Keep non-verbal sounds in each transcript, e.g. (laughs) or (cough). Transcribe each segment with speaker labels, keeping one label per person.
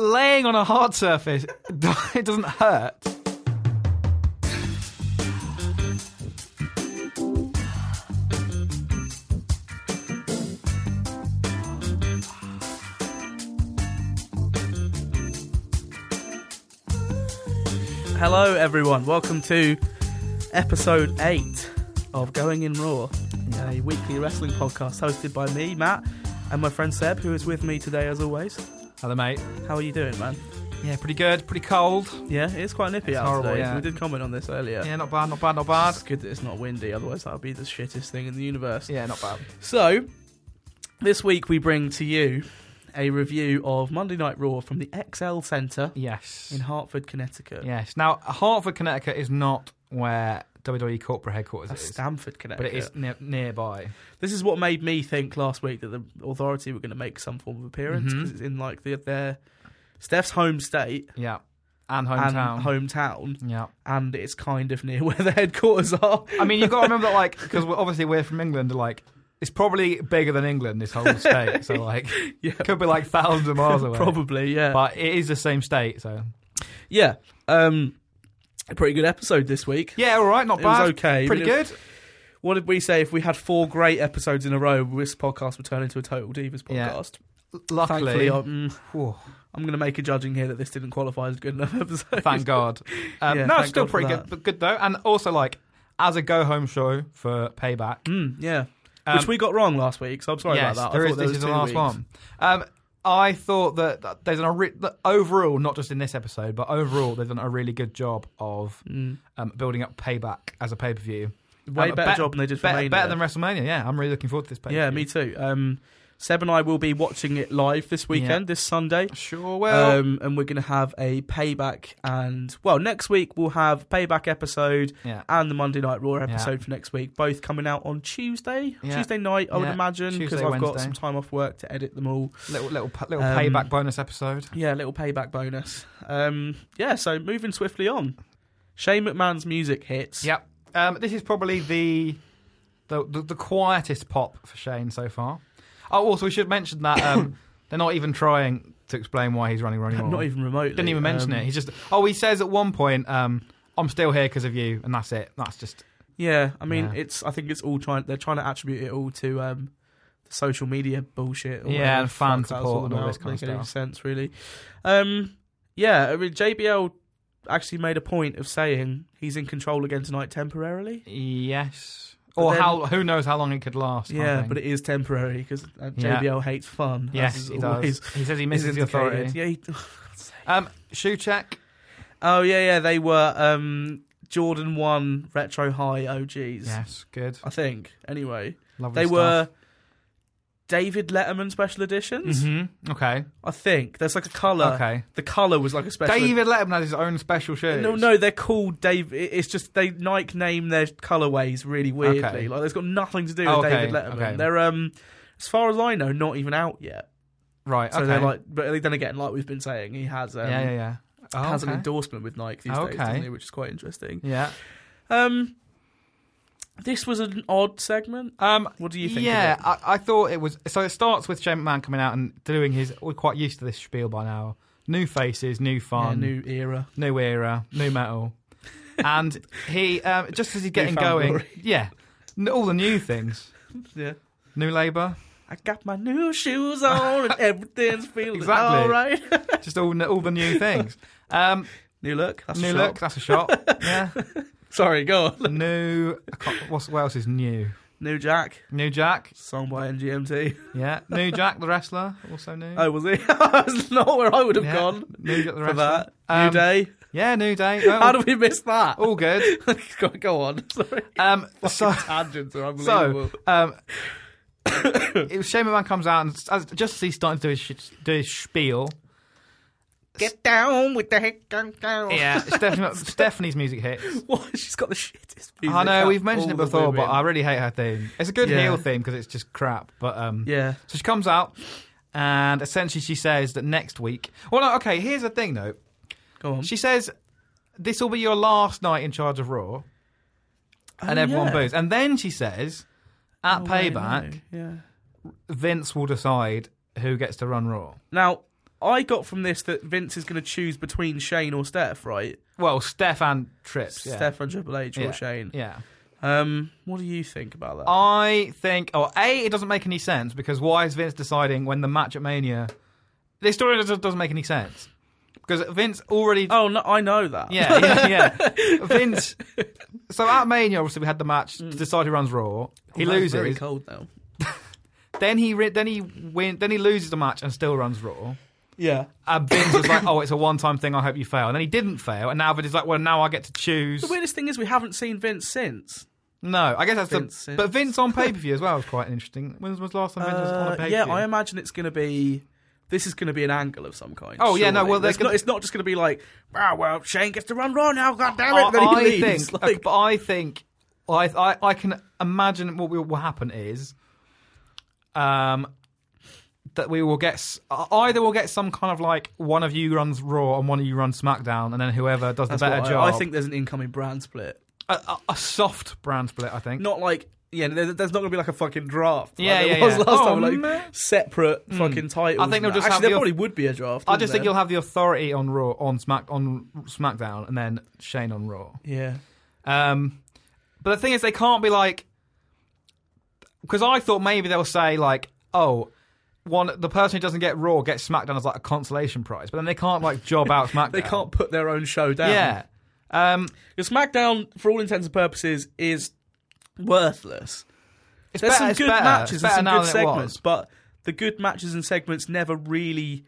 Speaker 1: laying on a hard surface, (laughs) it doesn't hurt.
Speaker 2: Hello, everyone. Welcome to episode eight of Going in Raw, a weekly wrestling podcast hosted by me, Matt, and my friend Seb, who is with me today as always.
Speaker 1: Hello, mate.
Speaker 2: How are you doing, man?
Speaker 1: Yeah, pretty good. Pretty cold.
Speaker 2: Yeah, it is quite nippy
Speaker 1: It's
Speaker 2: out
Speaker 1: horrible,
Speaker 2: today.
Speaker 1: yeah.
Speaker 2: We did comment on this earlier.
Speaker 1: Yeah, not bad. Not bad. Not bad.
Speaker 2: It's good that it's not windy, otherwise that would be the shittest thing in the universe.
Speaker 1: Yeah, not bad.
Speaker 2: So, this week we bring to you a review of Monday Night Raw from the XL Centre
Speaker 1: Yes.
Speaker 2: in Hartford, Connecticut.
Speaker 1: Yes. Now, Hartford, Connecticut is not where WWE corporate headquarters
Speaker 2: That's
Speaker 1: is,
Speaker 2: Stamford,
Speaker 1: but
Speaker 2: Connecticut.
Speaker 1: it is near, nearby.
Speaker 2: This is what made me think last week that the authority were going to make some form of appearance
Speaker 1: Mhm.
Speaker 2: because it's in like the, their Steph's home state
Speaker 1: Yeah. And hometown.
Speaker 2: and hometown,
Speaker 1: yeah.
Speaker 2: and it's kind of near (laughs) where the headquarters are.
Speaker 1: I mean, you've got to remember that, like, because obviously we're from England, like, it's probably bigger than England, this whole state. So, like, (laughs)
Speaker 2: Yeah.
Speaker 1: could be like thousands of miles away.
Speaker 2: Probably, yeah,
Speaker 1: But it is the same state, so.
Speaker 2: yeah. Um, a pretty good episode this week.
Speaker 1: Yeah, all right, not
Speaker 2: It was
Speaker 1: bad.
Speaker 2: okay,
Speaker 1: Pretty
Speaker 2: but it
Speaker 1: good.
Speaker 2: What did we say? If we had four great episodes in a row, this podcast would turn into a total divas
Speaker 1: Yeah.
Speaker 2: podcast.
Speaker 1: Luckily.
Speaker 2: Thankfully, I'm, mm,
Speaker 1: Whew,
Speaker 2: I'm going to make a judging here that this didn't qualify as a good enough (laughs)
Speaker 1: (laughs)
Speaker 2: episode.
Speaker 1: thank God. Um,
Speaker 2: Yeah,
Speaker 1: no,
Speaker 2: thank
Speaker 1: it's still
Speaker 2: God for
Speaker 1: pretty
Speaker 2: that.
Speaker 1: good, but good, though. And also, like, as a go home show for Payback.
Speaker 2: Mm, yeah,
Speaker 1: Um,
Speaker 2: which we got wrong last week, so I'm sorry
Speaker 1: yes,
Speaker 2: about that. I
Speaker 1: there
Speaker 2: thought
Speaker 1: is,
Speaker 2: there
Speaker 1: this
Speaker 2: was
Speaker 1: is the
Speaker 2: two
Speaker 1: last
Speaker 2: weeks.
Speaker 1: one. Um, I thought that that there's an ori- that overall, not just in this episode, but overall, they've done a really good job of
Speaker 2: Mm.
Speaker 1: um, building up Payback as a pay per view.
Speaker 2: Way
Speaker 1: Um,
Speaker 2: better
Speaker 1: bet-
Speaker 2: job than they did for
Speaker 1: better,
Speaker 2: Mania.
Speaker 1: better than WrestleMania. Yeah, I'm really looking forward to this. Pay-per-view.
Speaker 2: Yeah, me too. Um, Seb and I will be watching it live this weekend, this Sunday.
Speaker 1: Sure will.
Speaker 2: um, and we're going to have a payback and, well, next week we'll have payback episode
Speaker 1: yeah,
Speaker 2: and the Monday Night Raw
Speaker 1: Yeah.
Speaker 2: episode for next week, both coming out on Tuesday.
Speaker 1: Yeah.
Speaker 2: Tuesday night, I would
Speaker 1: Yeah.
Speaker 2: imagine, because
Speaker 1: Tuesday,
Speaker 2: I've got
Speaker 1: Wednesday.
Speaker 2: some time off work to edit them all.
Speaker 1: little little pa- little
Speaker 2: um,
Speaker 1: Payback bonus episode.
Speaker 2: Yeah, little payback bonus. Um, yeah, so moving swiftly on. Shane McMahon's music hits.
Speaker 1: Yep. Um, this is probably the the, the the quietest pop for Shane so far. Oh, also we should mention that
Speaker 2: (coughs)
Speaker 1: um, they're not even trying to explain why he's running Ronnie Moore.
Speaker 2: Not even remotely.
Speaker 1: Didn't even mention
Speaker 2: Um,
Speaker 1: it. He's just oh, he says at one point, um, "I'm still here because of you," and that's it. That's just
Speaker 2: Yeah, I mean,
Speaker 1: Yeah.
Speaker 2: it's. I think it's all trying. They're trying to attribute it all to um, the social media bullshit. Or
Speaker 1: Yeah,
Speaker 2: whatever
Speaker 1: and
Speaker 2: the fuck
Speaker 1: fan
Speaker 2: that's
Speaker 1: support and all
Speaker 2: about.
Speaker 1: this kind of
Speaker 2: Doesn't make any
Speaker 1: stuff.
Speaker 2: sense, really. Um, yeah, I mean, JBL actually made a point of saying he's in control again tonight temporarily.
Speaker 1: yes.
Speaker 2: But
Speaker 1: Or
Speaker 2: then-
Speaker 1: how who knows how long it could last? kind of
Speaker 2: Yeah,
Speaker 1: thing.
Speaker 2: but it is temporary because uh,
Speaker 1: Yeah.
Speaker 2: JBL hates fun. as
Speaker 1: yes,
Speaker 2: is
Speaker 1: he
Speaker 2: always
Speaker 1: does. He says he misses the
Speaker 2: indicated.
Speaker 1: authority.
Speaker 2: Yeah. He,
Speaker 1: Um, shoe check.
Speaker 2: oh yeah, yeah. They were um, Jordan One Retro High OGs.
Speaker 1: Yes, good.
Speaker 2: I think. Anyway,
Speaker 1: Lovely
Speaker 2: they were. David Letterman special editions.
Speaker 1: Mm-hmm. Okay.
Speaker 2: I think there's like a color.
Speaker 1: okay.
Speaker 2: The color was like a special.
Speaker 1: David Letterman has his own special shoes.
Speaker 2: No, no, they're called Dave. it- It's just they Nike name their colorways really weirdly.
Speaker 1: Okay.
Speaker 2: Like it's got nothing to do with
Speaker 1: Oh,
Speaker 2: David
Speaker 1: okay,
Speaker 2: Letterman.
Speaker 1: okay.
Speaker 2: They're um, as far as I know, not even out yet.
Speaker 1: Right.
Speaker 2: So
Speaker 1: okay.
Speaker 2: they're like, but then again, like we've been saying, he has um,
Speaker 1: yeah, yeah, yeah. Oh,
Speaker 2: has an
Speaker 1: okay.
Speaker 2: endorsement with Nike these
Speaker 1: Okay.
Speaker 2: days, doesn't he? Which is quite interesting.
Speaker 1: Yeah.
Speaker 2: Um, this was an odd segment.
Speaker 1: Um,
Speaker 2: What do you think?
Speaker 1: yeah,
Speaker 2: of it?
Speaker 1: I, I thought it was. So it starts with Shane McMahon coming out and doing his. We're quite used to this spiel by now. New faces, new
Speaker 2: Yeah,
Speaker 1: fun,
Speaker 2: new era.
Speaker 1: new era, new
Speaker 2: (laughs)
Speaker 1: metal. and he, um, just as he's getting
Speaker 2: Newfound
Speaker 1: going,
Speaker 2: glory.
Speaker 1: (laughs) yeah, n- all the new things,
Speaker 2: Yeah.
Speaker 1: new labour,
Speaker 2: I got my new shoes
Speaker 1: (laughs)
Speaker 2: on and everything's feeling
Speaker 1: Exactly.
Speaker 2: all right.
Speaker 1: just all n- all the new things. Um,
Speaker 2: New look. (laughs) That's a
Speaker 1: new
Speaker 2: shot.
Speaker 1: look, that's a
Speaker 2: (laughs)
Speaker 1: shot. Yeah,
Speaker 2: Sorry, go on.
Speaker 1: new. I can't- What's what else is new?
Speaker 2: New Jack.
Speaker 1: New Jack,
Speaker 2: Song by
Speaker 1: (laughs)
Speaker 2: NGMT.
Speaker 1: yeah, new Jack the wrestler, also new.
Speaker 2: Oh, was it? That's not where (laughs) I would have
Speaker 1: yeah.
Speaker 2: gone
Speaker 1: New Jack the
Speaker 2: for
Speaker 1: wrestler.
Speaker 2: that.
Speaker 1: Um,
Speaker 2: New day.
Speaker 1: Yeah, new day. Oh,
Speaker 2: How did we miss that?
Speaker 1: all good.
Speaker 2: (laughs) go, go on. (laughs) Sorry.
Speaker 1: Um, so,
Speaker 2: Tangents are unbelievable.
Speaker 1: so um, it was Shane McMahon comes out and as, just as he's starting to do his, sh- do his spiel,
Speaker 2: Get down with the heck down. (laughs)
Speaker 1: yeah, Stephanie, Stephanie's music hits.
Speaker 2: What? She's got the shittest music.
Speaker 1: I know
Speaker 2: out
Speaker 1: we've mentioned it
Speaker 2: of all the
Speaker 1: before, but
Speaker 2: women.
Speaker 1: I really hate her theme. It's a good
Speaker 2: Yeah.
Speaker 1: heel theme because it's just crap. But um,
Speaker 2: Yeah.
Speaker 1: so she comes out and essentially she says that next week. Well, no, okay. Here's the thing though.
Speaker 2: Go on.
Speaker 1: She says this will be your last night in charge of Raw, and
Speaker 2: Oh,
Speaker 1: everyone
Speaker 2: yeah.
Speaker 1: boos. And then she says, at
Speaker 2: Oh, wait,
Speaker 1: Payback,
Speaker 2: no. Yeah.
Speaker 1: Vince will decide who gets to run Raw.
Speaker 2: Now, I got from this that Vince is going to choose between Shane or Steph, right?
Speaker 1: Well, Steph and Trips. Yeah.
Speaker 2: Steph and Triple H or
Speaker 1: Yeah.
Speaker 2: Shane.
Speaker 1: Yeah.
Speaker 2: Um, what do you think about that?
Speaker 1: I think, oh, A, it doesn't make any sense because why is Vince deciding when the match at Mania. This story doesn't, doesn't make any sense. Because Vince already.
Speaker 2: oh no, I know that.
Speaker 1: Yeah,
Speaker 2: (laughs)
Speaker 1: yeah, yeah. Vince. So at Mania, obviously, we had the match to decide who runs Raw. He
Speaker 2: Well, that's Mm. Very
Speaker 1: loses.
Speaker 2: cold now.
Speaker 1: Then he re- then he win- then he loses the match and still runs Raw.
Speaker 2: Yeah.
Speaker 1: And Vince was
Speaker 2: (laughs)
Speaker 1: like, "Oh, it's a one-time thing. I hope you fail." And then he didn't fail, and now Vince is like, "Well, now I get to choose."
Speaker 2: The weirdest thing is we haven't seen Vince since.
Speaker 1: No, I guess that's
Speaker 2: Vince (laughs)
Speaker 1: the.
Speaker 2: is-
Speaker 1: But Vince on pay per view as well was quite interesting. When was the last time Vince was on a
Speaker 2: Uh,
Speaker 1: pay per view?
Speaker 2: yeah, I imagine it's going to be. This is going to be an angle of some kind.
Speaker 1: Oh, yeah, no,
Speaker 2: surely.
Speaker 1: well, they're
Speaker 2: it's
Speaker 1: gonna-
Speaker 2: not. It's not just going to be like, wow, well, Shane gets to run Raw now. God damn it!
Speaker 1: I,
Speaker 2: then he
Speaker 1: I
Speaker 2: leaves. (laughs)
Speaker 1: think,
Speaker 2: Like,
Speaker 1: but I think, I, I, I can imagine what will, will happen is, um, that we will get s- either we'll get some kind of like one of you runs Raw and one of you runs SmackDown, and then whoever does the
Speaker 2: that's
Speaker 1: better
Speaker 2: what I-
Speaker 1: job.
Speaker 2: I think there's an incoming brand split.
Speaker 1: a, a, a soft brand split. I think.
Speaker 2: Not like yeah, there- there's not going to be like a fucking draft.
Speaker 1: Yeah,
Speaker 2: like there
Speaker 1: yeah,
Speaker 2: was
Speaker 1: yeah.
Speaker 2: Last
Speaker 1: Oh,
Speaker 2: time, like
Speaker 1: man.
Speaker 2: separate fucking titles.
Speaker 1: I think
Speaker 2: and
Speaker 1: they'll
Speaker 2: that.
Speaker 1: just
Speaker 2: actually
Speaker 1: have
Speaker 2: there
Speaker 1: the-
Speaker 2: probably would be a draft.
Speaker 1: I
Speaker 2: wouldn't
Speaker 1: just think
Speaker 2: there?
Speaker 1: you'll have the authority on Raw on Smack on SmackDown, and then Shane on Raw.
Speaker 2: yeah.
Speaker 1: Um, but the thing is, they can't be like because I thought maybe they'll say like, oh, one the person who doesn't get Raw gets SmackDown as like a consolation prize, but then they can't like job out (laughs) SmackDown.
Speaker 2: They can't put their own show down.
Speaker 1: Yeah. Um,
Speaker 2: Because SmackDown, for all intents and purposes, is worthless.
Speaker 1: it's
Speaker 2: There's
Speaker 1: better,
Speaker 2: some
Speaker 1: it's
Speaker 2: good
Speaker 1: better, it's
Speaker 2: matches and
Speaker 1: better
Speaker 2: some
Speaker 1: now
Speaker 2: good
Speaker 1: than It
Speaker 2: segments,
Speaker 1: was.
Speaker 2: but the good matches and segments never really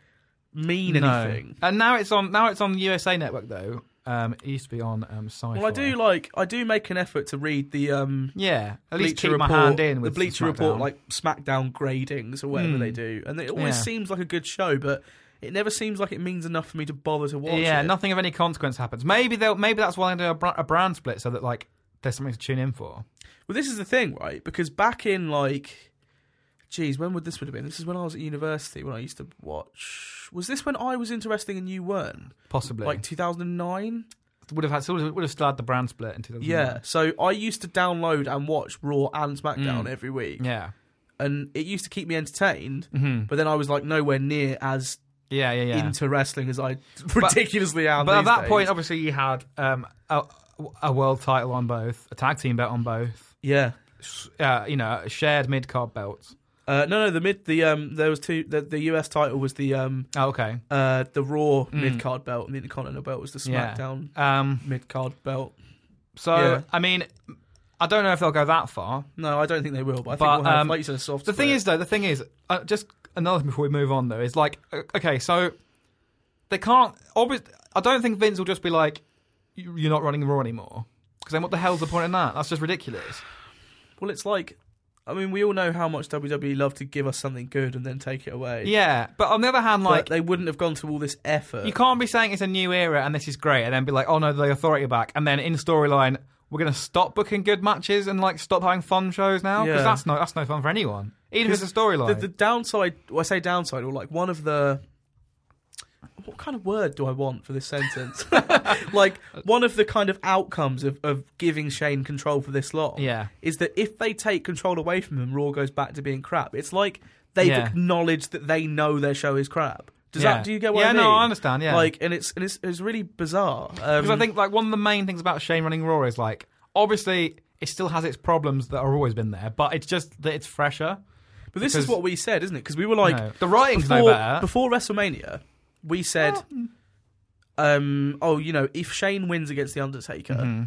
Speaker 2: mean anything.
Speaker 1: No. And now it's on now it's on the USA Network though. Um, it used to be on um, sci
Speaker 2: Well, I do like I do make an effort to read the um,
Speaker 1: Yeah, at least
Speaker 2: Bleacher
Speaker 1: keep
Speaker 2: Report,
Speaker 1: my hand in with
Speaker 2: the Bleacher
Speaker 1: SmackDown. Hmm.
Speaker 2: Report, like SmackDown gradings or whatever they do, and it always
Speaker 1: Yeah.
Speaker 2: seems like a good show, but it never seems like it means enough for me to bother to watch.
Speaker 1: yeah,
Speaker 2: it.
Speaker 1: nothing of any consequence happens. Maybe they'll maybe that's why they do a, br- a brand split so that like there's something to tune in for.
Speaker 2: Well, this is the thing, right? Because back in like, geez, when would this would have been? This is when I was at university when I used to watch. Was this when I was interesting and you weren't?
Speaker 1: Possibly,
Speaker 2: Like 2009?
Speaker 1: would have had still would have still had the brand split in 2000.
Speaker 2: Yeah. So I used to download and watch Raw and
Speaker 1: Mm.
Speaker 2: SmackDown every week.
Speaker 1: yeah,
Speaker 2: And it used to keep me entertained, but then I was like nowhere near as
Speaker 1: Mm-hmm. yeah, yeah, yeah.
Speaker 2: into wrestling as (laughs) I ridiculously am.
Speaker 1: but at
Speaker 2: these
Speaker 1: that
Speaker 2: days.
Speaker 1: point, uh, obviously, you had um, a, a world title on both, a tag team belt on both,
Speaker 2: yeah.
Speaker 1: s- uh, you know, shared mid card belts.
Speaker 2: Uh, no, no, the mid, the um, there was two. The, the US title was the um,
Speaker 1: Oh, okay,
Speaker 2: uh, the Raw mid card belt, and the Intercontinental belt was the
Speaker 1: Mm. Yeah.
Speaker 2: SmackDown
Speaker 1: um,
Speaker 2: mid card belt.
Speaker 1: so
Speaker 2: Yeah.
Speaker 1: I mean, I don't know if they'll go that far.
Speaker 2: No, I don't think they will. But I
Speaker 1: But,
Speaker 2: think we'll have,
Speaker 1: um,
Speaker 2: like you said, a soft.
Speaker 1: The thing
Speaker 2: split.
Speaker 1: is, though, the thing is, uh, just another thing before we move on, though, is like, uh, okay, so they can't. Obviously, I don't think Vince will just be like, "You- "You're not running Raw anymore," because then what the hell's the point in that? That's just ridiculous.
Speaker 2: well, it's like, I mean, we all know how much WWE love to give us something good and then take it away.
Speaker 1: Yeah, but on the other hand,
Speaker 2: But
Speaker 1: like,
Speaker 2: they wouldn't have gone to all this effort.
Speaker 1: you can't be saying it's a new era and this is great, and then be like, "Oh no, the authority are back," and then in storyline. We're gonna stop booking good matches and like stop having fun shows now because
Speaker 2: Yeah.
Speaker 1: that's no that's no fun for anyone. Even if it's a storyline.
Speaker 2: the, the downside, well, I say downside, or like one of the. What kind of word do I want for this sentence? (laughs) like one of the kind of outcomes of, of giving Shane control for this long
Speaker 1: Yeah.
Speaker 2: is that if they take control away from him, Raw goes back to being crap. It's like they've
Speaker 1: Yeah.
Speaker 2: acknowledged that they know their show is crap. Does
Speaker 1: Yeah.
Speaker 2: that? Do you get what
Speaker 1: Yeah,
Speaker 2: I mean?
Speaker 1: no, I understand, yeah.
Speaker 2: like, and it's and it's, it's really bizarre. Um,
Speaker 1: Because I think like one of the main things about Shane running Raw is like obviously it still has its problems that have always been there, but it's just that it's fresher.
Speaker 2: but this
Speaker 1: because-
Speaker 2: is what we said, isn't it? Because we were like,
Speaker 1: No. The writing's
Speaker 2: before,
Speaker 1: no better.
Speaker 2: Before WrestleMania, we said, um, oh, you know, if Shane wins against The Undertaker,
Speaker 1: Mm-hmm.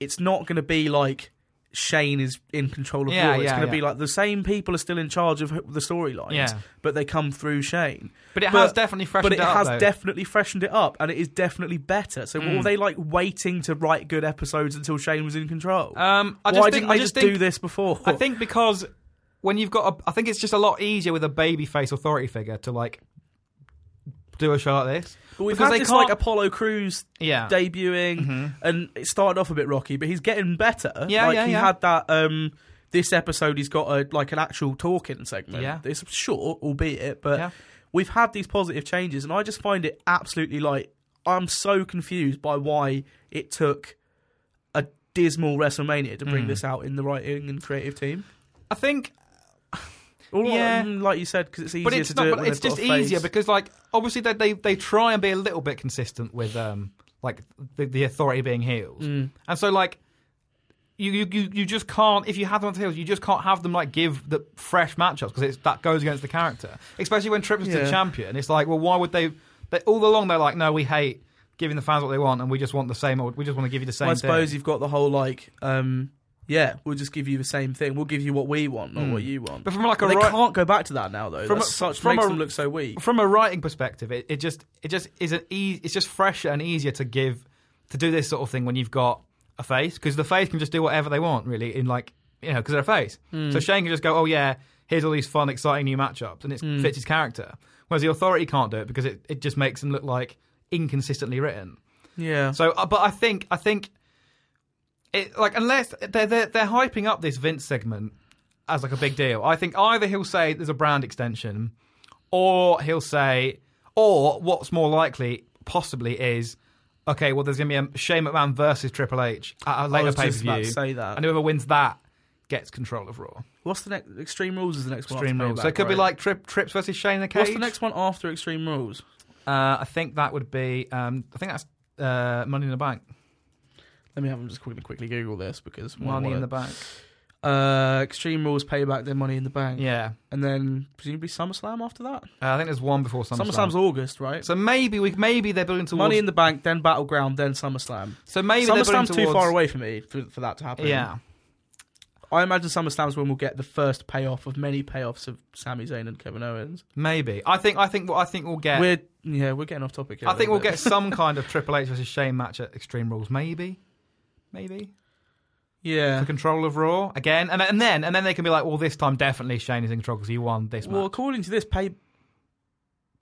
Speaker 2: it's not going to be like Shane is in control of
Speaker 1: Yeah,
Speaker 2: Raw. It's
Speaker 1: yeah,
Speaker 2: going to be
Speaker 1: yeah.
Speaker 2: like the same people are still in charge of the storylines,
Speaker 1: Yeah.
Speaker 2: but they come through Shane.
Speaker 1: But it
Speaker 2: But-
Speaker 1: has definitely freshened
Speaker 2: but it,
Speaker 1: up,
Speaker 2: has
Speaker 1: though. Mm.
Speaker 2: definitely freshened it up, and it is definitely better. So were they like waiting to write good episodes until Shane was in control?
Speaker 1: Um, I just
Speaker 2: Why
Speaker 1: think
Speaker 2: didn't they
Speaker 1: I just
Speaker 2: just
Speaker 1: think,
Speaker 2: do this before?
Speaker 1: I think because when you've got, a, I think it's just a lot easier with a babyface authority figure to like do a show like this.
Speaker 2: But we've
Speaker 1: because
Speaker 2: had
Speaker 1: they
Speaker 2: this
Speaker 1: can't-
Speaker 2: like Apollo Crews
Speaker 1: Yeah. Mm-hmm.
Speaker 2: debuting, and it started off a bit rocky, but he's getting better.
Speaker 1: Yeah,
Speaker 2: like
Speaker 1: yeah,
Speaker 2: he
Speaker 1: yeah.
Speaker 2: had that. Um, this episode, he's got a like an actual talking segment.
Speaker 1: Yeah.
Speaker 2: it's short, albeit, but
Speaker 1: Yeah.
Speaker 2: we've had these positive changes, and I just find it absolutely like I'm so confused by why it took a
Speaker 1: Hmm.
Speaker 2: dismal WrestleMania to bring this out in the writing and creative team.
Speaker 1: I think
Speaker 2: All right,
Speaker 1: Yeah.
Speaker 2: mm, like you said, because it's easier
Speaker 1: but it's
Speaker 2: to
Speaker 1: not.
Speaker 2: do it
Speaker 1: but
Speaker 2: when
Speaker 1: it's
Speaker 2: they've
Speaker 1: just
Speaker 2: got a face.
Speaker 1: easier because, like, obviously they, they they try and be a little bit consistent with um like the, the authority being heels,
Speaker 2: Mm.
Speaker 1: and so like you, you you you just can't if you have them as heels, you just can't have them like give the fresh matchups because it's that goes against the character, especially when Tripp's
Speaker 2: Yeah.
Speaker 1: the champion. It's like, well, why would they? They all along they're like, no, we hate giving the fans what they want, and we just want the same. old We just want to give you the same.
Speaker 2: Well, I suppose
Speaker 1: thing.
Speaker 2: you've got the whole like, um, yeah, we'll just give you the same thing. We'll give you what we want, not what you want.
Speaker 1: Hmm. But from like a
Speaker 2: they
Speaker 1: right-
Speaker 2: can't go back to that now, though.
Speaker 1: From
Speaker 2: That's
Speaker 1: a-
Speaker 2: such
Speaker 1: from
Speaker 2: makes
Speaker 1: a-
Speaker 2: them look so weak.
Speaker 1: from a writing perspective, it, it just it just is an easy. It's just fresher and easier to give to do this sort of thing when you've got a face because the face can just do whatever they want really in like you know because they're a face. So Shane can just go, oh yeah, here's all these fun, exciting new matchups, and it fits his character. Whereas the authority can't do it because it, it just makes them look like inconsistently written.
Speaker 2: Yeah,
Speaker 1: So, uh, but I think I think it like unless they're they're, they're hyping up this Vince segment as like a big deal. I think either he'll say there's a brand extension, or he'll say, or what's more likely possibly is. Okay, well, there's going to be a Shane McMahon versus Triple H at a
Speaker 2: I
Speaker 1: later
Speaker 2: was
Speaker 1: pay per
Speaker 2: just about
Speaker 1: view,
Speaker 2: to say that.
Speaker 1: and whoever wins that gets control of Raw.
Speaker 2: What's the next? Extreme Rules is the next one.
Speaker 1: Extreme
Speaker 2: after
Speaker 1: rules.
Speaker 2: Payback,
Speaker 1: So it could be
Speaker 2: right?
Speaker 1: like Trip Trips versus Shane in the cage.
Speaker 2: What's the next one after Extreme Rules?
Speaker 1: Uh, I think that would be. Um, I think that's uh, Money in the Bank.
Speaker 2: Let me have them just quickly quickly Google this because why
Speaker 1: Money
Speaker 2: would
Speaker 1: in the
Speaker 2: I?
Speaker 1: Bank.
Speaker 2: uh, Extreme Rules, Payback, then Money in the Bank,
Speaker 1: Yeah.
Speaker 2: and then presumably SummerSlam after that.
Speaker 1: Uh, I think there's one before SummerSlam.
Speaker 2: SummerSlam's August, right?
Speaker 1: so maybe we maybe they're building towards.
Speaker 2: Money in the Bank, then Battleground, then SummerSlam.
Speaker 1: so maybe they're building
Speaker 2: SummerSlam's
Speaker 1: towards,
Speaker 2: too far away for me for, for that to happen.
Speaker 1: Yeah,
Speaker 2: I imagine SummerSlam's when we'll get the first payoff of many payoffs of Sami Zayn and Kevin Owens.
Speaker 1: maybe. I think I think I think we'll get.
Speaker 2: We're yeah, we're getting off topic. Here
Speaker 1: I
Speaker 2: a
Speaker 1: think
Speaker 2: little
Speaker 1: we'll
Speaker 2: bit. (laughs)
Speaker 1: get some kind of Triple H versus Shane match at Extreme Rules. Maybe, maybe
Speaker 2: yeah.
Speaker 1: for control of Raw again, and and then and then they can be like, well, this time definitely Shane is in control because he won this
Speaker 2: Well,
Speaker 1: match.
Speaker 2: according to this, pay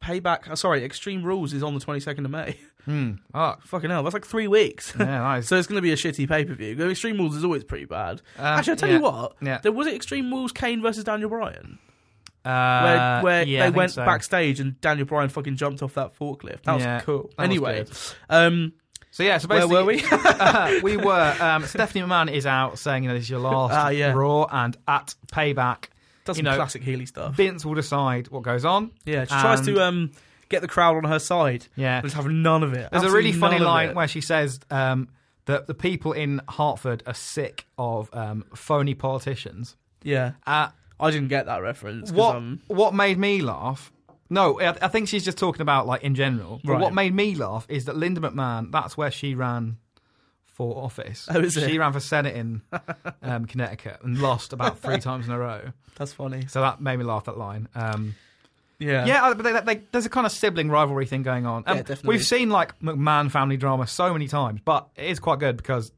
Speaker 2: payback. Oh, sorry, Extreme Rules is on the twenty second of May. (laughs)
Speaker 1: Hmm. Oh,
Speaker 2: Fucking hell, that's like three weeks.
Speaker 1: yeah, nice.
Speaker 2: (laughs) so it's going to be a shitty pay per view. Extreme Rules is always pretty bad.
Speaker 1: Um,
Speaker 2: Actually, I tell
Speaker 1: yeah.
Speaker 2: you what,
Speaker 1: Yeah.
Speaker 2: there was it Extreme Rules Kane versus Daniel Bryan, where,
Speaker 1: Uh,
Speaker 2: where
Speaker 1: yeah, I
Speaker 2: they
Speaker 1: think
Speaker 2: went
Speaker 1: so.
Speaker 2: backstage and Daniel Bryan fucking jumped off that forklift. That was
Speaker 1: Yeah,
Speaker 2: cool.
Speaker 1: that was
Speaker 2: anyway,
Speaker 1: good.
Speaker 2: um,
Speaker 1: So yeah, so
Speaker 2: where
Speaker 1: basically,
Speaker 2: were
Speaker 1: (laughs)
Speaker 2: we?
Speaker 1: uh,
Speaker 2: (laughs)
Speaker 1: we were. Um, Stephanie McMahon is out saying, you know, this is your last
Speaker 2: Ah, yeah.
Speaker 1: Raw, and at Payback,
Speaker 2: Does
Speaker 1: you
Speaker 2: some
Speaker 1: know,
Speaker 2: classic Healy stuff.
Speaker 1: Vince will decide what goes on.
Speaker 2: Yeah, she tries
Speaker 1: And-
Speaker 2: to um, get the crowd on her side.
Speaker 1: Yeah.
Speaker 2: but just have none of it.
Speaker 1: There's a really
Speaker 2: Absolutely
Speaker 1: funny
Speaker 2: none of
Speaker 1: line
Speaker 2: it.
Speaker 1: where she says um, that the people in Hartford are sick of um, phony politicians.
Speaker 2: yeah,
Speaker 1: Uh,
Speaker 2: I didn't get that reference. 'cause,
Speaker 1: what
Speaker 2: um,
Speaker 1: what made me laugh? No, I, I think she's just talking about like in general. But
Speaker 2: Right.
Speaker 1: What made me laugh is that Linda McMahon. That's where she ran for office.
Speaker 2: Oh, is it?
Speaker 1: She ran for Senate in um, Connecticut and lost about three
Speaker 2: (laughs)
Speaker 1: times in a row.
Speaker 2: that's funny.
Speaker 1: So that made me laugh. That line. Um,
Speaker 2: Yeah,
Speaker 1: yeah, I- but they, they, there's a kind of sibling rivalry thing going on. Um,
Speaker 2: Yeah, definitely.
Speaker 1: We've seen like McMahon family drama so many times, but it is quite good because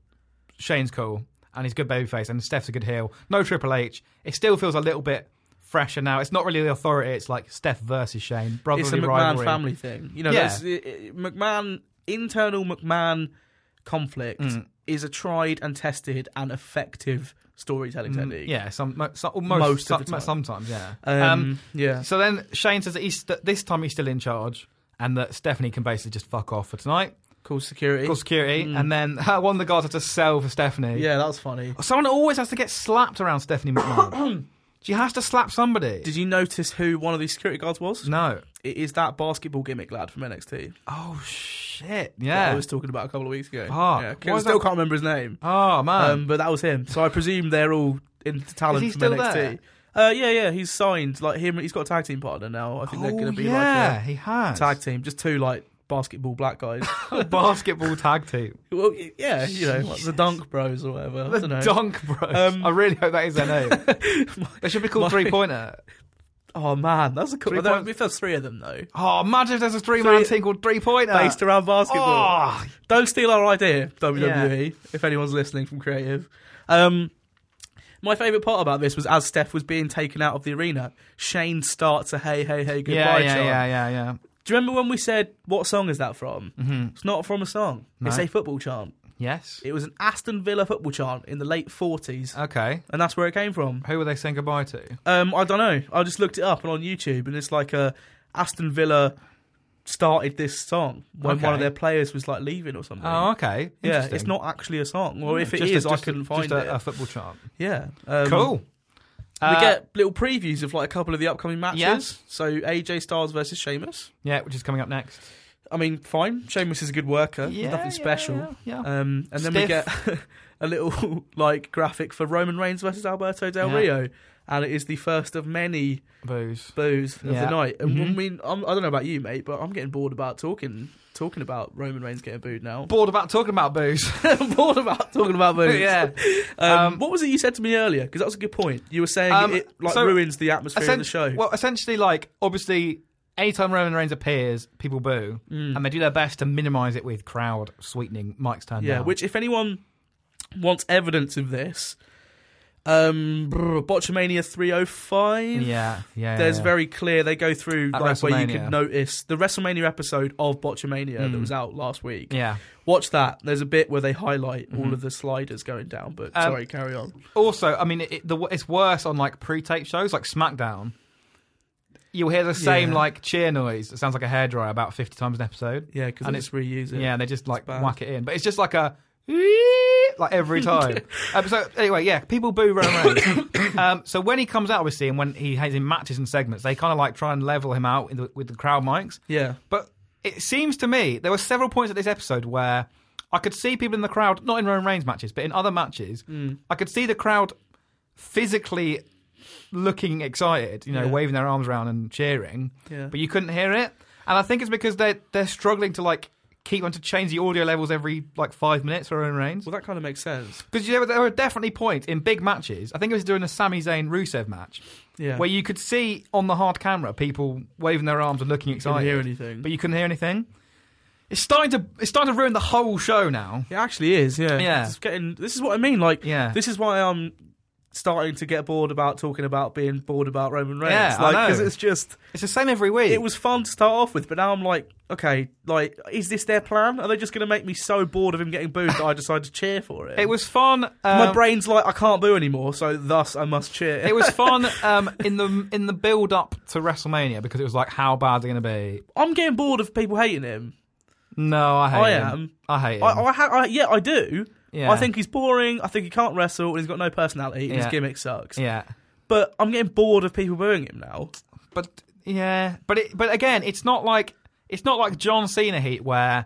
Speaker 1: Shane's cool and he's a good babyface and Steph's a good heel. No Triple H. It still feels a little bit fresher now. It's not really the authority. It's like Steph versus Shane, brotherly
Speaker 2: it's a McMahon
Speaker 1: rivalry.
Speaker 2: family thing. You know,
Speaker 1: Yeah.
Speaker 2: there's, it- it- McMahon internal McMahon conflict
Speaker 1: Mm.
Speaker 2: is a tried and tested and effective storytelling technique.
Speaker 1: mm, Yeah, some, mo- some most,
Speaker 2: Most of
Speaker 1: some-
Speaker 2: the time.
Speaker 1: sometimes, yeah.
Speaker 2: Um,
Speaker 1: Um,
Speaker 2: yeah.
Speaker 1: So then Shane says that he's st- this time he's still in charge and that Stephanie can basically just fuck off for tonight.
Speaker 2: Cool security.
Speaker 1: Call security, and then (laughs) one of the guards had to sell for Stephanie.
Speaker 2: Mm. Yeah, that was funny.
Speaker 1: Someone always has to get slapped around Stephanie
Speaker 2: (coughs)
Speaker 1: McMahon. she has to slap somebody.
Speaker 2: Did you notice who one of these security guards was?
Speaker 1: no.
Speaker 2: It is that basketball gimmick lad from NXT.
Speaker 1: Oh shit.
Speaker 2: that
Speaker 1: Yeah.
Speaker 2: I was talking about a couple of weeks ago.
Speaker 1: Fuck.
Speaker 2: Yeah, 'cause
Speaker 1: Why
Speaker 2: I
Speaker 1: is
Speaker 2: still
Speaker 1: that-
Speaker 2: can't remember his name.
Speaker 1: oh man.
Speaker 2: Um, but that was him. So I presume they're all in the talent
Speaker 1: Is he
Speaker 2: from
Speaker 1: still
Speaker 2: NXT.
Speaker 1: there?
Speaker 2: Uh, yeah, yeah, he's signed. Like him, he's got a tag team partner now. I think they're
Speaker 1: oh,
Speaker 2: going to be
Speaker 1: yeah,
Speaker 2: like
Speaker 1: he
Speaker 2: a
Speaker 1: has.
Speaker 2: tag team, just two like basketball
Speaker 1: (laughs)
Speaker 2: black guys.
Speaker 1: Basketball tag team.
Speaker 2: well, y- yeah, you know, like the Dunk Bros or whatever. I
Speaker 1: The
Speaker 2: don't know.
Speaker 1: Dunk Bros.
Speaker 2: Um,
Speaker 1: I really hope that is their name. they should be called
Speaker 2: (laughs) my-
Speaker 1: Three Pointer.
Speaker 2: oh man, that's a cool.
Speaker 1: Three
Speaker 2: There,
Speaker 1: points.
Speaker 2: if there's three of them though,
Speaker 1: Oh, imagine if there's a three-man
Speaker 2: Three-
Speaker 1: team called Three Pointer.
Speaker 2: based around basketball.
Speaker 1: Oh,
Speaker 2: Don't steal our idea, WWE. If anyone's listening from creative, um, my favorite part about this was as Steph was being taken out of the arena, Shane starts a "Hey, hey, hey, goodbye"
Speaker 1: yeah, yeah,
Speaker 2: chant.
Speaker 1: yeah, yeah, yeah.
Speaker 2: Do you remember when we said what song is that from? Mm-hmm. It's not from a song.
Speaker 1: No.
Speaker 2: It's a football chant.
Speaker 1: Yes.
Speaker 2: It was an Aston Villa football chant in the late forties,
Speaker 1: Okay.
Speaker 2: and that's where it came from.
Speaker 1: Who were they saying goodbye to?
Speaker 2: Um, I don't know. I just looked it up and on YouTube, and it's like a Aston Villa started this song when
Speaker 1: Okay.
Speaker 2: one of their players was like leaving or something.
Speaker 1: Oh, okay.
Speaker 2: yeah,
Speaker 1: Interesting. Hmm,
Speaker 2: it's not actually a song, or if it
Speaker 1: Just
Speaker 2: is,
Speaker 1: a,
Speaker 2: I
Speaker 1: just a-
Speaker 2: couldn't find
Speaker 1: just a,
Speaker 2: it.
Speaker 1: a football chant.
Speaker 2: yeah, um,
Speaker 1: Cool. Uh,
Speaker 2: we get little previews of like a couple of the upcoming matches.
Speaker 1: Yeah.
Speaker 2: So AJ Styles versus Sheamus.
Speaker 1: yeah, which is coming up next.
Speaker 2: I mean, fine. Sheamus is a good worker.
Speaker 1: yeah,
Speaker 2: nothing special.
Speaker 1: Yeah, yeah.
Speaker 2: Um, and then we
Speaker 1: Oh. Stiff.
Speaker 2: get (laughs) a little (laughs) like graphic for Roman Reigns versus Alberto Del
Speaker 1: Yeah.
Speaker 2: Rio, and it is the first of many
Speaker 1: Booze.
Speaker 2: boos of
Speaker 1: Yeah.
Speaker 2: the night. And
Speaker 1: Mhm.
Speaker 2: I mean, I'm, I don't know about you, mate, but I'm getting bored about talking talking about Roman Reigns getting booed
Speaker 1: (laughs)
Speaker 2: now.
Speaker 1: Bored about talking about booze. (laughs)
Speaker 2: I'm bored about talking about boos.
Speaker 1: yeah. (laughs)
Speaker 2: Um,
Speaker 1: Um,
Speaker 2: what was it you said to me earlier? Because that was a good point. You were saying
Speaker 1: Um,
Speaker 2: it like
Speaker 1: so-
Speaker 2: ruins the atmosphere of the
Speaker 1: Essen-
Speaker 2: show.
Speaker 1: Well, essentially, like obviously, anytime Roman Reigns appears, people boo,
Speaker 2: Mm.
Speaker 1: and they do their best to minimise it with crowd sweetening. Mike's turn.
Speaker 2: Yeah,
Speaker 1: down.
Speaker 2: which if anyone wants evidence of this, um, brr, Botchamania 305.
Speaker 1: yeah, yeah,
Speaker 2: There's
Speaker 1: yeah.
Speaker 2: very clear they go through
Speaker 1: At
Speaker 2: like where you could
Speaker 1: WrestleMania.
Speaker 2: notice the WrestleMania episode of Botchamania that
Speaker 1: Mm.
Speaker 2: was out last week.
Speaker 1: yeah.
Speaker 2: Watch that. There's a bit where they highlight all
Speaker 1: Mhm.
Speaker 2: of the sliders going down. But
Speaker 1: Um,
Speaker 2: sorry, carry on.
Speaker 1: Also, I mean, it, the, it's worse on like pre-tape shows like SmackDown. You'll hear the same
Speaker 2: Yeah.
Speaker 1: like cheer noise. It sounds like a hairdryer about fifty times an episode.
Speaker 2: Yeah, because
Speaker 1: and
Speaker 2: it's reused.
Speaker 1: Yeah, and they just like
Speaker 2: bad.
Speaker 1: whack it in, but it's just like a (laughs) like
Speaker 2: (laughs)
Speaker 1: every time. um, so anyway, yeah, people boo Roman
Speaker 2: (coughs)
Speaker 1: Reigns. um, so when he comes out, obviously, and when he has in matches and segments, they kind of like try and level him out in the, with the crowd mics.
Speaker 2: Yeah,
Speaker 1: But it seems to me there were several points at this episode where I could see people in the crowd, not in Roman Reigns matches, but in other matches,
Speaker 2: Mm.
Speaker 1: I could see the crowd physically looking excited, you know,
Speaker 2: Yeah.
Speaker 1: waving their arms around and cheering,
Speaker 2: yeah.
Speaker 1: but you couldn't hear it. And I think it's because they they're struggling to like keep on to change the audio levels every like five minutes for Roman Reigns.
Speaker 2: well, that kind of makes sense.
Speaker 1: Because you know, there were definitely points in big matches. I think it was during the Sami Zayn Rusev match
Speaker 2: Yeah,
Speaker 1: where you could see on the hard camera people waving their arms and looking
Speaker 2: you not
Speaker 1: excited
Speaker 2: hear anything.
Speaker 1: but you couldn't hear anything. It's starting to it's starting to ruin the whole show now.
Speaker 2: It actually is, yeah.
Speaker 1: Yeah.
Speaker 2: It's getting. This is what I mean. Like,
Speaker 1: Yeah.
Speaker 2: This is why I'm starting to get bored about talking about being bored about Roman Reigns.
Speaker 1: Yeah, I
Speaker 2: like,
Speaker 1: know.
Speaker 2: it's just
Speaker 1: It's the same every week.
Speaker 2: it was fun to start off with, but now I'm like, okay, like, is this their plan? Are they just going to make me so bored of him getting booed that I decide to cheer for it?
Speaker 1: it was fun. Um,
Speaker 2: My brain's like, I can't boo anymore, so thus I must cheer.
Speaker 1: it was fun um, in the in the build up to WrestleMania because it was like, how bad are they going to be?
Speaker 2: (laughs) I'm getting bored of people hating him.
Speaker 1: No, I hate.
Speaker 2: I
Speaker 1: him.
Speaker 2: am.
Speaker 1: I hate. Him.
Speaker 2: I, I, ha- I yeah, I do.
Speaker 1: yeah.
Speaker 2: I think he's boring. I think he can't wrestle, and he's got no personality, and his
Speaker 1: Yeah.
Speaker 2: gimmick sucks.
Speaker 1: Yeah.
Speaker 2: But I'm getting bored of people booing him now.
Speaker 1: But yeah. But it, but again, it's not like it's not like John Cena heat where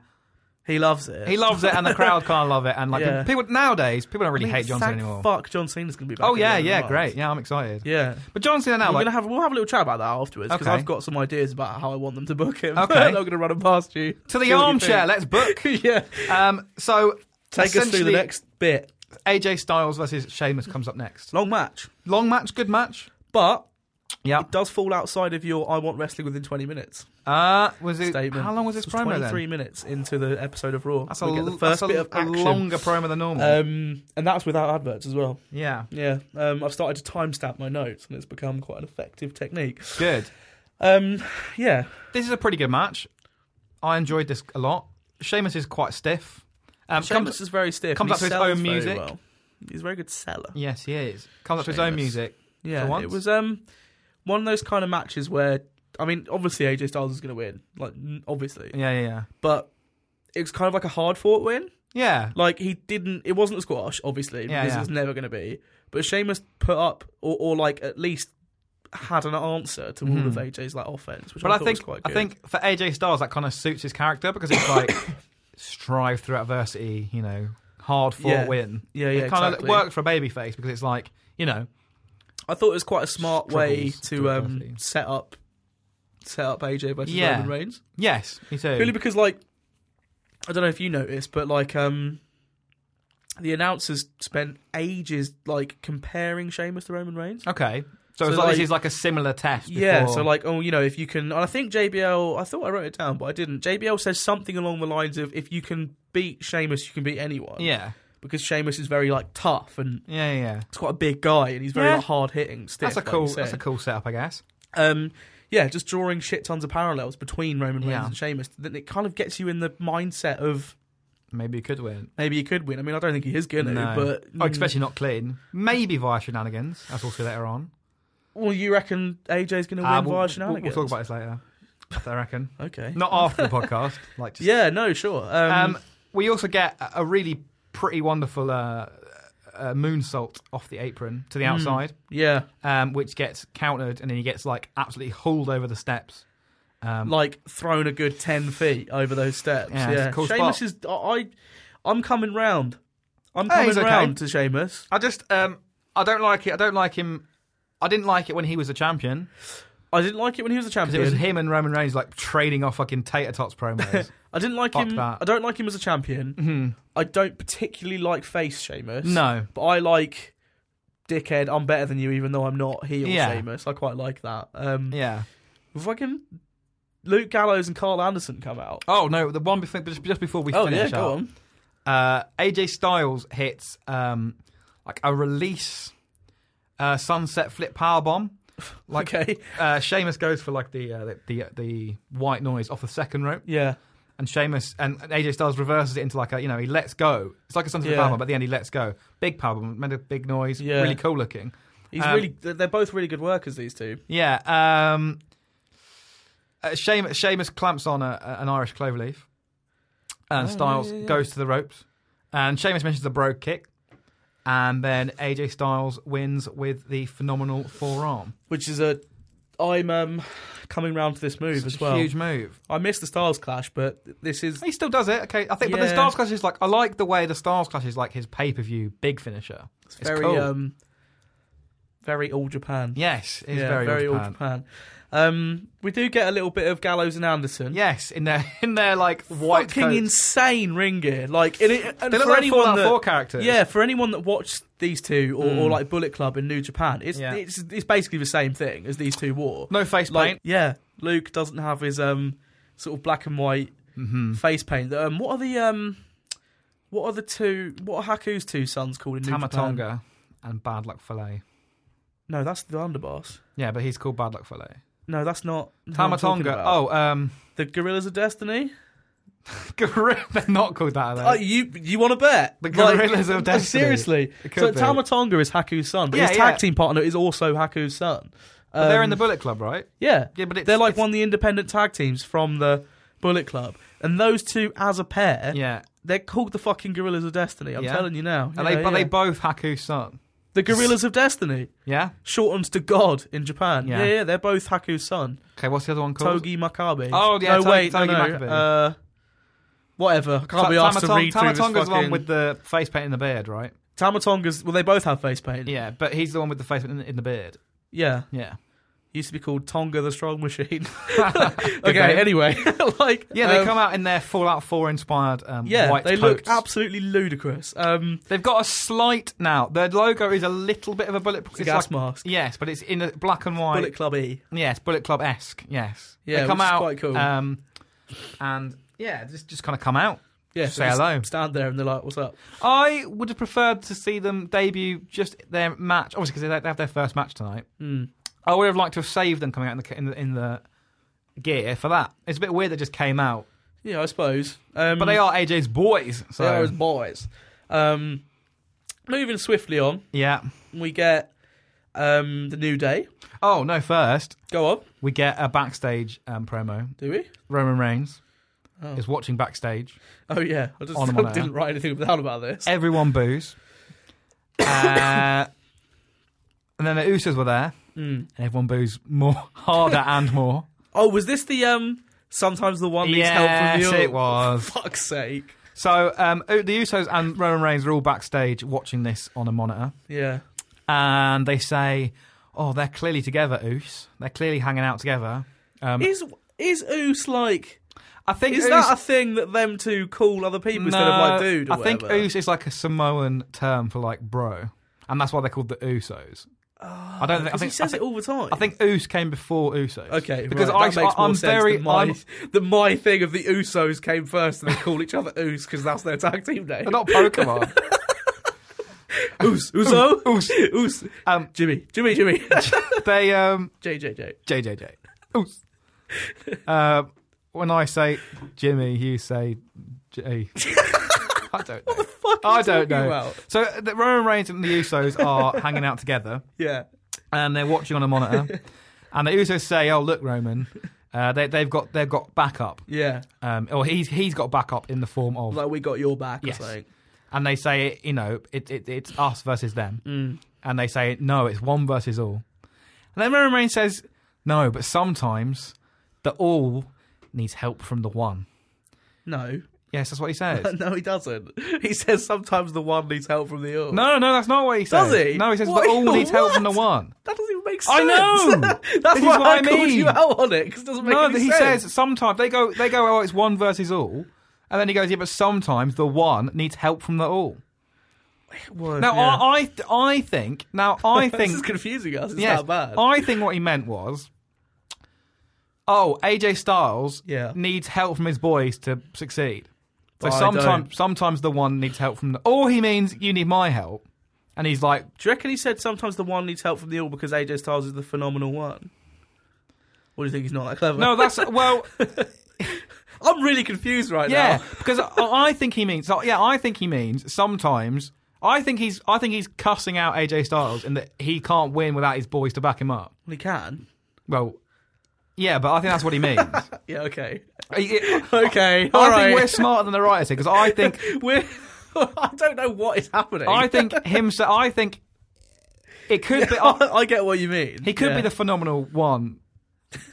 Speaker 2: He loves it.
Speaker 1: he loves it and the crowd can't love it and like
Speaker 2: Yeah.
Speaker 1: people nowadays people don't really
Speaker 2: I mean,
Speaker 1: hate John Cena
Speaker 2: thank
Speaker 1: anymore.
Speaker 2: Fuck, John Cena's gonna be back.
Speaker 1: oh
Speaker 2: at the
Speaker 1: yeah,
Speaker 2: end of the
Speaker 1: yeah,
Speaker 2: month.
Speaker 1: great. Yeah, I'm excited.
Speaker 2: Yeah,
Speaker 1: But John Cena now
Speaker 2: we're
Speaker 1: like
Speaker 2: gonna have we'll have a little chat about that afterwards because
Speaker 1: Okay.
Speaker 2: I've got some ideas about how I want them to book him.
Speaker 1: Okay.
Speaker 2: (laughs) I'm not gonna run him past you.
Speaker 1: to
Speaker 2: See
Speaker 1: the
Speaker 2: what you
Speaker 1: armchair.
Speaker 2: think.
Speaker 1: Let's book.
Speaker 2: (laughs) yeah,
Speaker 1: Um, so
Speaker 2: take us through the
Speaker 1: essentially,
Speaker 2: next bit.
Speaker 1: AJ Styles versus Sheamus comes up next.
Speaker 2: Long match,
Speaker 1: Long match, good match.
Speaker 2: but
Speaker 1: Yeah.
Speaker 2: it does fall outside of your "I want wrestling within 20 minutes"
Speaker 1: Uh, was it?
Speaker 2: statement.
Speaker 1: How long was this
Speaker 2: It's
Speaker 1: promo
Speaker 2: Twenty-three
Speaker 1: then?
Speaker 2: minutes into the episode of Raw.
Speaker 1: That's a,
Speaker 2: we get
Speaker 1: l-
Speaker 2: the first
Speaker 1: that's a-
Speaker 2: bit of
Speaker 1: a
Speaker 2: action,
Speaker 1: longer promo than normal.
Speaker 2: um, and that's without adverts as well.
Speaker 1: yeah,
Speaker 2: Yeah, um, I've started to timestamp my notes, and it's become quite an effective technique.
Speaker 1: good.
Speaker 2: Um, yeah,
Speaker 1: This is a pretty good match. I enjoyed this a lot. Sheamus is quite stiff. Um,
Speaker 2: Sheamus
Speaker 1: comes-
Speaker 2: is very stiff.
Speaker 1: comes
Speaker 2: and
Speaker 1: up
Speaker 2: he
Speaker 1: to his own
Speaker 2: sells very
Speaker 1: music.
Speaker 2: well. He's a very good seller.
Speaker 1: yes, he is. Comes up to his own
Speaker 2: Sheamus.
Speaker 1: music.
Speaker 2: Yeah,
Speaker 1: For once.
Speaker 2: it was um one of those kind of matches where I mean, obviously AJ Styles is going to win, like n- obviously,
Speaker 1: Yeah, yeah, yeah.
Speaker 2: but it was kind of like a hard fought win.
Speaker 1: Yeah,
Speaker 2: Like he didn't, it wasn't a squash, obviously,
Speaker 1: Yeah,
Speaker 2: because
Speaker 1: yeah.
Speaker 2: it's never going to be. But Sheamus put up, or, or like at least had an answer to all
Speaker 1: Mhm.
Speaker 2: of AJ's like offense, which
Speaker 1: but
Speaker 2: I,
Speaker 1: I
Speaker 2: thought
Speaker 1: think
Speaker 2: was quite
Speaker 1: I
Speaker 2: good.
Speaker 1: think for AJ Styles that kind of suits his character because it's
Speaker 2: (coughs)
Speaker 1: like strive through adversity. You know, hard fought
Speaker 2: Yeah.
Speaker 1: win.
Speaker 2: yeah, yeah,
Speaker 1: it kind
Speaker 2: exactly.
Speaker 1: of worked for a babyface because it's like you know
Speaker 2: I thought it was quite a smart way
Speaker 1: Struggles
Speaker 2: to
Speaker 1: to
Speaker 2: um,
Speaker 1: adversity.
Speaker 2: set up set up AJ versus
Speaker 1: Yeah.
Speaker 2: Roman Reigns.
Speaker 1: yes me too
Speaker 2: Purely because, like, I don't know if you noticed, but like, um, the announcers spent ages like comparing Sheamus to Roman Reigns.
Speaker 1: okay so,
Speaker 2: So,
Speaker 1: it's like,
Speaker 2: like-
Speaker 1: this is like a similar test before.
Speaker 2: Yeah, so like, oh, you know, if you can, and I think JBL. I thought I wrote it down, but I didn't. JBL says something along the lines of, "If you can beat Sheamus, you can beat anyone."
Speaker 1: yeah
Speaker 2: because Sheamus is very like tough and
Speaker 1: yeah yeah, yeah
Speaker 2: he's quite a big guy and he's very
Speaker 1: Yeah.
Speaker 2: like, hard hitting. Stiff,
Speaker 1: that's a
Speaker 2: like you
Speaker 1: cool
Speaker 2: said.
Speaker 1: that's a cool setup I guess
Speaker 2: um, yeah, just drawing shit tons of parallels between Roman Reigns
Speaker 1: Yeah.
Speaker 2: and Sheamus. Then it kind of gets you in the mindset of
Speaker 1: maybe you could win
Speaker 2: maybe he could win. I mean, I don't think he is going to,
Speaker 1: No.
Speaker 2: but mm.
Speaker 1: oh, especially not clean maybe via shenanigans that's also later on
Speaker 2: Well, you reckon AJ's going to win
Speaker 1: Uh,
Speaker 2: via
Speaker 1: we'll, we'll- we'll
Speaker 2: shenanigans?
Speaker 1: talk about this later I reckon
Speaker 2: Okay.
Speaker 1: not after the podcast (laughs) like just
Speaker 2: Yeah. No. Sure. Um,
Speaker 1: um, we also get a- a really pretty wonderful uh, a moonsault off the apron to the outside,
Speaker 2: Yeah.
Speaker 1: um, which gets countered, and then he gets like absolutely hauled over the steps. Um,
Speaker 2: like thrown a good ten feet over those steps.
Speaker 1: Yeah,
Speaker 2: Yeah,
Speaker 1: it's a cool
Speaker 2: Sheamus
Speaker 1: spot.
Speaker 2: is. I, I- I'm coming round. I'm
Speaker 1: Hey,
Speaker 2: coming
Speaker 1: he's okay.
Speaker 2: round to Sheamus.
Speaker 1: I just um, I don't like it. I don't like him. I didn't like it when he was a champion
Speaker 2: I didn't like it when he was a
Speaker 1: because
Speaker 2: champion.
Speaker 1: it was him and Roman Reigns like trading off fucking tater tots (laughs) promos.
Speaker 2: I didn't like
Speaker 1: Fuck
Speaker 2: him.
Speaker 1: that.
Speaker 2: I don't like him as a champion. I don't particularly like face Sheamus.
Speaker 1: no,
Speaker 2: but I like dickhead. I'm better than you, even though I'm not heel
Speaker 1: Yeah.
Speaker 2: Sheamus. I quite like that. Um,
Speaker 1: yeah.
Speaker 2: fucking Luke Gallows and Carl Anderson come out.
Speaker 1: Oh no, the one before, just, just before we
Speaker 2: Oh yeah,
Speaker 1: finish
Speaker 2: go
Speaker 1: up,
Speaker 2: on.
Speaker 1: uh, AJ Styles hits um, like a release uh, sunset flip power
Speaker 2: (laughs)
Speaker 1: bomb. Like
Speaker 2: okay,
Speaker 1: uh, Sheamus goes for like the, uh, the the the white noise off the second rope,
Speaker 2: yeah.
Speaker 1: and Sheamus and and AJ Styles reverses it into like a you know he lets go. It's like a sunset
Speaker 2: Yeah.
Speaker 1: flip power bomb, but at the end he lets go. Big power bomb, made a big noise,
Speaker 2: Yeah.
Speaker 1: really cool looking.
Speaker 2: He's
Speaker 1: Um,
Speaker 2: really. They're both really good workers. These two.
Speaker 1: Yeah. Um, uh, Sheamus, Sheamus clamps on a, a- an Irish cloverleaf, and
Speaker 2: Oh,
Speaker 1: Styles
Speaker 2: yeah, yeah, yeah.
Speaker 1: goes to the ropes, and Sheamus mentions the brogue kick, and then AJ Styles wins with the phenomenal forearm.
Speaker 2: which is a I'm um, coming round to this move
Speaker 1: Such
Speaker 2: as
Speaker 1: a
Speaker 2: well.
Speaker 1: huge move.
Speaker 2: I missed the Styles clash, but this is
Speaker 1: He still does it. Okay, I think, but the
Speaker 2: Yeah.
Speaker 1: Styles clash is like I like the way the Styles clash is like his pay per view big finisher. It's,
Speaker 2: very
Speaker 1: cool.
Speaker 2: um, very all Japan.
Speaker 1: yes, it's
Speaker 2: Yeah,
Speaker 1: very,
Speaker 2: very
Speaker 1: very
Speaker 2: all Japan. Um, we do get a little bit of Gallows and Anderson.
Speaker 1: Yes, in their (laughs) in their like white
Speaker 2: fucking
Speaker 1: coats.
Speaker 2: insane ring gear. Like, and it, and
Speaker 1: they look
Speaker 2: for
Speaker 1: like
Speaker 2: anyone
Speaker 1: Fallout
Speaker 2: that,
Speaker 1: Four characters.
Speaker 2: yeah, for anyone that watched these two or, or like Bullet Club and New Japan, it's,
Speaker 1: Mm. Yeah.
Speaker 2: it's it's basically the same thing as these two wore.
Speaker 1: no face
Speaker 2: like,
Speaker 1: paint.
Speaker 2: yeah, Luke doesn't have his um sort of black and white
Speaker 1: Mm-hmm.
Speaker 2: face paint. Um, what are the um, what are the two? What are Haku's two sons called in New Japan?
Speaker 1: Tamatonga and Bad Luck Filet.
Speaker 2: No, that's the underboss.
Speaker 1: Yeah, but he's called Bad Luck Filet.
Speaker 2: No, that's not who I'm talking
Speaker 1: Tamatonga.
Speaker 2: about.
Speaker 1: Oh, um, (laughs)
Speaker 2: the Gorillas of Destiny.
Speaker 1: gorilla. They're not called that. Are they?
Speaker 2: Oh, you you want to bet
Speaker 1: The
Speaker 2: Like,
Speaker 1: Gorillas of
Speaker 2: no,
Speaker 1: Destiny.
Speaker 2: (laughs) Seriously,
Speaker 1: It could
Speaker 2: so
Speaker 1: be.
Speaker 2: Tamatonga is Haku's son, but
Speaker 1: Yeah,
Speaker 2: his tag
Speaker 1: yeah.
Speaker 2: team partner is also Haku's son.
Speaker 1: But they're in
Speaker 2: Um,
Speaker 1: the Bullet Club, right?
Speaker 2: yeah.
Speaker 1: Yeah, but it's,
Speaker 2: They're like
Speaker 1: it's-
Speaker 2: one of the independent tag teams from the Bullet Club, and those two as a pair,
Speaker 1: Yeah,
Speaker 2: they're called the fucking Gorillas of Destiny. I'm
Speaker 1: Yeah.
Speaker 2: telling you now.
Speaker 1: and
Speaker 2: Yeah,
Speaker 1: they but
Speaker 2: yeah.
Speaker 1: they both Haku's son.
Speaker 2: the Gorillas of Destiny.
Speaker 1: Yeah.
Speaker 2: shortens to God in Japan.
Speaker 1: Yeah.
Speaker 2: Yeah, yeah, they're both Haku's son,
Speaker 1: Okay, what's the other one called?
Speaker 2: Togi Makabe.
Speaker 1: Oh, yeah,
Speaker 2: no,
Speaker 1: To-
Speaker 2: wait,
Speaker 1: Togi
Speaker 2: no, no.
Speaker 1: Makabe.
Speaker 2: Uh, whatever. I can't
Speaker 1: Ta-
Speaker 2: be asked to
Speaker 1: Tamatong-
Speaker 2: read through
Speaker 1: Tamatonga's
Speaker 2: this fucking...
Speaker 1: the one with the face paint in the beard, right?
Speaker 2: Tamatonga's. Well, they both have face paint.
Speaker 1: Yeah, but he's the one with the face paint in, in the beard.
Speaker 2: yeah.
Speaker 1: Yeah. (laughs)
Speaker 2: Used to be called Tonga the Strong Machine. (laughs) okay,
Speaker 1: name.
Speaker 2: anyway, (laughs) like
Speaker 1: Yeah, they
Speaker 2: um,
Speaker 1: come out in their Fallout 4 inspired um,
Speaker 2: Yeah,
Speaker 1: white
Speaker 2: they
Speaker 1: coats.
Speaker 2: look absolutely ludicrous. Um,
Speaker 1: They've got a slight now. Their logo is a little bit of a bullet.
Speaker 2: it's a gas mask.
Speaker 1: Yes, but it's in a black and white.
Speaker 2: Bullet Club E.
Speaker 1: Yes, Bullet Club esque. Yes,
Speaker 2: Yeah,
Speaker 1: they come
Speaker 2: which is
Speaker 1: out
Speaker 2: quite cool.
Speaker 1: Um, and yeah, just just kind of come out.
Speaker 2: Yeah,
Speaker 1: Say
Speaker 2: they just
Speaker 1: hello.
Speaker 2: Stand there and they're like, "What's up?"
Speaker 1: I would have preferred to see them debut just their match, obviously because they, they have their first match tonight.
Speaker 2: Mm.
Speaker 1: I would have liked to have saved them coming out in the in the, in the gear for that. It's a bit weird they just came out,
Speaker 2: Yeah, I suppose. Um,
Speaker 1: but they are AJ's boys. So
Speaker 2: They are as boys. Um, moving swiftly on,
Speaker 1: yeah.
Speaker 2: we get um, the new day.
Speaker 1: Oh no! First
Speaker 2: Go on,
Speaker 1: we get a backstage um, promo.
Speaker 2: do we?
Speaker 1: Roman Reigns
Speaker 2: Oh.
Speaker 1: is watching backstage.
Speaker 2: Oh yeah, (laughs) I just
Speaker 1: On Eh. and on
Speaker 2: didn't write anything down about this.
Speaker 1: Everyone boos.
Speaker 2: (coughs)
Speaker 1: uh, and then the Usos were there.
Speaker 2: Mm.
Speaker 1: and everyone boos more (laughs) harder and more.
Speaker 2: Oh, was this the um? Sometimes the one needs help
Speaker 1: yes,
Speaker 2: from you.
Speaker 1: it was.
Speaker 2: (laughs) Fuck's sake.
Speaker 1: So um, the Usos and Roman Reigns are all backstage watching this on a monitor,
Speaker 2: Yeah.
Speaker 1: and they say, "Oh, they're clearly together, Us. They're clearly hanging out together." Um,
Speaker 2: Is is Oos like?
Speaker 1: I think
Speaker 2: Is
Speaker 1: Us-
Speaker 2: that a thing that them two call other people instead of like
Speaker 1: No,
Speaker 2: dude? Or
Speaker 1: I think
Speaker 2: whatever?
Speaker 1: Us is like a Samoan term for like bro, and that's why they're called the Usos. I don't think. I
Speaker 2: Oh, Because he
Speaker 1: think,
Speaker 2: says
Speaker 1: I, think
Speaker 2: it all the time.
Speaker 1: I think Us came before Usos.
Speaker 2: Okay,
Speaker 1: because
Speaker 2: right,
Speaker 1: I,
Speaker 2: that makes more
Speaker 1: am
Speaker 2: sense
Speaker 1: very
Speaker 2: than my,
Speaker 1: I'm-
Speaker 2: (laughs) than my thing of the Usos came first, and they call each other Us because that's their tag team name.
Speaker 1: they're not Pokemon. (laughs)
Speaker 2: Us, Uso,
Speaker 1: Us.
Speaker 2: Us,
Speaker 1: um,
Speaker 2: Jimmy,
Speaker 1: (laughs)
Speaker 2: Jimmy, Jimmy, (laughs)
Speaker 1: they um,
Speaker 2: JJJ.
Speaker 1: JJJ.
Speaker 2: (laughs)
Speaker 1: Oops. uh, when I say Jimmy, you say J. (laughs) I don't know.
Speaker 2: Fuck
Speaker 1: I
Speaker 2: you
Speaker 1: don't
Speaker 2: talking
Speaker 1: know.
Speaker 2: about?
Speaker 1: So the Roman Reigns and the Usos are hanging out together,
Speaker 2: Yeah,
Speaker 1: and they're watching on a
Speaker 2: (laughs)
Speaker 1: monitor. and the Usos say, "Oh, look, Roman." Uh, they, they've got they've got backup,
Speaker 2: yeah.
Speaker 1: um, or he's he's got backup in the form of,
Speaker 2: Like we got your back
Speaker 1: Yes.
Speaker 2: or something.
Speaker 1: and they say, you know, it, it, it's us versus them.
Speaker 2: Mm.
Speaker 1: And they say, no, it's one versus all. And then Roman Reigns says, no, but sometimes the all needs help from the one.
Speaker 2: No, (laughs)
Speaker 1: Yes, that's what he says.
Speaker 2: no, he doesn't. He says sometimes the one needs help from the other.
Speaker 1: no, no, that's not what he says.
Speaker 2: Does he?
Speaker 1: No, he says
Speaker 2: What
Speaker 1: the
Speaker 2: are
Speaker 1: all
Speaker 2: you-
Speaker 1: needs help from the
Speaker 2: (laughs) what?
Speaker 1: one.
Speaker 2: That doesn't even make sense.
Speaker 1: I know!
Speaker 2: (laughs) That's
Speaker 1: This is
Speaker 2: why
Speaker 1: what
Speaker 2: I,
Speaker 1: I
Speaker 2: called
Speaker 1: mean.
Speaker 2: you out on it because it doesn't make
Speaker 1: No,
Speaker 2: any
Speaker 1: Oh, he
Speaker 2: sense.
Speaker 1: says sometimes they go they go oh it's one versus all, and then he goes yeah but sometimes the one needs help from the all.
Speaker 2: Well,
Speaker 1: Now
Speaker 2: yeah.
Speaker 1: I, I I think now
Speaker 2: (laughs)
Speaker 1: I think
Speaker 2: this is confusing us. It's
Speaker 1: yes,
Speaker 2: that bad.
Speaker 1: I think what he meant was oh AJ Styles
Speaker 2: Yeah.
Speaker 1: needs help from his boys to succeed. So
Speaker 2: But I don't.
Speaker 1: sometimes sometimes the one needs help from the or he means you need my help, and he's
Speaker 2: (laughs)
Speaker 1: like
Speaker 2: Do you reckon he said sometimes the one needs help from the all because AJ Styles is the phenomenal one? Or do you think he's not that clever?
Speaker 1: no that's well
Speaker 2: I'm really confused right
Speaker 1: Yeah,
Speaker 2: now.
Speaker 1: because I- I think he means. Yeah, I think he means sometimes. I think he's. I think he's cussing out AJ Styles and that he can't win without his boys to back him up.
Speaker 2: Well, he can.
Speaker 1: Well, yeah, but I think that's what he
Speaker 2: (laughs)
Speaker 1: means.
Speaker 2: Yeah, okay.
Speaker 1: I- it-
Speaker 2: Okay,
Speaker 1: I
Speaker 2: all right.
Speaker 1: think we're smarter than the writers here because I think.
Speaker 2: (laughs) we're... (laughs) I don't know what is happening. (laughs)
Speaker 1: I think him. so- I think it could be.
Speaker 2: I, I get what you mean.
Speaker 1: He could
Speaker 2: Yeah.
Speaker 1: be the phenomenal one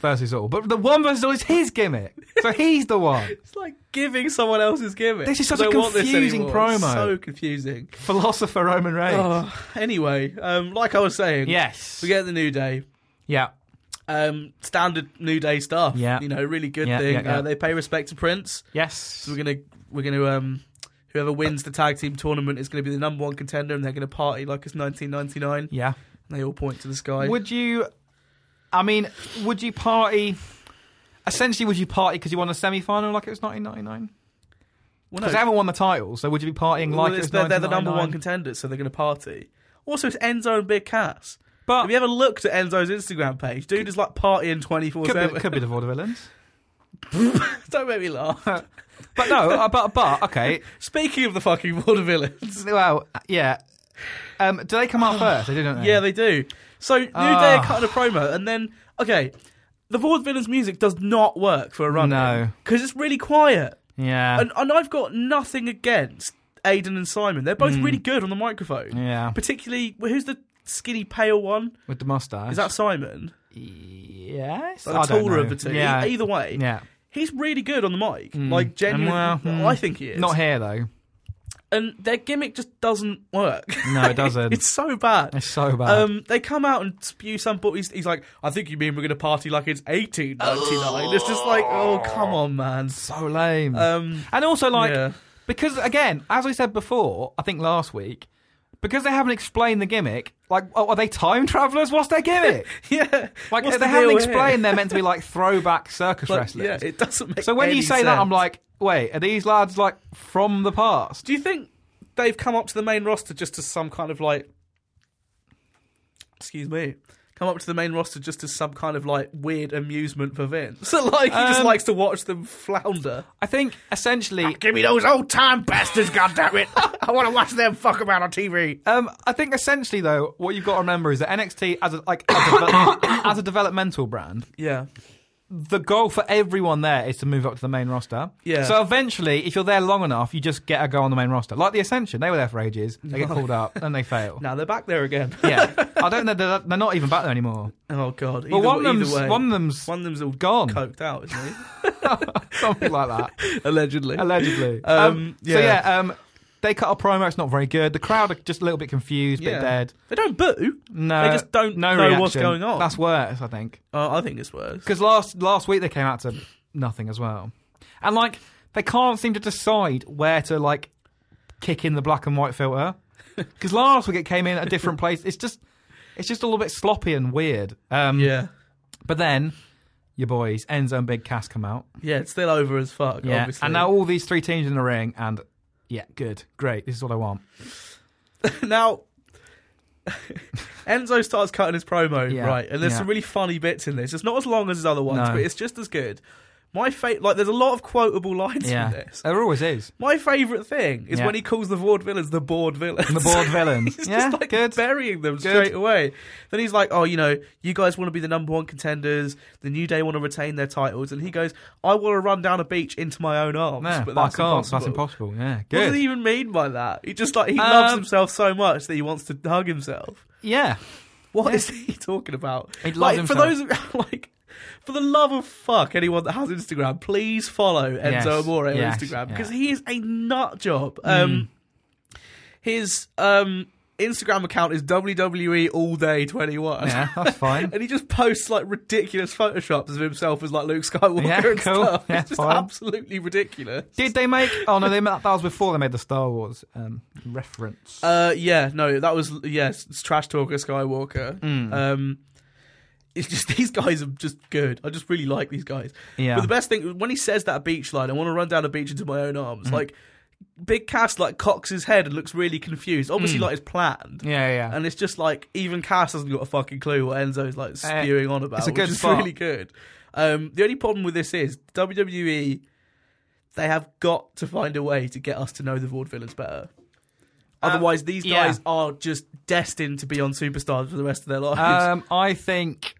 Speaker 1: versus all, but the one versus all is his gimmick. So he's the
Speaker 2: (laughs)
Speaker 1: one.
Speaker 2: It's like giving someone else's gimmick.
Speaker 1: This is such
Speaker 2: I
Speaker 1: a
Speaker 2: don't want this
Speaker 1: confusing
Speaker 2: anymore. It's
Speaker 1: promo.
Speaker 2: So confusing.
Speaker 1: Philosopher Roman Reigns.
Speaker 2: Oh, anyway, um, like I was saying,
Speaker 1: yes.
Speaker 2: we get the new day.
Speaker 1: yeah.
Speaker 2: Um, standard new day stuff.
Speaker 1: Yeah.
Speaker 2: you know, really good
Speaker 1: Yeah,
Speaker 2: thing.
Speaker 1: yeah, yeah.
Speaker 2: Uh, they pay respect to Prince.
Speaker 1: Yes.
Speaker 2: So we're gonna we're gonna um whoever wins the tag team tournament is gonna be the number one contender, and they're gonna party like it's 1999.
Speaker 1: yeah.
Speaker 2: And they all point to the sky.
Speaker 1: Would you? I mean, would you party? Essentially, would you party because you won a semi-final like it was 1999?
Speaker 2: well, no,
Speaker 1: Because they haven't won the title, so would you be partying
Speaker 2: well,
Speaker 1: like it
Speaker 2: it's-
Speaker 1: was
Speaker 2: they're, they're the number one
Speaker 1: 1999?
Speaker 2: contenders, so they're gonna party. Also, it's Enzo and Big Cass. Have you
Speaker 1: But
Speaker 2: ever looked at Enzo's Instagram page? Dude is like partying 24
Speaker 1: could be,
Speaker 2: (laughs)
Speaker 1: could
Speaker 2: 7.
Speaker 1: be the vaudevillains.
Speaker 2: Don't make me laugh.
Speaker 1: (laughs) But no, uh, but but
Speaker 2: (laughs)
Speaker 1: okay.
Speaker 2: Speaking of the fucking vaudevillains.
Speaker 1: Well, yeah. Um, do they come out first? They do, don't they?
Speaker 2: Oh. Yeah, they do. So New Day
Speaker 1: Ah.
Speaker 2: are cutting a promo, and then okay, the vaudevillains music does not work for a run.
Speaker 1: No.
Speaker 2: because it's really quiet,
Speaker 1: yeah,
Speaker 2: and and I've got nothing against Aiden and Simon. They're both really good on the microphone,
Speaker 1: Hmm. yeah.
Speaker 2: particularly well, who's the skinny pale one?
Speaker 1: With the mustache.
Speaker 2: Is that Simon?
Speaker 1: yes?
Speaker 2: Like
Speaker 1: I
Speaker 2: the
Speaker 1: don't
Speaker 2: taller of
Speaker 1: know.
Speaker 2: the two. E-
Speaker 1: Yeah.
Speaker 2: Either way,
Speaker 1: yeah.
Speaker 2: he's really good on the mic. Like genuinely,
Speaker 1: well, hmm.
Speaker 2: I think he is.
Speaker 1: Not here though.
Speaker 2: and their gimmick just doesn't work.
Speaker 1: No, it doesn't.
Speaker 2: (laughs) it's so bad.
Speaker 1: It's so bad.
Speaker 2: Um, they come out and spew some. But he's, he's like, I think you mean we're going to party like it's 1899. It's just like, oh come on, man.
Speaker 1: so Oh, lame.
Speaker 2: Um,
Speaker 1: and also, like,
Speaker 2: yeah.
Speaker 1: Because again, as I said before, I think last week, because they haven't explained the gimmick, like oh, are they time travelers? What's their gimmick?
Speaker 2: yeah,
Speaker 1: Like
Speaker 2: (laughs) What's
Speaker 1: they
Speaker 2: the
Speaker 1: haven't
Speaker 2: deal
Speaker 1: explained
Speaker 2: here?
Speaker 1: they're meant to be like
Speaker 2: (laughs)
Speaker 1: throwback circus
Speaker 2: Like,
Speaker 1: wrestlers.
Speaker 2: yeah, it doesn't make.
Speaker 1: so when
Speaker 2: any
Speaker 1: you say that, I'm
Speaker 2: sense.
Speaker 1: like, wait, are these lads like from the past?
Speaker 2: do you think they've come up to the main roster just as some kind of like, excuse me. Come up to the main roster just as some kind of like weird amusement for Vince. (laughs) So like he just
Speaker 1: Um,
Speaker 2: likes to watch them flounder.
Speaker 1: I think essentially,
Speaker 3: Give me those old time bastards, goddammit! I want to watch them fuck about on TV.
Speaker 1: um, I think essentially though, what you've got to remember is that NXT as a (coughs) like as a, devel- as a developmental brand,
Speaker 2: Yeah,
Speaker 1: the goal for everyone there is to move up to the main roster.
Speaker 2: Yeah.
Speaker 1: So eventually, if you're there long enough, you just get a go on the main roster. Like the Ascension, they were there for ages. They get called up and they
Speaker 2: (laughs)
Speaker 1: fail.
Speaker 2: now they're back there again.
Speaker 1: Yeah. I don't know. They're, they're not even back there anymore.
Speaker 2: (laughs) Oh god.
Speaker 1: Well,
Speaker 2: Either
Speaker 1: one of
Speaker 2: wa- either
Speaker 1: them's
Speaker 2: way.
Speaker 1: one of them's
Speaker 2: One of them's all (laughs)
Speaker 1: Gone.
Speaker 2: coked out,
Speaker 1: (laughs)
Speaker 2: isn't
Speaker 1: something like that,
Speaker 2: he? (laughs) Allegedly.
Speaker 1: allegedly.
Speaker 2: (laughs) Um,
Speaker 1: So
Speaker 2: yeah.
Speaker 1: yeah. Um, they cut a promo. It's not very good. The crowd are just a little bit confused,
Speaker 2: Yeah.
Speaker 1: bit dead.
Speaker 2: They don't boo.
Speaker 1: No,
Speaker 2: They just don't
Speaker 1: no
Speaker 2: know what's
Speaker 1: reaction.
Speaker 2: going on.
Speaker 1: That's worse, I think.
Speaker 2: Oh, I think it's worse. (laughs)
Speaker 1: Because last last week they came out to nothing as well, and like they can't seem to decide where to like kick in the black and white
Speaker 2: (laughs)
Speaker 1: filter. Because last week it came in a different place. It's just it's just a little bit sloppy and weird. Um,
Speaker 2: Yeah.
Speaker 1: But then your boys Enzo and Big Cass come out,
Speaker 2: Yeah, it's still over as fuck, obviously.
Speaker 1: and now all these three teams in the ring, and yeah, good, great. This is what I want.
Speaker 2: now (laughs) Enzo starts cutting his promo,
Speaker 1: Yeah.
Speaker 2: right? And there's
Speaker 1: Yeah.
Speaker 2: some really funny bits in this. It's not as long as his other ones,
Speaker 1: No.
Speaker 2: but it's just as good. My fa- like there's a lot of quotable lines
Speaker 1: Yeah,
Speaker 2: from this.
Speaker 1: there always is.
Speaker 2: My favourite thing is
Speaker 1: Yeah.
Speaker 2: when he calls the Vaude villains the bored villains.
Speaker 1: The bored villains.
Speaker 2: (laughs) he's
Speaker 1: yeah,
Speaker 2: just like
Speaker 1: good.
Speaker 2: burying them straight away. Then he's like, "Oh, you know, you guys want to be the number one contenders. The New Day want to retain their titles." And he goes, "I want to run down a beach into my own arms,
Speaker 1: yeah,
Speaker 2: but
Speaker 1: I
Speaker 2: that's
Speaker 1: can't.
Speaker 2: impossible."
Speaker 1: That's impossible. Yeah,
Speaker 2: What does
Speaker 1: good.
Speaker 2: he even mean by that? He just like he
Speaker 1: Um,
Speaker 2: loves himself so much that he wants to hug himself. (laughs)
Speaker 1: yeah,
Speaker 2: What is he (laughs) talking about?
Speaker 1: He
Speaker 2: like
Speaker 1: loves
Speaker 2: for those
Speaker 1: himself.
Speaker 2: (laughs) like for the love of fuck, anyone that has Instagram, please follow Enzo
Speaker 1: Yes,
Speaker 2: Amore on
Speaker 1: yes,
Speaker 2: Instagram because
Speaker 1: yeah. Hmm.
Speaker 2: he is a nut job. Um, His um, Instagram account is WWE All Day Twenty One.
Speaker 1: yeah, that's fine.
Speaker 2: (laughs) And he just posts like ridiculous photoshops of himself as like Luke Skywalker
Speaker 1: Yeah,
Speaker 2: and
Speaker 1: cool.
Speaker 2: stuff.
Speaker 1: Yeah,
Speaker 2: it's just
Speaker 1: fine.
Speaker 2: absolutely ridiculous.
Speaker 1: Did they make? Oh no, they that was before they made the Star Wars um, reference.
Speaker 2: Uh, yeah, no, that was yes, it's trash talker Skywalker. Um, it's just (laughs) these guys are just good. I just really like these guys.
Speaker 1: Yeah.
Speaker 2: But the best thing when he says that beach line, I want to run down a beach into my own arms. Like big Cass like cocks his head and looks really confused. Obviously, like it's planned.
Speaker 1: yeah, yeah.
Speaker 2: (laughs) And it's just like even Cass hasn't got a fucking clue what Enzo's like spewing on about.
Speaker 1: Eh, it's a
Speaker 2: which
Speaker 1: good
Speaker 2: is
Speaker 1: spot.
Speaker 2: really good. Um, the only problem with this is WWE. They have got to find a way to get us to know the Vaude villains better. Otherwise, these
Speaker 1: Uh, yeah.
Speaker 2: guys are just destined to be on superstars for the rest of their lives.
Speaker 1: Um, I think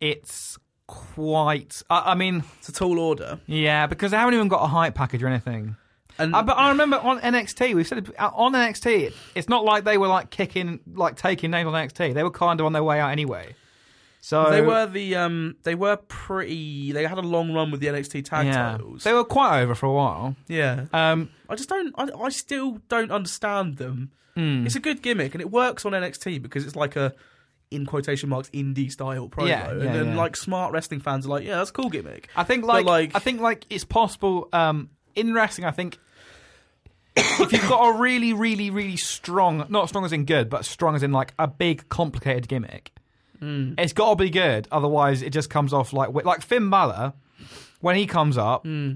Speaker 1: it's quite. I, I mean,
Speaker 2: (laughs) it's a tall order.
Speaker 1: yeah, because they haven't even got a hype package or anything.
Speaker 2: And
Speaker 1: Uh, but I remember on NXT, we said uh, on NXT, it's not like they were like kicking, like taking names on NXT. They were kind of on their way out anyway. So
Speaker 2: they were the um, they were pretty. They had a long run with the NXT tag
Speaker 1: yeah,
Speaker 2: titles.
Speaker 1: they were quite over for a while.
Speaker 2: yeah,
Speaker 1: Um,
Speaker 2: I just don't. I, I still don't understand them.
Speaker 1: hmm.
Speaker 2: It's a good gimmick and it works on NXT because it's like a in quotation marks indie style promo,
Speaker 1: Yeah, yeah,
Speaker 2: and then
Speaker 1: yeah.
Speaker 2: like smart wrestling fans are like, yeah, that's a cool gimmick.
Speaker 1: I think
Speaker 2: But,
Speaker 1: like,
Speaker 2: like-
Speaker 1: I think like it's possible um in wrestling I think if you've got a really really really strong not strong as in good but strong as in like a big complicated gimmick
Speaker 2: Hmm.
Speaker 1: it's got to be good otherwise it just comes off like wi- like Finn Balor when he comes up
Speaker 2: Hmm.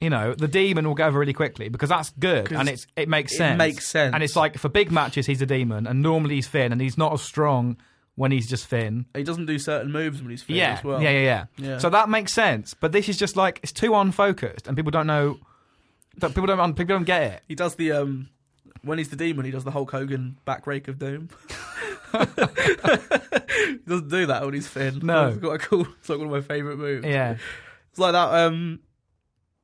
Speaker 1: you know the demon will go over really quickly because that's good
Speaker 2: 'Cause
Speaker 1: and it's it makes
Speaker 2: it
Speaker 1: sense
Speaker 2: makes sense.
Speaker 1: and it's like for big matches he's a demon and normally he's Finn and he's not as strong when he's just Finn
Speaker 2: He doesn't do certain moves when he's fit
Speaker 1: yeah,
Speaker 2: as well.
Speaker 1: yeah, yeah, yeah,
Speaker 2: Yeah.
Speaker 1: So that makes sense, but this is just like it's too unfocused, and people don't know. don't- People don't. People don't get it.
Speaker 2: He does the um when he's the demon, he does the Hulk Hogan back rake
Speaker 1: (laughs)
Speaker 2: of doom. (laughs) he doesn't do that when he's Finn.
Speaker 1: No.
Speaker 2: it's got a cool. It's like one of my favorite moves.
Speaker 1: Yeah,
Speaker 2: It's like that. Um,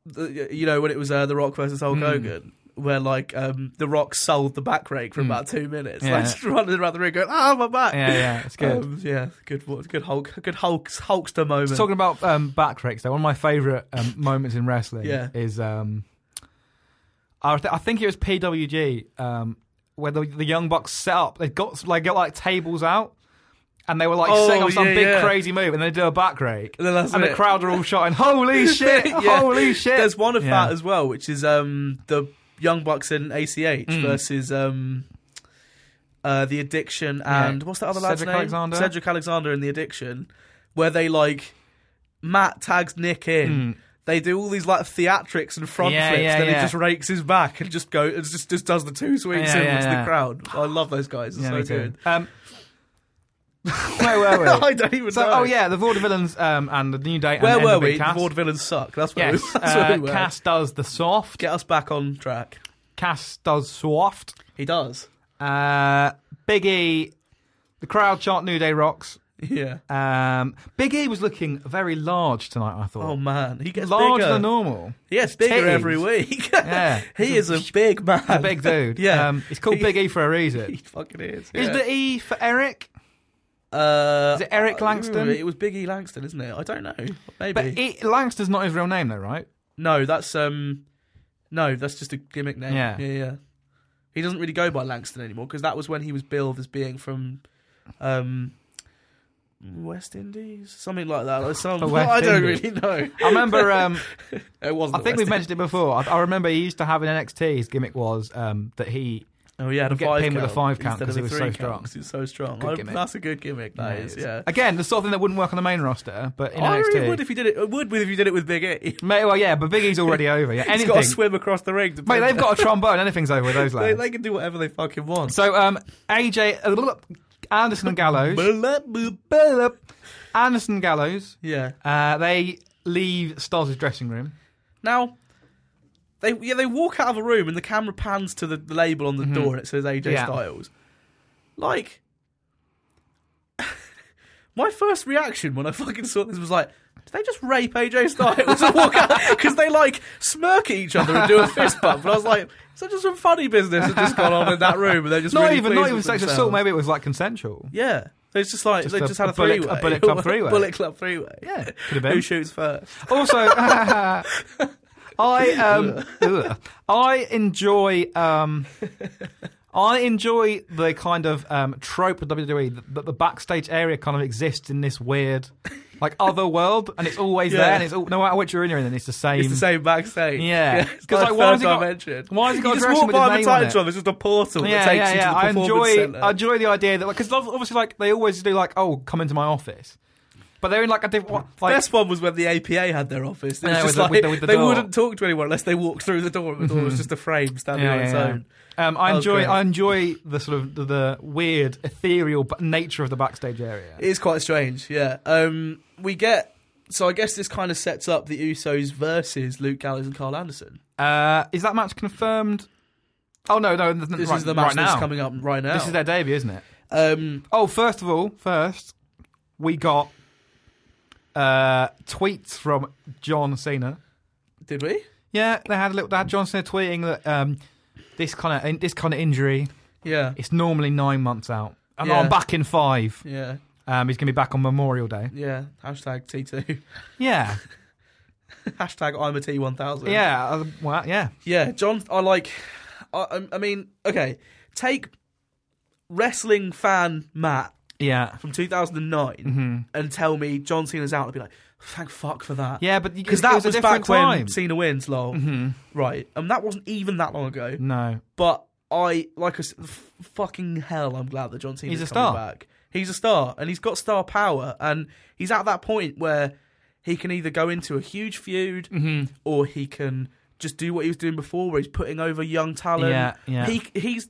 Speaker 2: the, you know when it was uh, The Rock versus
Speaker 1: Hmm.
Speaker 2: Hulk Hogan, where like um, The Rock sold the back rake for about two minutes,
Speaker 1: Hmm. Yeah.
Speaker 2: like just running around the ring going, "Ah, my back."
Speaker 1: yeah, yeah. It's good.
Speaker 2: Um, yeah, good, wo- good Hulk, good Hulk, Hulkster
Speaker 1: (laughs)
Speaker 2: moment.
Speaker 1: Talking about um, back rakes, though, one of my favourite um, moments in wrestling
Speaker 2: Yeah.
Speaker 1: is um, I, th- I think it was PWG um, where the, the Young Bucks set up. They got like got like tables out, and they were like
Speaker 2: Oh,
Speaker 1: setting up some
Speaker 2: yeah,
Speaker 1: big
Speaker 2: yeah.
Speaker 1: crazy move, and they do a back rake,
Speaker 2: And then that's
Speaker 1: and
Speaker 2: it.
Speaker 1: the crowd are all shouting, "Holy
Speaker 2: (laughs)
Speaker 1: shit!
Speaker 2: Yeah.
Speaker 1: Holy shit!"
Speaker 2: There's one of
Speaker 1: Yeah.
Speaker 2: that as well, which is um, the Young Bucks and ACH
Speaker 1: Hmm.
Speaker 2: versus um, uh, the Addiction and
Speaker 1: Yeah.
Speaker 2: what's that other lad's
Speaker 1: Cedric
Speaker 2: name?
Speaker 1: Alexander?
Speaker 2: Cedric Alexander and the Addiction, where they like Matt tags Nick in.
Speaker 1: Hmm. Mm.
Speaker 2: They do all these like theatrics and front
Speaker 1: Yeah,
Speaker 2: flips,
Speaker 1: yeah,
Speaker 2: then he
Speaker 1: yeah.
Speaker 2: just rakes his back and just go and just, just does the two swings
Speaker 1: Yeah,
Speaker 2: in
Speaker 1: yeah,
Speaker 2: into the
Speaker 1: yeah. (sighs)
Speaker 2: crowd. I love those guys. It's
Speaker 1: Yeah,
Speaker 2: so
Speaker 1: me too.
Speaker 2: good.
Speaker 1: Um, (laughs) where were
Speaker 2: (laughs)
Speaker 1: we?
Speaker 2: I don't even
Speaker 1: So,
Speaker 2: know.
Speaker 1: oh yeah, the vaudevillains um, and the new day.
Speaker 2: where
Speaker 1: and,
Speaker 2: were
Speaker 1: and the big
Speaker 2: we?
Speaker 1: Cass.
Speaker 2: The Ward villains suck. That's where
Speaker 1: yes,
Speaker 2: we, (laughs) that's where we
Speaker 1: uh,
Speaker 2: were.
Speaker 1: Cass does the soft.
Speaker 2: Get us back on track.
Speaker 1: Cass does soft.
Speaker 2: He does. (laughs)
Speaker 1: Uh, Big E, the crowd chant New Day rocks.
Speaker 2: Yeah.
Speaker 1: Um, Big E was looking very large tonight. I
Speaker 2: Oh
Speaker 1: thought
Speaker 2: man, he gets
Speaker 1: larger
Speaker 2: bigger.
Speaker 1: than normal.
Speaker 2: He gets bigger
Speaker 1: titties.
Speaker 2: every week. (laughs)
Speaker 1: Yeah.
Speaker 2: he is a big man.
Speaker 1: A big dude.
Speaker 2: Yeah.
Speaker 1: um, he's called
Speaker 2: He-
Speaker 1: Big E for a
Speaker 2: (laughs) He
Speaker 1: reason.
Speaker 2: fucking is.
Speaker 1: Is
Speaker 2: (laughs) yeah.
Speaker 1: the E for Eric?
Speaker 2: uh,
Speaker 1: is it Eric
Speaker 2: uh,
Speaker 1: Langston?
Speaker 2: It was Big E Langston, isn't it? I don't know. Maybe.
Speaker 1: But e, Langston's not his real name, though, right?
Speaker 2: no, that's um, no, that's just a gimmick name.
Speaker 1: Yeah.
Speaker 2: yeah, yeah. He doesn't really go by Langston anymore because that was when he was billed as being from, um. West Indies, something like that. Like some,
Speaker 1: (laughs) West
Speaker 2: I don't
Speaker 1: Indies.
Speaker 2: really know.
Speaker 1: I
Speaker 2: (laughs)
Speaker 1: remember um,
Speaker 2: It wasn't.
Speaker 1: I
Speaker 2: the
Speaker 1: think
Speaker 2: West
Speaker 1: we've mentioned it before. I, I remember he used to have in NXT. His gimmick was um, that he
Speaker 2: Oh yeah, the
Speaker 1: get
Speaker 2: five
Speaker 1: pinned with
Speaker 2: count
Speaker 1: a five count
Speaker 2: instead
Speaker 1: 'cause
Speaker 2: of
Speaker 1: he
Speaker 2: a
Speaker 1: was so
Speaker 2: three
Speaker 1: strong.
Speaker 2: count 'cause He's so strong.
Speaker 1: Good
Speaker 2: I-
Speaker 1: gimmick.
Speaker 2: that's a good gimmick. That is, yeah.
Speaker 1: Again, the sort of thing that wouldn't work on the main roster, but in
Speaker 2: I
Speaker 1: NXT.
Speaker 2: really would if you did it. it Would with if you did it with Big (laughs) E.
Speaker 1: Mate, well, yeah, but Big E's
Speaker 2: (laughs)
Speaker 1: already over. Yeah,
Speaker 2: He's
Speaker 1: anything.
Speaker 2: got to swim across the ring. To
Speaker 1: Mate,
Speaker 2: pin (laughs)
Speaker 1: they've
Speaker 2: them.
Speaker 1: got a trombone. Anything's over with those
Speaker 2: They,
Speaker 1: lads.
Speaker 2: they can do whatever they fucking want.
Speaker 1: So, um, AJ, uh, blah, blah, blah,
Speaker 2: (laughs)
Speaker 1: Anderson and Gallows,
Speaker 2: Blah, blah, blah.
Speaker 1: Blah, blah. Anderson and Gallows,
Speaker 2: yeah,
Speaker 1: uh, they leave Styles' dressing room.
Speaker 2: Now, they yeah they walk out of a room and the camera pans to the, the label on the door and it says AJ
Speaker 1: Mm-hmm. Yeah.
Speaker 2: Styles. Like, (laughs) my first reaction when I fucking saw this was like, did they just rape AJ Styles and walk
Speaker 1: (laughs)
Speaker 2: out? Because they like smirk at each other and do a fist bump. And I was like, is that just some funny business that's just gone on in that room? And they're just
Speaker 1: Not
Speaker 2: really
Speaker 1: even, not
Speaker 2: pleased
Speaker 1: even
Speaker 2: with
Speaker 1: sex assault.
Speaker 2: themselves?
Speaker 1: Maybe it was like consensual.
Speaker 2: Yeah. So it's just like
Speaker 1: Just
Speaker 2: they
Speaker 1: a-
Speaker 2: just had a,
Speaker 1: a bullet-
Speaker 2: three way.
Speaker 1: a bullet club three-way.
Speaker 2: (laughs) bullet club three way.
Speaker 1: Yeah, could have been.
Speaker 2: Who shoots first?
Speaker 1: Also, (laughs) I
Speaker 2: (laughs)
Speaker 1: um, ugh. I enjoy um, I enjoy the kind of um, trope of WWE that the backstage area kind of exists in this weird, like other world, and it's always
Speaker 2: Yeah.
Speaker 1: there, and it's all, no matter which you're in, you're in, it's the same.
Speaker 2: It's the same backstage.
Speaker 1: Yeah.
Speaker 2: (laughs) It's
Speaker 1: 'Cause,
Speaker 2: like,
Speaker 1: like, why
Speaker 2: third
Speaker 1: has he got-
Speaker 2: dimension.
Speaker 1: why has he got
Speaker 2: you
Speaker 1: a
Speaker 2: just
Speaker 1: dressing
Speaker 2: walk
Speaker 1: with his
Speaker 2: by the
Speaker 1: name on
Speaker 2: Titan
Speaker 1: it?
Speaker 2: There's just a portal
Speaker 1: Yeah,
Speaker 2: that takes
Speaker 1: yeah,
Speaker 2: you
Speaker 1: yeah.
Speaker 2: to the
Speaker 1: I
Speaker 2: performance
Speaker 1: enjoy,
Speaker 2: center.
Speaker 1: I enjoy the idea that because obviously like they always do like oh come into my office, but they're in like a different like
Speaker 2: Best one was when the APA had their office. It was
Speaker 1: Yeah,
Speaker 2: just
Speaker 1: with the-
Speaker 2: like,
Speaker 1: with the- with the
Speaker 2: they
Speaker 1: door. Mm-hmm.
Speaker 2: wouldn't talk to anyone unless they walked through the door. and The door was just a frame standing
Speaker 1: Yeah,
Speaker 2: on its
Speaker 1: yeah, yeah.
Speaker 2: own.
Speaker 1: Um, I
Speaker 2: Oh,
Speaker 1: enjoy
Speaker 2: great.
Speaker 1: I enjoy the sort of the, the weird ethereal b- nature of the backstage area.
Speaker 2: It is quite strange, yeah. Um, we get so I guess this kind of sets up the Usos versus Luke Gallows and Carl Anderson.
Speaker 1: Uh, is that match confirmed? Oh no, no, th-
Speaker 2: This
Speaker 1: right,
Speaker 2: is the match
Speaker 1: right
Speaker 2: that's
Speaker 1: now.
Speaker 2: coming up right now.
Speaker 1: This is their debut, isn't it?
Speaker 2: um,
Speaker 1: Oh, first of all, first we got uh, tweets from John Cena.
Speaker 2: did we?
Speaker 1: Yeah, they had a little. They had John Cena tweeting that um, this kind of this kind of injury.
Speaker 2: Yeah,
Speaker 1: It's normally nine months out, and
Speaker 2: Yeah.
Speaker 1: I'm back in five.
Speaker 2: yeah,
Speaker 1: Um, he's gonna be back on Memorial Day.
Speaker 2: yeah. Hashtag T two. (laughs)
Speaker 1: Yeah,
Speaker 2: Hashtag I'm a T one thousand.
Speaker 1: yeah, uh, well, yeah.
Speaker 2: Yeah, John. I like. I, I'm- I mean, okay. Take wrestling fan Matt
Speaker 1: Yeah.
Speaker 2: from 2009
Speaker 1: Mm-hmm.
Speaker 2: and tell me John Cena's out. I'd be like, thank fuck for that.
Speaker 1: Yeah, but because
Speaker 2: Because that
Speaker 1: was,
Speaker 2: was,
Speaker 1: a different
Speaker 2: back
Speaker 1: time. Mm-hmm.
Speaker 2: when Cena wins, lol. Right. And that wasn't even that long ago.
Speaker 1: no,
Speaker 2: But I, like I said, f- fucking hell, I'm glad that John Cena's
Speaker 1: He's a
Speaker 2: coming
Speaker 1: star.
Speaker 2: back. He's a star and he's got star power. And he's at that point where he can either go into a huge feud
Speaker 1: Mm-hmm.
Speaker 2: or he can just do what he was doing before where he's putting over young talent.
Speaker 1: Yeah, yeah.
Speaker 2: He, he's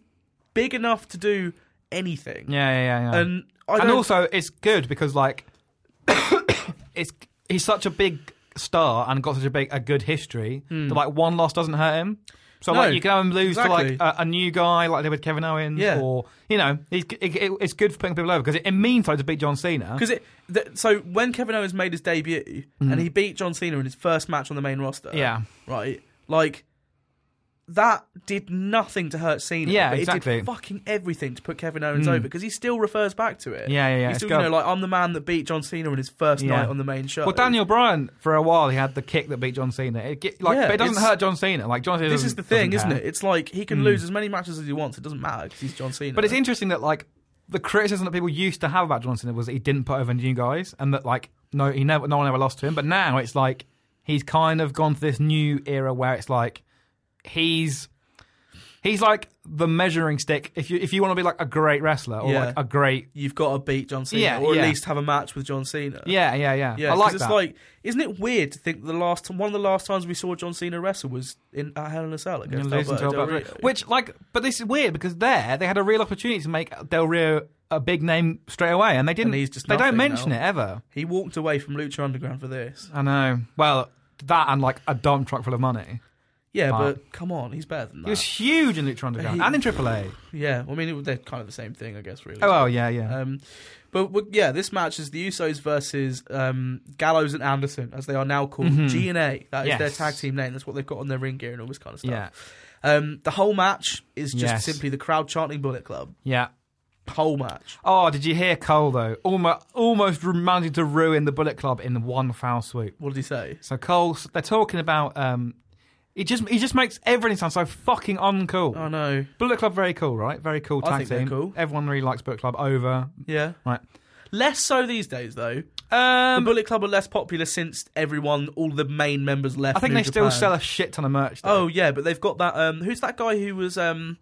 Speaker 2: big enough to do anything.
Speaker 1: yeah, yeah, yeah. yeah.
Speaker 2: And I
Speaker 1: and
Speaker 2: don't-
Speaker 1: also, it's good because like, (coughs) it's he's such a big star and got such a big a good history that like one loss doesn't hurt him. So
Speaker 2: Hmm. No,
Speaker 1: like you can have him lose
Speaker 2: exactly.
Speaker 1: to like a, a new guy like they did with Kevin Owens
Speaker 2: Yeah.
Speaker 1: or you know he's, it, it- it's good for putting people over because it, it means like to beat John Cena.
Speaker 2: Because it th- so when Kevin Owens made his debut and he beat John Cena in his first match on the main roster.
Speaker 1: Mm-hmm. Yeah.
Speaker 2: Right. Like that did nothing to hurt Cena.
Speaker 1: Yeah,
Speaker 2: but It
Speaker 1: exactly. Hmm.
Speaker 2: did fucking everything to put Kevin Owens over because he still refers back to it.
Speaker 1: Yeah, yeah, yeah,
Speaker 2: He
Speaker 1: it's
Speaker 2: still, you
Speaker 1: got-
Speaker 2: know, like I'm the man that beat John Cena in his first
Speaker 1: Yeah.
Speaker 2: night on the main show.
Speaker 1: Well, Daniel Bryan for a while he had the kick that beat John Cena. It get, like,
Speaker 2: Yeah,
Speaker 1: but it doesn't
Speaker 2: it's-
Speaker 1: hurt John Cena. Like John Cena.
Speaker 2: This is
Speaker 1: doesn't-
Speaker 2: the thing,
Speaker 1: doesn't
Speaker 2: isn't
Speaker 1: care. Hmm.
Speaker 2: it? It's like he can lose as many matches as he wants. It doesn't matter because he's John Cena.
Speaker 1: But it's interesting that like the criticism that people used to have about John Cena was that he didn't put over new guys, and that like no, he never, no one ever lost to him. But now it's like he's kind of gone to this new era where it's like he's he's like the measuring stick. If you if you want to be like a great wrestler or
Speaker 2: Yeah.
Speaker 1: like a great
Speaker 2: you've got to beat John Cena,
Speaker 1: Yeah,
Speaker 2: or
Speaker 1: yeah.
Speaker 2: at least have a match with John Cena.
Speaker 1: yeah yeah yeah,
Speaker 2: Yeah,
Speaker 1: I
Speaker 2: 'cause
Speaker 1: like
Speaker 2: it's
Speaker 1: that.
Speaker 2: like, isn't it weird to think the last one of the last times we saw John Cena wrestle was in at Hell in a Cell
Speaker 1: You're
Speaker 2: against
Speaker 1: losing
Speaker 2: Alberto
Speaker 1: to
Speaker 2: Del
Speaker 1: Alberto-
Speaker 2: Rio.
Speaker 1: Which like, but this is weird because there they had a real opportunity to make Del Rio a big name straight away, and they didn't.
Speaker 2: he's just
Speaker 1: they don't
Speaker 2: nothing
Speaker 1: mention
Speaker 2: now.
Speaker 1: it ever.
Speaker 2: he walked away from Lucha Underground for this.
Speaker 1: I know. Well, that and like a dump truck full of money.
Speaker 2: Yeah,
Speaker 1: Wow.
Speaker 2: but come on, he's better than
Speaker 1: He was
Speaker 2: that.
Speaker 1: huge in Lucha Underground
Speaker 2: He-
Speaker 1: and in AAA.
Speaker 2: Yeah, I mean it, they're kind of the same thing, I guess. Really.
Speaker 1: Oh, well, yeah, yeah.
Speaker 2: Um, but, but yeah, this match is the Usos versus um, Gallows and Anderson, as they are now called G and A. That is their
Speaker 1: Mm-hmm. Yes.
Speaker 2: tag team name. That's what they've got on their ring gear and all this kind of stuff.
Speaker 1: yeah,
Speaker 2: Um, the whole match is just
Speaker 1: Yes.
Speaker 2: simply the crowd chanting Bullet Club.
Speaker 1: yeah.
Speaker 2: Whole match.
Speaker 1: Oh, did you hear Cole, though? Almost, almost managed to ruin the Bullet Club in one foul swoop.
Speaker 2: What did he say?
Speaker 1: So Cole, they're talking about... Um, he just he just makes everything sound so fucking uncool.
Speaker 2: Oh no.
Speaker 1: Bullet Club, very cool, right? Very cool
Speaker 2: I
Speaker 1: tag
Speaker 2: think they're
Speaker 1: team.
Speaker 2: cool.
Speaker 1: Everyone really likes Bullet Club. Over,
Speaker 2: Yeah.
Speaker 1: right?
Speaker 2: Less so these days, though. The
Speaker 1: Um,
Speaker 2: Bullet Club are less popular since everyone, all the main members left.
Speaker 1: I think
Speaker 2: New
Speaker 1: they still
Speaker 2: Japan.
Speaker 1: sell a shit ton of merch. Though.
Speaker 2: Oh yeah, but they've got that. Um, who's that guy who was? Um,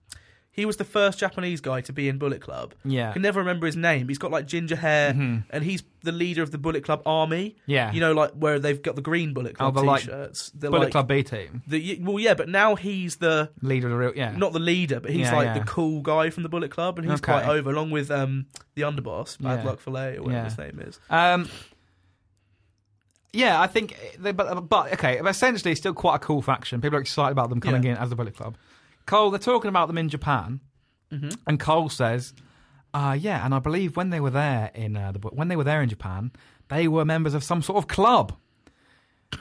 Speaker 2: he was the first Japanese guy to be in Bullet Club.
Speaker 1: Yeah.
Speaker 2: I can never remember his name. He's got like ginger hair, and he's the leader of the Bullet Club army.
Speaker 1: Mm-hmm. Yeah.
Speaker 2: you know, like where they've got the green Bullet Club
Speaker 1: Oh, the, like,
Speaker 2: t-shirts. They're
Speaker 1: Bullet
Speaker 2: like-
Speaker 1: Club B team,
Speaker 2: The, well, yeah, but now he's the
Speaker 1: leader of the real, yeah.
Speaker 2: not the leader, but he's
Speaker 1: Yeah,
Speaker 2: like
Speaker 1: yeah.
Speaker 2: the cool guy from the Bullet Club, and he's
Speaker 1: Okay.
Speaker 2: quite over, along with um, the underboss, Bad
Speaker 1: Yeah.
Speaker 2: Luck Filet, or whatever
Speaker 1: Yeah.
Speaker 2: his name is.
Speaker 1: Um, yeah, I think, they, but but okay, but essentially, it's still quite a cool faction. People are excited about them coming
Speaker 2: Yeah.
Speaker 1: in as the Bullet Club. Cole, they're talking about them in Japan,
Speaker 2: Mm-hmm.
Speaker 1: and Cole says, uh, "Yeah, and I believe when they were there in uh, the Bu- when they were there in Japan, they were members of some sort of club."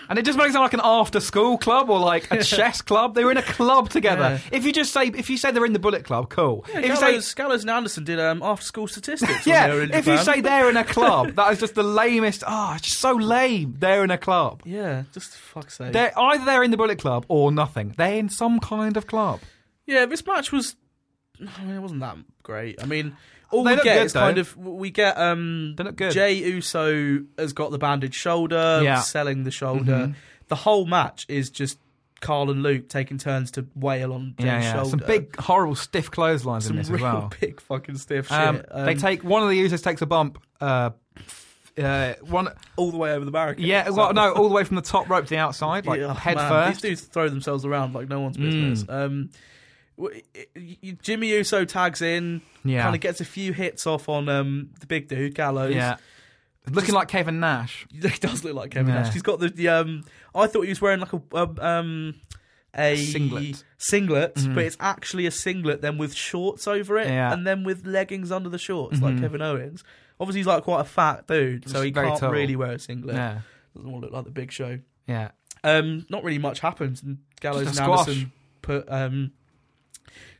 Speaker 1: And it just makes it like an after-school club or like
Speaker 2: (laughs)
Speaker 1: a chess club. They were in a club together. If you just say, if you say they're in the Bullet Club, cool. if you say
Speaker 2: Gallows, Gallows and Anderson did um, after-school statistics. when
Speaker 1: yeah,
Speaker 2: they were in
Speaker 1: if you
Speaker 2: Japan.
Speaker 1: say they're in a club, that is
Speaker 2: (laughs)
Speaker 1: just the lamest. Oh, it's just so lame. They're in a club.
Speaker 2: yeah, just for fuck's sake.
Speaker 1: They're either they're in the Bullet Club or nothing. They're in some kind of club.
Speaker 2: Yeah, this match was. (sighs) I mean, it wasn't that great. I mean, all
Speaker 1: They
Speaker 2: we
Speaker 1: look
Speaker 2: get
Speaker 1: good,
Speaker 2: is kind
Speaker 1: though.
Speaker 2: of we get um
Speaker 1: They look good.
Speaker 2: Jay Uso has got the bandaged shoulder,
Speaker 1: Yeah. Mm-hmm.
Speaker 2: selling the shoulder. The whole match is just Carl and Luke taking turns to wail on Jay's
Speaker 1: yeah, yeah.
Speaker 2: shoulder.
Speaker 1: Some big horrible stiff clotheslines
Speaker 2: (laughs) some
Speaker 1: in this
Speaker 2: real
Speaker 1: as well.
Speaker 2: big fucking stiff shit.
Speaker 1: Um,
Speaker 2: Um,
Speaker 1: they take one of the users takes a bump. Uh, uh, one,
Speaker 2: all the way over the barricade.
Speaker 1: yeah, well, no, all the way from the top rope to the outside, like
Speaker 2: Yeah,
Speaker 1: head
Speaker 2: man,
Speaker 1: first. Mm.
Speaker 2: These dudes throw themselves around like no one's business. Um, w- y- y- Jimmy Uso tags in,
Speaker 1: Yeah.
Speaker 2: kind of gets a few hits off on um, the big dude Gallows.
Speaker 1: yeah, looking like Kevin Nash.
Speaker 2: (laughs) he does look like Kevin
Speaker 1: Yeah.
Speaker 2: Nash. He's got the, the um. I thought he was wearing like a um, um a
Speaker 1: Singlet. Mm-hmm.
Speaker 2: singlet, but it's actually a singlet then with shorts over it,
Speaker 1: Yeah. Mm-hmm.
Speaker 2: and then with leggings under the shorts like Kevin Owens. Obviously, he's like quite a fat dude, so
Speaker 1: He's
Speaker 2: he
Speaker 1: very
Speaker 2: can't
Speaker 1: tall.
Speaker 2: really wear a singlet.
Speaker 1: Yeah,
Speaker 2: Doesn't want to look like the Big Show.
Speaker 1: yeah.
Speaker 2: Um, not really much happens. And Gallows and
Speaker 1: Just a squash.
Speaker 2: Anderson put um,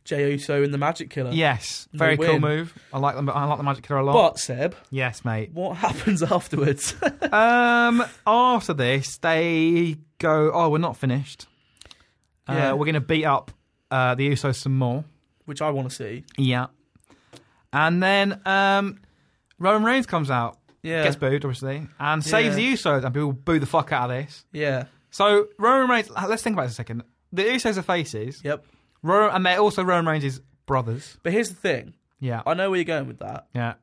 Speaker 2: Jey Uso in the Magic Killer.
Speaker 1: Yes,
Speaker 2: They
Speaker 1: very cool
Speaker 2: win.
Speaker 1: move. I like them. I like the Magic Killer a lot.
Speaker 2: But Seb,
Speaker 1: yes, mate.
Speaker 2: what (laughs) happens afterwards?
Speaker 1: Um, after this, they go. Oh, we're not finished. Uh,
Speaker 2: Yeah.
Speaker 1: we're going to beat up uh, the Usos some more.
Speaker 2: Which I want to see.
Speaker 1: Yeah, and then um, Roman Reigns comes out,
Speaker 2: Yeah,
Speaker 1: gets booed, obviously, and saves
Speaker 2: Yeah.
Speaker 1: the Usos, and people boo the fuck out of this.
Speaker 2: yeah,
Speaker 1: So Roman Reigns, let's think about this a second. The Usos are faces,
Speaker 2: yep.
Speaker 1: Ro- and they're also Roman Reigns' brothers.
Speaker 2: But here's the thing.
Speaker 1: Yeah,
Speaker 2: I know where you're going with that.
Speaker 1: yeah,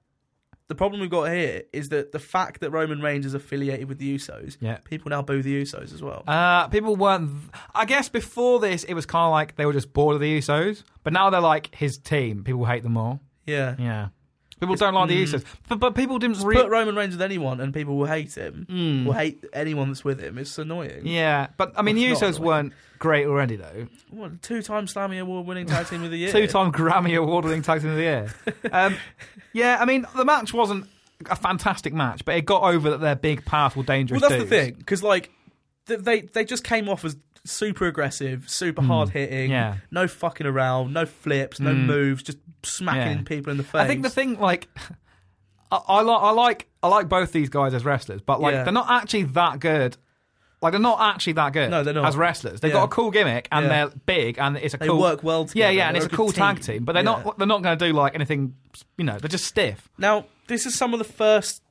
Speaker 2: The problem we've got here is that the fact that Roman Reigns is affiliated with the Usos,
Speaker 1: yeah.
Speaker 2: people now boo the Usos as well.
Speaker 1: Uh, people weren't. I guess before this, it was kind of like they were just bored of the Usos, but now they're like his team. People hate them more.
Speaker 2: yeah.
Speaker 1: Yeah, people don't like the Usos, but, but people didn't. Re- Mm.
Speaker 2: Put Roman Reigns with anyone and people will hate him. Will hate anyone that's with him. It's annoying.
Speaker 1: yeah, but I mean, the
Speaker 2: It's not
Speaker 1: Usos
Speaker 2: annoying.
Speaker 1: weren't great already though.
Speaker 2: What, two-time Slammy Award-winning tag team
Speaker 1: (laughs)
Speaker 2: of the year.
Speaker 1: Two-time Grammy award-winning tag team of the year. Um, yeah, I mean, the match wasn't a fantastic match, but it got over that they're big, powerful, dangerous.
Speaker 2: Well, that's the
Speaker 1: dudes.
Speaker 2: thing because like th- they they just came off as super aggressive, super hard hitting.
Speaker 1: Mm. Yeah. Mm.
Speaker 2: No fucking around, no flips, no moves, just smacking
Speaker 1: Yeah.
Speaker 2: people in the face.
Speaker 1: I think the thing, like, (laughs) I, I, li- I like, I like both these guys as wrestlers, but like,
Speaker 2: Yeah.
Speaker 1: they're not actually that good. Like, they're not actually that good.
Speaker 2: No, they're not.
Speaker 1: as wrestlers. They've
Speaker 2: Yeah.
Speaker 1: got a cool gimmick and
Speaker 2: Yeah.
Speaker 1: they're big and it's a
Speaker 2: They
Speaker 1: cool.
Speaker 2: work well
Speaker 1: yeah,
Speaker 2: together.
Speaker 1: yeah, and
Speaker 2: They're
Speaker 1: it's a,
Speaker 2: a good
Speaker 1: cool tag
Speaker 2: team.
Speaker 1: team, but they're
Speaker 2: Yeah.
Speaker 1: not. They're not going to do like anything. You know, they're just stiff.
Speaker 2: Now, this is some of the first,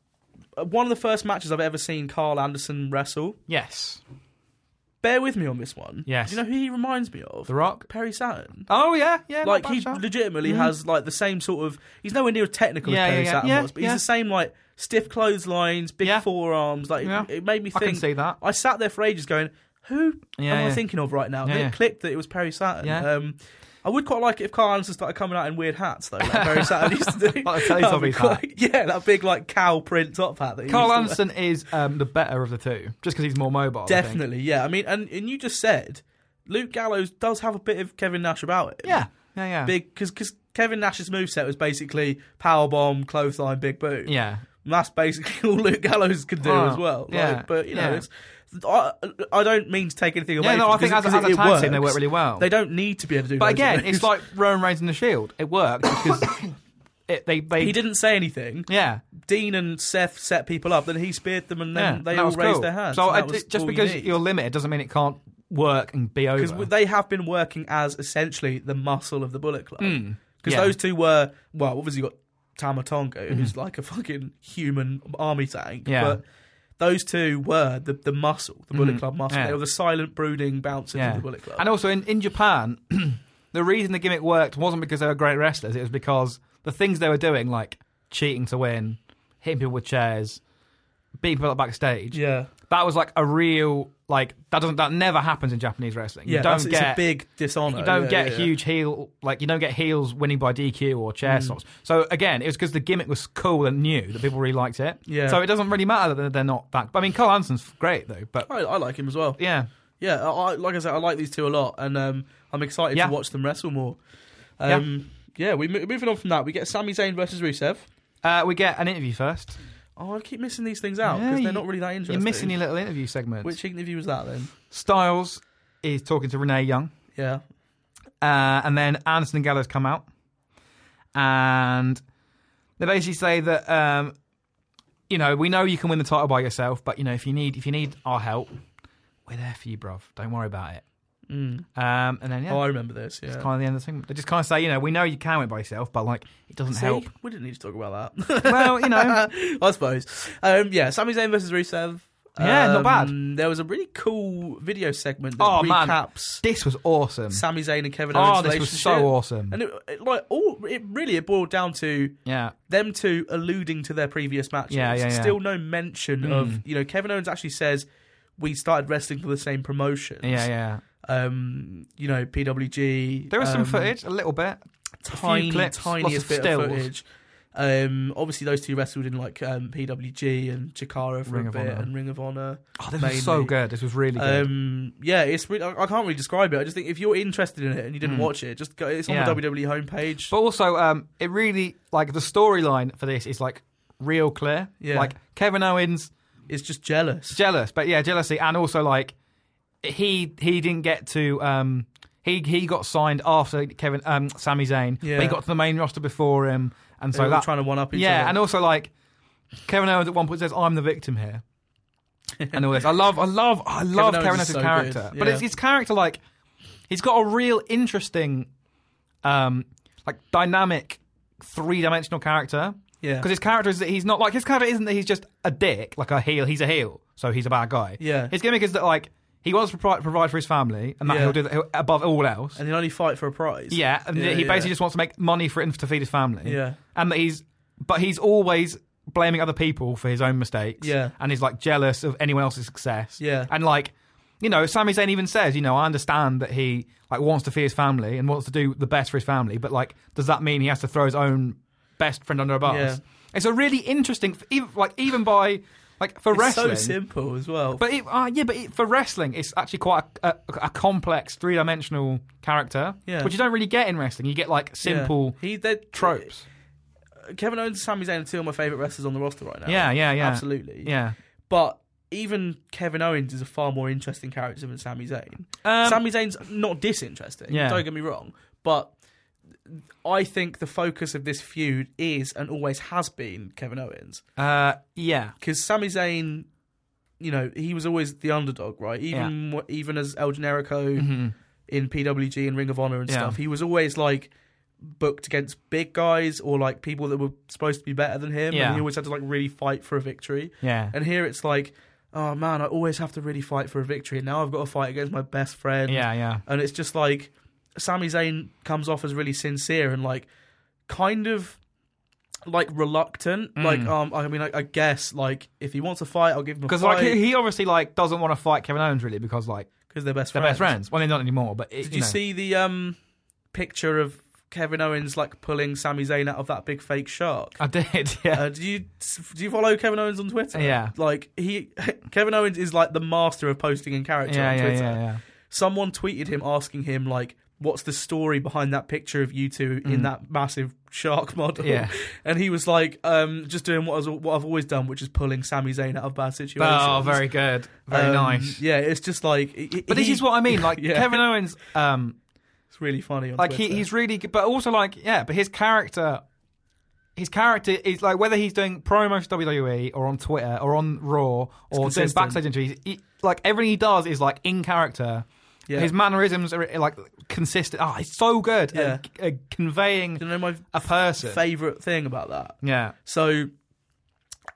Speaker 2: uh, one of the first matches I've ever seen Carl Anderson wrestle.
Speaker 1: Yes,
Speaker 2: Bear with me on this one.
Speaker 1: Yes.
Speaker 2: Do you know who he reminds me of?
Speaker 1: The Rock.
Speaker 2: Perry Saturn.
Speaker 1: Oh yeah, yeah.
Speaker 2: Like
Speaker 1: not bad
Speaker 2: he
Speaker 1: shout.
Speaker 2: legitimately has like the same sort of. He's nowhere near as technical
Speaker 1: Yeah,
Speaker 2: as
Speaker 1: yeah,
Speaker 2: Perry
Speaker 1: yeah.
Speaker 2: Saturn
Speaker 1: Yeah,
Speaker 2: was, but
Speaker 1: yeah.
Speaker 2: he's the same like stiff clotheslines, big
Speaker 1: Yeah.
Speaker 2: forearms. Like
Speaker 1: Yeah.
Speaker 2: it made me
Speaker 1: I
Speaker 2: think.
Speaker 1: can see that.
Speaker 2: I sat there for ages going, who
Speaker 1: Yeah,
Speaker 2: am I
Speaker 1: yeah.
Speaker 2: thinking of right now?
Speaker 1: Yeah,
Speaker 2: then it
Speaker 1: yeah.
Speaker 2: clicked that it was Perry Saturn.
Speaker 1: Yeah.
Speaker 2: Um, I would quite like it if Carl Anderson started coming out in weird hats though, like Perry Saturn used to do.
Speaker 1: (laughs) Like a
Speaker 2: (laughs) That'd
Speaker 1: Teletubby
Speaker 2: be quite- Yeah, that big like cow print top hat. That he
Speaker 1: Carl
Speaker 2: used to wear.
Speaker 1: Anderson is um, the better of the two, just because he's more mobile. I think.
Speaker 2: Definitely, yeah. I mean, and, and you just said Luke Gallows does have a bit of Kevin Nash about it.
Speaker 1: Yeah, yeah, yeah.
Speaker 2: big because because Kevin Nash's moveset was basically power bomb, clothesline, big boot.
Speaker 1: Yeah,
Speaker 2: And that's basically (laughs) all Luke Gallows could do
Speaker 1: Oh,
Speaker 2: as well. Like,
Speaker 1: yeah,
Speaker 2: but you know,
Speaker 1: yeah.
Speaker 2: it's, I, I don't mean to take anything away.
Speaker 1: yeah. No,
Speaker 2: from
Speaker 1: I think as,
Speaker 2: because
Speaker 1: as a
Speaker 2: it-
Speaker 1: tag
Speaker 2: it works.
Speaker 1: team, they work really well.
Speaker 2: They don't need to be able to do.
Speaker 1: But
Speaker 2: loads of
Speaker 1: again, it's
Speaker 2: moves.
Speaker 1: like Roman Reigns and the Shield. It worked because it, they they
Speaker 2: (laughs) he didn't say anything.
Speaker 1: yeah
Speaker 2: Dean and Seth set people up, then he speared them, and then
Speaker 1: yeah.
Speaker 2: they
Speaker 1: that
Speaker 2: all
Speaker 1: was
Speaker 2: raised
Speaker 1: cool.
Speaker 2: their hands.
Speaker 1: So
Speaker 2: and
Speaker 1: I-
Speaker 2: that was
Speaker 1: just
Speaker 2: all you
Speaker 1: because
Speaker 2: need.
Speaker 1: you are limited doesn't mean it can't work and be over.
Speaker 2: because they have been working as essentially the muscle of the Bullet Club.
Speaker 1: Hmm.
Speaker 2: Because
Speaker 1: yeah. Mm-hmm.
Speaker 2: those two were well, obviously you got Tama Tonga, who's like a fucking human army tank.
Speaker 1: Yeah. Mm-hmm.
Speaker 2: But those two were the, the muscle, the Bullet Club muscle.
Speaker 1: Yeah.
Speaker 2: They were the silent brooding bouncers
Speaker 1: yeah.
Speaker 2: of the Bullet Club.
Speaker 1: And also in in Japan, (clears throat) the reason the gimmick worked wasn't because they were great wrestlers. It was because the things they were doing, like cheating to win, hitting people with chairs. beating people up backstage.
Speaker 2: Yeah.
Speaker 1: That was like a real like that doesn't that never happens in Japanese wrestling.
Speaker 2: Yeah,
Speaker 1: you don't
Speaker 2: that's-
Speaker 1: get
Speaker 2: it's a big dishonor.
Speaker 1: you don't
Speaker 2: Yeah,
Speaker 1: get
Speaker 2: yeah, Mm. yeah.
Speaker 1: huge heel like you don't get heels winning by DQ or chair shots. So again, it was because the gimmick was cool and new that people really liked it.
Speaker 2: Yeah.
Speaker 1: So it doesn't really matter that they're not that. I mean, Carl Anderson's great though, but
Speaker 2: I, I like him as well.
Speaker 1: yeah,
Speaker 2: Yeah, I, I- like I said, I like these two a lot, and um, I'm excited
Speaker 1: Yeah.
Speaker 2: to watch them wrestle more. Um, yeah. we mo- moving on from that. We get Sami Zayn versus Rusev.
Speaker 1: uh, we get an interview first.
Speaker 2: Oh, I keep missing these things out
Speaker 1: Yeah,
Speaker 2: because they're
Speaker 1: you-
Speaker 2: not really that interesting.
Speaker 1: You're missing your little interview segment.
Speaker 2: Which interview was that then?
Speaker 1: Styles is talking to Renee Young,
Speaker 2: Yeah,
Speaker 1: uh, and then Anderson and Gallows come out, and they basically say that um, you know we know you can win the title by yourself, but you know if you need if you need our help, we're there for you, bruv. Don't worry about it.
Speaker 2: Mm.
Speaker 1: Um, and then yeah,
Speaker 2: Oh, I remember this. Yeah,
Speaker 1: kind of the end of the thing. They just kind of say you know we know you can win by yourself, but like it doesn't
Speaker 2: See?
Speaker 1: help.
Speaker 2: We didn't need to talk about that.
Speaker 1: Well, you know,
Speaker 2: (laughs) I suppose. Um, yeah, Sami Zayn versus Rusev.
Speaker 1: Yeah, not bad.
Speaker 2: Um, There was a really cool video segment that
Speaker 1: Oh, man.
Speaker 2: recaps
Speaker 1: this was awesome.
Speaker 2: Sami Zayn and Kevin Owens'
Speaker 1: Oh, this was
Speaker 2: relationship.
Speaker 1: so awesome.
Speaker 2: And it, it, like all, it really it boiled down to
Speaker 1: Yeah,
Speaker 2: them two alluding to their previous matches.
Speaker 1: Yeah, yeah, Hmm. yeah.
Speaker 2: Still no mention of you know Kevin Owens actually says we started wrestling for the same promotions.
Speaker 1: yeah, yeah.
Speaker 2: Um, you know PWG.
Speaker 1: There was
Speaker 2: um,
Speaker 1: some footage, a little bit.
Speaker 2: tiny,
Speaker 1: clips, lots
Speaker 2: tiniest
Speaker 1: of
Speaker 2: bit
Speaker 1: stills.
Speaker 2: of footage. Um, obviously those two wrestled in like um, PWG and Chikara for
Speaker 1: Ring
Speaker 2: a
Speaker 1: of
Speaker 2: bit
Speaker 1: Honor.
Speaker 2: and Ring of Honor.
Speaker 1: Oh, this was so
Speaker 2: mainly.
Speaker 1: good. This was really good.
Speaker 2: Um, yeah, it's really, I I can't really describe it. I just think if you're interested in it and you didn't watch it, just go. It's on
Speaker 1: Hmm. Yeah.
Speaker 2: the WWE homepage.
Speaker 1: But also, um, it really like the storyline for this is like real clear.
Speaker 2: Yeah.
Speaker 1: Like Kevin Owens
Speaker 2: it's just jealous.
Speaker 1: jealous, but yeah, jealousy, and also like he he didn't get to um he he got signed after Kevin um Sami Zayn,
Speaker 2: Yeah.
Speaker 1: but he got to the main roster before him, and
Speaker 2: so
Speaker 1: so
Speaker 2: they're all
Speaker 1: that
Speaker 2: trying to one up each
Speaker 1: yeah,
Speaker 2: other.
Speaker 1: and also like Kevin Owens at one point says, "I'm the victim here," and all this. I love, I love,
Speaker 2: (laughs)
Speaker 1: I love Kevin,
Speaker 2: Owens
Speaker 1: Owens'
Speaker 2: is so
Speaker 1: character,
Speaker 2: good,
Speaker 1: but
Speaker 2: yeah.
Speaker 1: it's his character like he's got a real interesting, um, like dynamic, three dimensional character.
Speaker 2: Yeah.
Speaker 1: Because his character is that he's not like his character isn't that he's just a dick, like a heel. He's a heel, so he's a bad guy.
Speaker 2: Yeah.
Speaker 1: His gimmick is that like he wants to provide, provide for his family, and that
Speaker 2: Yeah.
Speaker 1: he'll do that he'll, above all else.
Speaker 2: and he'll only fight for a prize.
Speaker 1: Yeah, and
Speaker 2: Yeah,
Speaker 1: he basically
Speaker 2: yeah.
Speaker 1: just wants to make money for it to feed his family.
Speaker 2: Yeah.
Speaker 1: and that he's but he's always blaming other people for his own mistakes.
Speaker 2: Yeah.
Speaker 1: and he's like jealous of anyone else's success.
Speaker 2: Yeah.
Speaker 1: and like you know, Sami Zayn even says, you know, I understand that he like wants to feed his family and wants to do the best for his family, but like, does that mean he has to throw his own best friend under a bus?
Speaker 2: Yeah.
Speaker 1: It's a really interesting, even, like even by like for
Speaker 2: It's
Speaker 1: wrestling.
Speaker 2: so simple as well.
Speaker 1: But it, uh, yeah, but it, for wrestling, it's actually quite a, a, a complex three dimensional character,
Speaker 2: Yeah.
Speaker 1: which you don't really get in wrestling. You get like
Speaker 2: Yeah.
Speaker 1: simple
Speaker 2: He they're
Speaker 1: tropes.
Speaker 2: Kevin Owens, and Sami Zayn, are two of my favorite wrestlers on the roster right now.
Speaker 1: Yeah, yeah, yeah.
Speaker 2: absolutely.
Speaker 1: Yeah.
Speaker 2: But even Kevin Owens is a far more interesting character than Sami Zayn.
Speaker 1: Um,
Speaker 2: Sami Zayn's not disinteresting.
Speaker 1: Yeah.
Speaker 2: Don't get me wrong, but I think the focus of this feud is and always has been Kevin Owens
Speaker 1: uh, yeah.
Speaker 2: because Sami Zayn, you know, he was always the underdog, right? Even wh- even as El Generico in PWG and Ring of Honor and
Speaker 1: Mm-hmm. Yeah.
Speaker 2: stuff, he was always like booked against big guys or like people that were supposed to be better than him,
Speaker 1: Yeah.
Speaker 2: and he always had to like really fight for a victory.
Speaker 1: Yeah.
Speaker 2: And here it's like, oh man, I always have to really fight for a victory, and now I've got to fight against my best friend.
Speaker 1: Yeah, yeah.
Speaker 2: And it's just like Sami Zayn comes off as really sincere and like kind of like reluctant.
Speaker 1: Mm.
Speaker 2: Like, um, I mean, I, I guess like if he wants a fight, I'll give him a
Speaker 1: Because
Speaker 2: fight
Speaker 1: like he, he obviously like doesn't want to fight Kevin Owens really because like
Speaker 2: because they're best
Speaker 1: they're
Speaker 2: friends.
Speaker 1: best friends. Well, they're not anymore. But it,
Speaker 2: Did
Speaker 1: you,
Speaker 2: you
Speaker 1: know.
Speaker 2: see the um picture of Kevin Owens like pulling Sami Zayn out of that big fake shark?
Speaker 1: I did. (laughs) Yeah.
Speaker 2: Uh, do you do you follow Kevin Owens on uh, Twitter?
Speaker 1: Yeah.
Speaker 2: like he (laughs) Kevin Owens is like the master of posting in character
Speaker 1: yeah,
Speaker 2: on
Speaker 1: yeah,
Speaker 2: Twitter.
Speaker 1: yeah, yeah.
Speaker 2: someone tweeted him asking him like what's the story behind that picture of you two in that massive shark (laughs) model
Speaker 1: Mm. Yeah.
Speaker 2: and he was like um just doing what, I was, what i've always done which is pulling Sami Zayn out of bad situations
Speaker 1: Oh, very good. Very
Speaker 2: Um,
Speaker 1: nice.
Speaker 2: yeah it's just like he-
Speaker 1: But this
Speaker 2: he-
Speaker 1: is what I mean. Like
Speaker 2: (laughs) Yeah.
Speaker 1: Kevin Owens, um,
Speaker 2: it's really funny on
Speaker 1: like he,
Speaker 2: Twitter.
Speaker 1: he's really good but also like yeah but his character his character is like whether he's doing promos for WWE or on Twitter or on Raw or doing
Speaker 2: consistent.
Speaker 1: backstage interviews he, like everything he does is like in character
Speaker 2: Yeah.
Speaker 1: his mannerisms are like consistent oh he's so good at, at conveying
Speaker 2: you know my
Speaker 1: a person
Speaker 2: favorite thing about that
Speaker 1: yeah
Speaker 2: so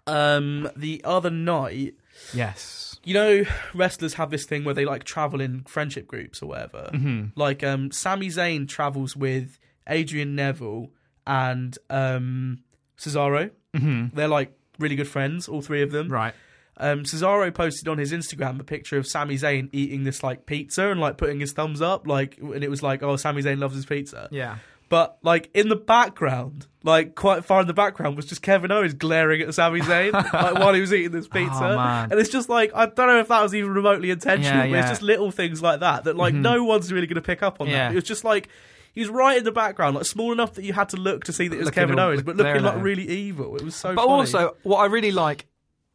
Speaker 2: um the other night
Speaker 1: yes
Speaker 2: you know, wrestlers have this thing where they like travel in friendship groups or whatever. Like, um, Sami Zayn travels with Adrian Neville and um, Cesaro. Mm-hmm. They're like really good friends, all three of them.
Speaker 1: right
Speaker 2: Um, Cesaro posted on his Instagram a picture of Sami Zayn eating this like pizza and like putting his thumbs up, like, and it was like, "Oh, Sami Zayn loves his pizza."
Speaker 1: Yeah.
Speaker 2: But like in the background, like quite far in the background, was just Kevin Owens glaring at Sami Zayn like while he was eating this pizza,
Speaker 1: (laughs) Oh, man.
Speaker 2: and it's just like I don't know if that was even remotely intentional,
Speaker 1: Yeah,
Speaker 2: but it's
Speaker 1: yeah. Mm-hmm.
Speaker 2: just little things like that that like no one's really going to pick up on
Speaker 1: Yeah.
Speaker 2: that. It was just like he was right in the background, like small enough that you had to look to see that it was
Speaker 1: Looking
Speaker 2: Kevin
Speaker 1: all-
Speaker 2: Owens, but
Speaker 1: glaring
Speaker 2: looking
Speaker 1: at
Speaker 2: like
Speaker 1: him.
Speaker 2: really evil. It was so.
Speaker 1: But
Speaker 2: funny.
Speaker 1: also, what I really like,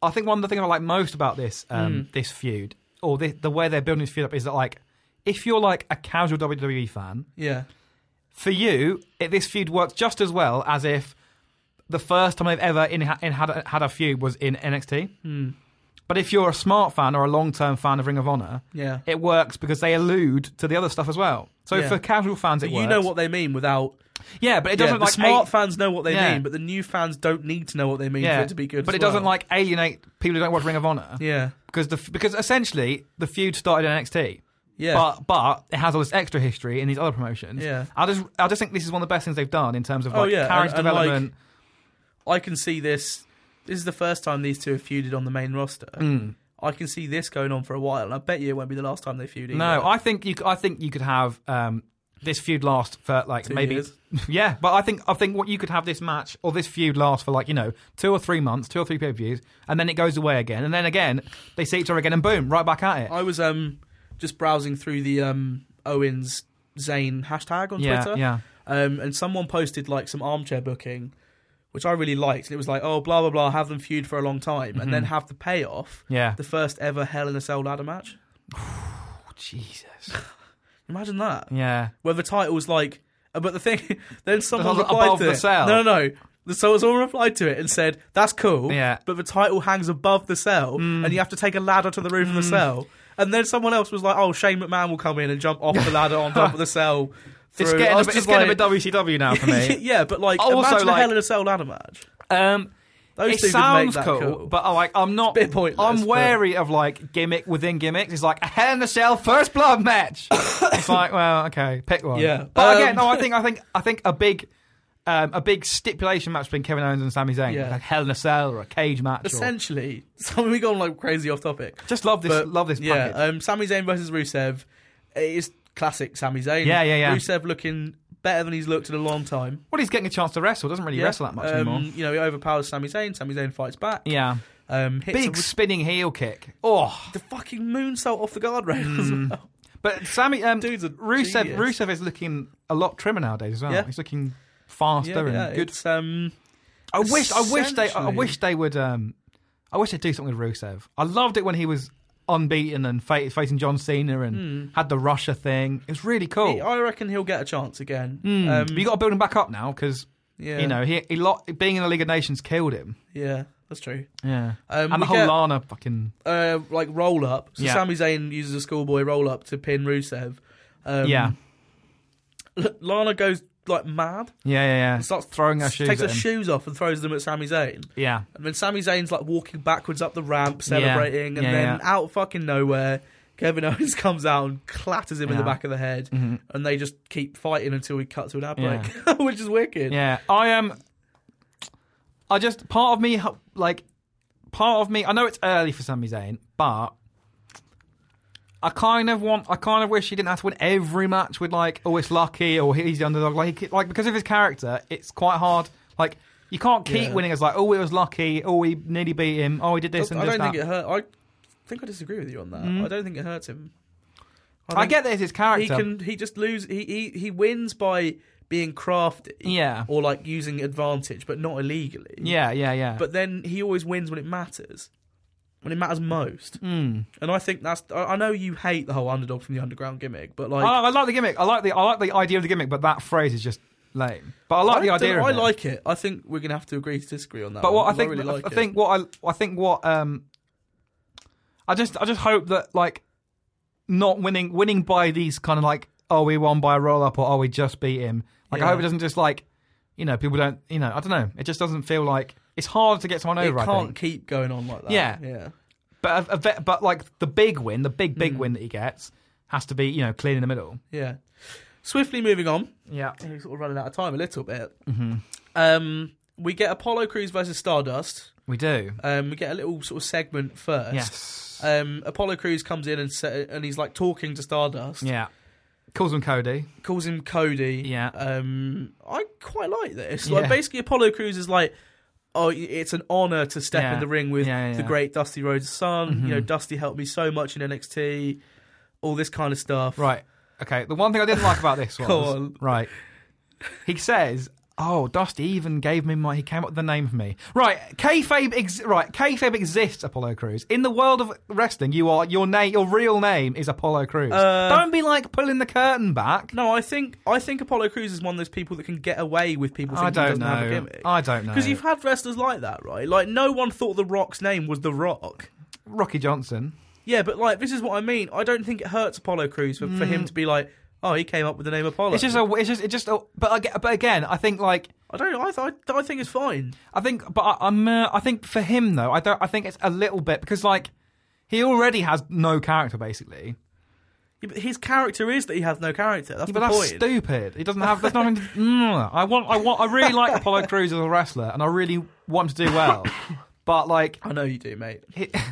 Speaker 1: I think one of the things I like most about this um,
Speaker 2: Mm.
Speaker 1: this feud, or the, the way they're building this feud up, is that like, if you're like a casual WWE fan,
Speaker 2: yeah,
Speaker 1: for you, it, this feud works just as well as if the first time they've ever in, in had a- had a feud was in NXT.
Speaker 2: Hmm.
Speaker 1: But if you're a smart fan or a long term fan of Ring of Honor,
Speaker 2: yeah.
Speaker 1: it works because they allude to the other stuff as well. So
Speaker 2: Yeah.
Speaker 1: for casual fans, it
Speaker 2: But you
Speaker 1: works.
Speaker 2: know what they mean without.
Speaker 1: Yeah, but it
Speaker 2: Yeah,
Speaker 1: doesn't
Speaker 2: the
Speaker 1: like
Speaker 2: smart
Speaker 1: a-
Speaker 2: fans know what they
Speaker 1: Yeah.
Speaker 2: mean, but the new fans don't need to know what they mean
Speaker 1: yeah,
Speaker 2: for it to be good.
Speaker 1: But
Speaker 2: as
Speaker 1: it doesn't
Speaker 2: well.
Speaker 1: like alienate people who don't watch Ring of Honor.
Speaker 2: Yeah,
Speaker 1: because the because essentially the feud started in NXT,
Speaker 2: yeah.
Speaker 1: but but it has all this extra history in these other promotions.
Speaker 2: Yeah.
Speaker 1: I just I just think this is one of the best things they've done in terms of
Speaker 2: Oh,
Speaker 1: like
Speaker 2: yeah,
Speaker 1: character
Speaker 2: and- and, like,
Speaker 1: development.
Speaker 2: I can see this. This is the first time these two have feuded on the main roster.
Speaker 1: Mm.
Speaker 2: I can see this going on for a while, and I bet you it won't be the last time they feud. Either.
Speaker 1: no, I think you c- I think you could have um, this feud last for like
Speaker 2: Two
Speaker 1: maybe
Speaker 2: years.
Speaker 1: (laughs) yeah, but I think I think what you could have this match or this feud last for like you know two or three months, two or three pay per views, and then it goes away again, and then again they see each other again, and boom, right back at it.
Speaker 2: I was um just browsing through the um Owens Zane hashtag on
Speaker 1: yeah,
Speaker 2: Twitter,
Speaker 1: yeah,
Speaker 2: um, and someone posted like some armchair booking, which I really liked, and it was like, oh, blah blah blah, have them feud for a long time, and
Speaker 1: Mm-hmm.
Speaker 2: then have the payoff,
Speaker 1: yeah.
Speaker 2: the first ever Hell in a Cell ladder match.
Speaker 1: Oh, Jesus,
Speaker 2: Imagine that.
Speaker 1: yeah.
Speaker 2: where the title's like. uh, But the thing, (laughs) then someone
Speaker 1: Above
Speaker 2: replied to
Speaker 1: the
Speaker 2: it.
Speaker 1: cell.
Speaker 2: No, no, no. So someone replied to it and said, "That's cool."
Speaker 1: Yeah. Mm.
Speaker 2: But the title hangs above the cell, and you have to take a ladder to the roof of the cell. And then someone else was like, "Oh, Shane McMahon will come in and jump off the ladder on top
Speaker 1: (laughs)
Speaker 2: of the cell." Through.
Speaker 1: It's
Speaker 2: I
Speaker 1: getting, a
Speaker 2: was
Speaker 1: bit, it's
Speaker 2: just
Speaker 1: getting
Speaker 2: like-
Speaker 1: a bit WCW now for me.
Speaker 2: (laughs) yeah, but like,
Speaker 1: Also,
Speaker 2: imagine a
Speaker 1: like-
Speaker 2: Hell in a Cell ladder match.
Speaker 1: um, it
Speaker 2: Those two could make
Speaker 1: sounds
Speaker 2: that
Speaker 1: cool, but I, like I'm not.
Speaker 2: It's a bit pointless,
Speaker 1: I'm
Speaker 2: but-
Speaker 1: wary of like gimmick within gimmicks. It's like a Hell in a Cell first blood
Speaker 2: (coughs)
Speaker 1: match. it's like, well, okay, pick one.
Speaker 2: Yeah.
Speaker 1: but
Speaker 2: Um,
Speaker 1: again,
Speaker 2: (laughs)
Speaker 1: no, I think I think I think a big. Um, a big stipulation match between Kevin Owens and Sami Zayn,
Speaker 2: Yeah.
Speaker 1: like Hell in a Cell or a cage match. Or,
Speaker 2: essentially, (laughs) so we gone like crazy off topic.
Speaker 1: just love this,
Speaker 2: But,
Speaker 1: love this
Speaker 2: Yeah,
Speaker 1: package.
Speaker 2: um, Sami Zayn versus Rusev. It is classic Sami Zayn.
Speaker 1: Yeah, yeah, yeah.
Speaker 2: Rusev looking better than he's looked in a long time.
Speaker 1: well, he's getting a chance to wrestle. Doesn't really
Speaker 2: Yeah.
Speaker 1: wrestle that much
Speaker 2: um,
Speaker 1: anymore.
Speaker 2: You know, he overpowers Sami Zayn. Sami Zayn fights back.
Speaker 1: Yeah,
Speaker 2: Um, hits a
Speaker 1: big
Speaker 2: ris-
Speaker 1: spinning heel kick. Oh,
Speaker 2: the fucking moonsault off the guardrail as well. (laughs)
Speaker 1: but Sammy, um,
Speaker 2: Dude's a
Speaker 1: Hmm. Rusev,
Speaker 2: genius.
Speaker 1: Rusev is looking a lot trimmer nowadays as well.
Speaker 2: Yeah.
Speaker 1: He's looking faster and good
Speaker 2: It's, um,
Speaker 1: I wish, I wish they, I
Speaker 2: Essentially.
Speaker 1: wish they would, um, I wish they'd do something with Rusev. I loved it when he was unbeaten and fa- facing John Cena and had the Russia thing. It was really cool.
Speaker 2: Hmm. he- I reckon he'll get a chance again.
Speaker 1: Mm.
Speaker 2: Um,
Speaker 1: you got to build him back up now because
Speaker 2: yeah,
Speaker 1: you know he, he lo- being in the League of Nations killed him.
Speaker 2: yeah, that's true.
Speaker 1: Yeah,
Speaker 2: Um,
Speaker 1: and
Speaker 2: we
Speaker 1: the whole
Speaker 2: get-
Speaker 1: Lana fucking
Speaker 2: uh, like roll up. So
Speaker 1: Yeah.
Speaker 2: Sami Zayn uses a schoolboy roll up to pin Rusev. Um,
Speaker 1: yeah,
Speaker 2: L- Lana goes like mad
Speaker 1: yeah, yeah, yeah.
Speaker 2: and starts
Speaker 1: Throwing her shoes
Speaker 2: takes
Speaker 1: at
Speaker 2: her
Speaker 1: him.
Speaker 2: shoes off and throws them at Sami Zayn.
Speaker 1: yeah,
Speaker 2: And then Sami Zayn's like walking backwards up the ramp,
Speaker 1: Yeah.
Speaker 2: celebrating, and
Speaker 1: Yeah, yeah.
Speaker 2: then out fucking nowhere, Kevin (laughs) Owens comes out and clatters him in the
Speaker 1: Yeah.
Speaker 2: back of the head,
Speaker 1: Mhm.
Speaker 2: and they just keep fighting until he cuts to an ad break, (laughs) which is wicked.
Speaker 1: yeah. I am. Um, I just part of me ho- like part of me. I know it's early for Sami Zayn, but I kind of want. I kind of wish he didn't have to win every match with like, oh, it's lucky or he's the underdog. Like, like because of his character, it's quite hard. Like. You can't keep
Speaker 2: Yeah.
Speaker 1: winning as like, oh, it was lucky, oh, we nearly beat him, oh, he did this and
Speaker 2: I
Speaker 1: this
Speaker 2: don't
Speaker 1: that. Mm-hmm.
Speaker 2: think it hurt. I think I disagree with you on that. I don't think it hurts him.
Speaker 1: I
Speaker 2: think-
Speaker 1: get that it's his character.
Speaker 2: he can he just lose he he, he wins by being crafty
Speaker 1: Yeah.
Speaker 2: or like using advantage but not illegally
Speaker 1: Yeah, yeah, yeah.
Speaker 2: but then he always wins when it matters when it matters most
Speaker 1: Mm.
Speaker 2: and i think that's i I know you hate the whole underdog from the underground gimmick but like
Speaker 1: I, I like the gimmick. I like the I like the idea of the gimmick, but that phrase is just lame. But I like the
Speaker 2: don't-
Speaker 1: idea. of
Speaker 2: i
Speaker 1: it.
Speaker 2: like it i think we're gonna have to agree to disagree on that
Speaker 1: But what I
Speaker 2: one,
Speaker 1: think,
Speaker 2: 'cause Um, really like
Speaker 1: I
Speaker 2: it.
Speaker 1: think what I, I think what um, I just, I just hope that like, not winning, winning by these kind of like, oh, we won by a roll up, or oh, we just beat him. Like, I
Speaker 2: Yeah.
Speaker 1: hope it doesn't just like, you know, people don't, you know, I don't know. It just doesn't feel like it's hard to get someone
Speaker 2: it
Speaker 1: over. I
Speaker 2: can't
Speaker 1: think,
Speaker 2: keep going on like that
Speaker 1: Yeah.
Speaker 2: yeah
Speaker 1: but a, a vet, but like the big win, the big
Speaker 2: Mm.
Speaker 1: big win that he gets has to be, you know, clean in the middle.
Speaker 2: yeah swiftly moving on
Speaker 1: Yeah, Mm-hmm.
Speaker 2: we're sort of running out of time a little bit um we get Apollo Crews versus Stardust.
Speaker 1: We do.
Speaker 2: Um, we get a little sort of segment first.
Speaker 1: Yes.
Speaker 2: Um, Apollo Crews comes in and sa and he's like talking to Stardust.
Speaker 1: yeah. Calls him Cody.
Speaker 2: Calls him Cody.
Speaker 1: Yeah.
Speaker 2: Um, I quite like this.
Speaker 1: Yeah.
Speaker 2: Like basically, Apollo Crews is like, oh, it's an honor to step
Speaker 1: Yeah.
Speaker 2: in the ring with
Speaker 1: Yeah, yeah,
Speaker 2: the
Speaker 1: yeah. Mm-hmm.
Speaker 2: great Dusty Rhodes' son. You know, Dusty helped me so much in NXT. All this kind of stuff.
Speaker 1: Right. Okay. The one thing I didn't like about this was
Speaker 2: (laughs) Go on.
Speaker 1: right. He says, "Oh, Dusty even gave me my. He came up with the name for me. Right. Kayfabe. Ex- right. Kayfabe exists. Apollo Crews. In the world of wrestling, you are your name. Your real name is Apollo Crews.
Speaker 2: Uh,
Speaker 1: Don't be like pulling the curtain back.
Speaker 2: No, I think I think Apollo Crews is one of those people that can get away with people thinking
Speaker 1: I
Speaker 2: he
Speaker 1: don't
Speaker 2: doesn't have a
Speaker 1: know.
Speaker 2: gimmick.
Speaker 1: I don't know.
Speaker 2: Because you've had wrestlers like that, right? Like no one thought The Rock's name was The Rock.
Speaker 1: Rocky Johnson.
Speaker 2: Yeah, but like this is what I mean. I don't think it hurts Apollo Crews for, for him to be like, oh, he came up with the name Apollo.
Speaker 1: Mm. It's just a. It's just. It's just. A, but aga- but again, I think like.
Speaker 2: I don't. I, th- I I think it's fine.
Speaker 1: I think, but I, I'm. Uh, I think for him though, I don't. I think it's a little bit because like he already has no character basically.
Speaker 2: Yeah, but his character is that he has no character. That's
Speaker 1: Yeah, but
Speaker 2: the
Speaker 1: that's
Speaker 2: point.
Speaker 1: stupid. He doesn't have. There's nothing. To, (laughs) mm, I want. I want. I really like
Speaker 2: (laughs)
Speaker 1: Apollo Crews as a wrestler, and I really want him to do well. But like
Speaker 2: I know you do, mate.
Speaker 1: hi-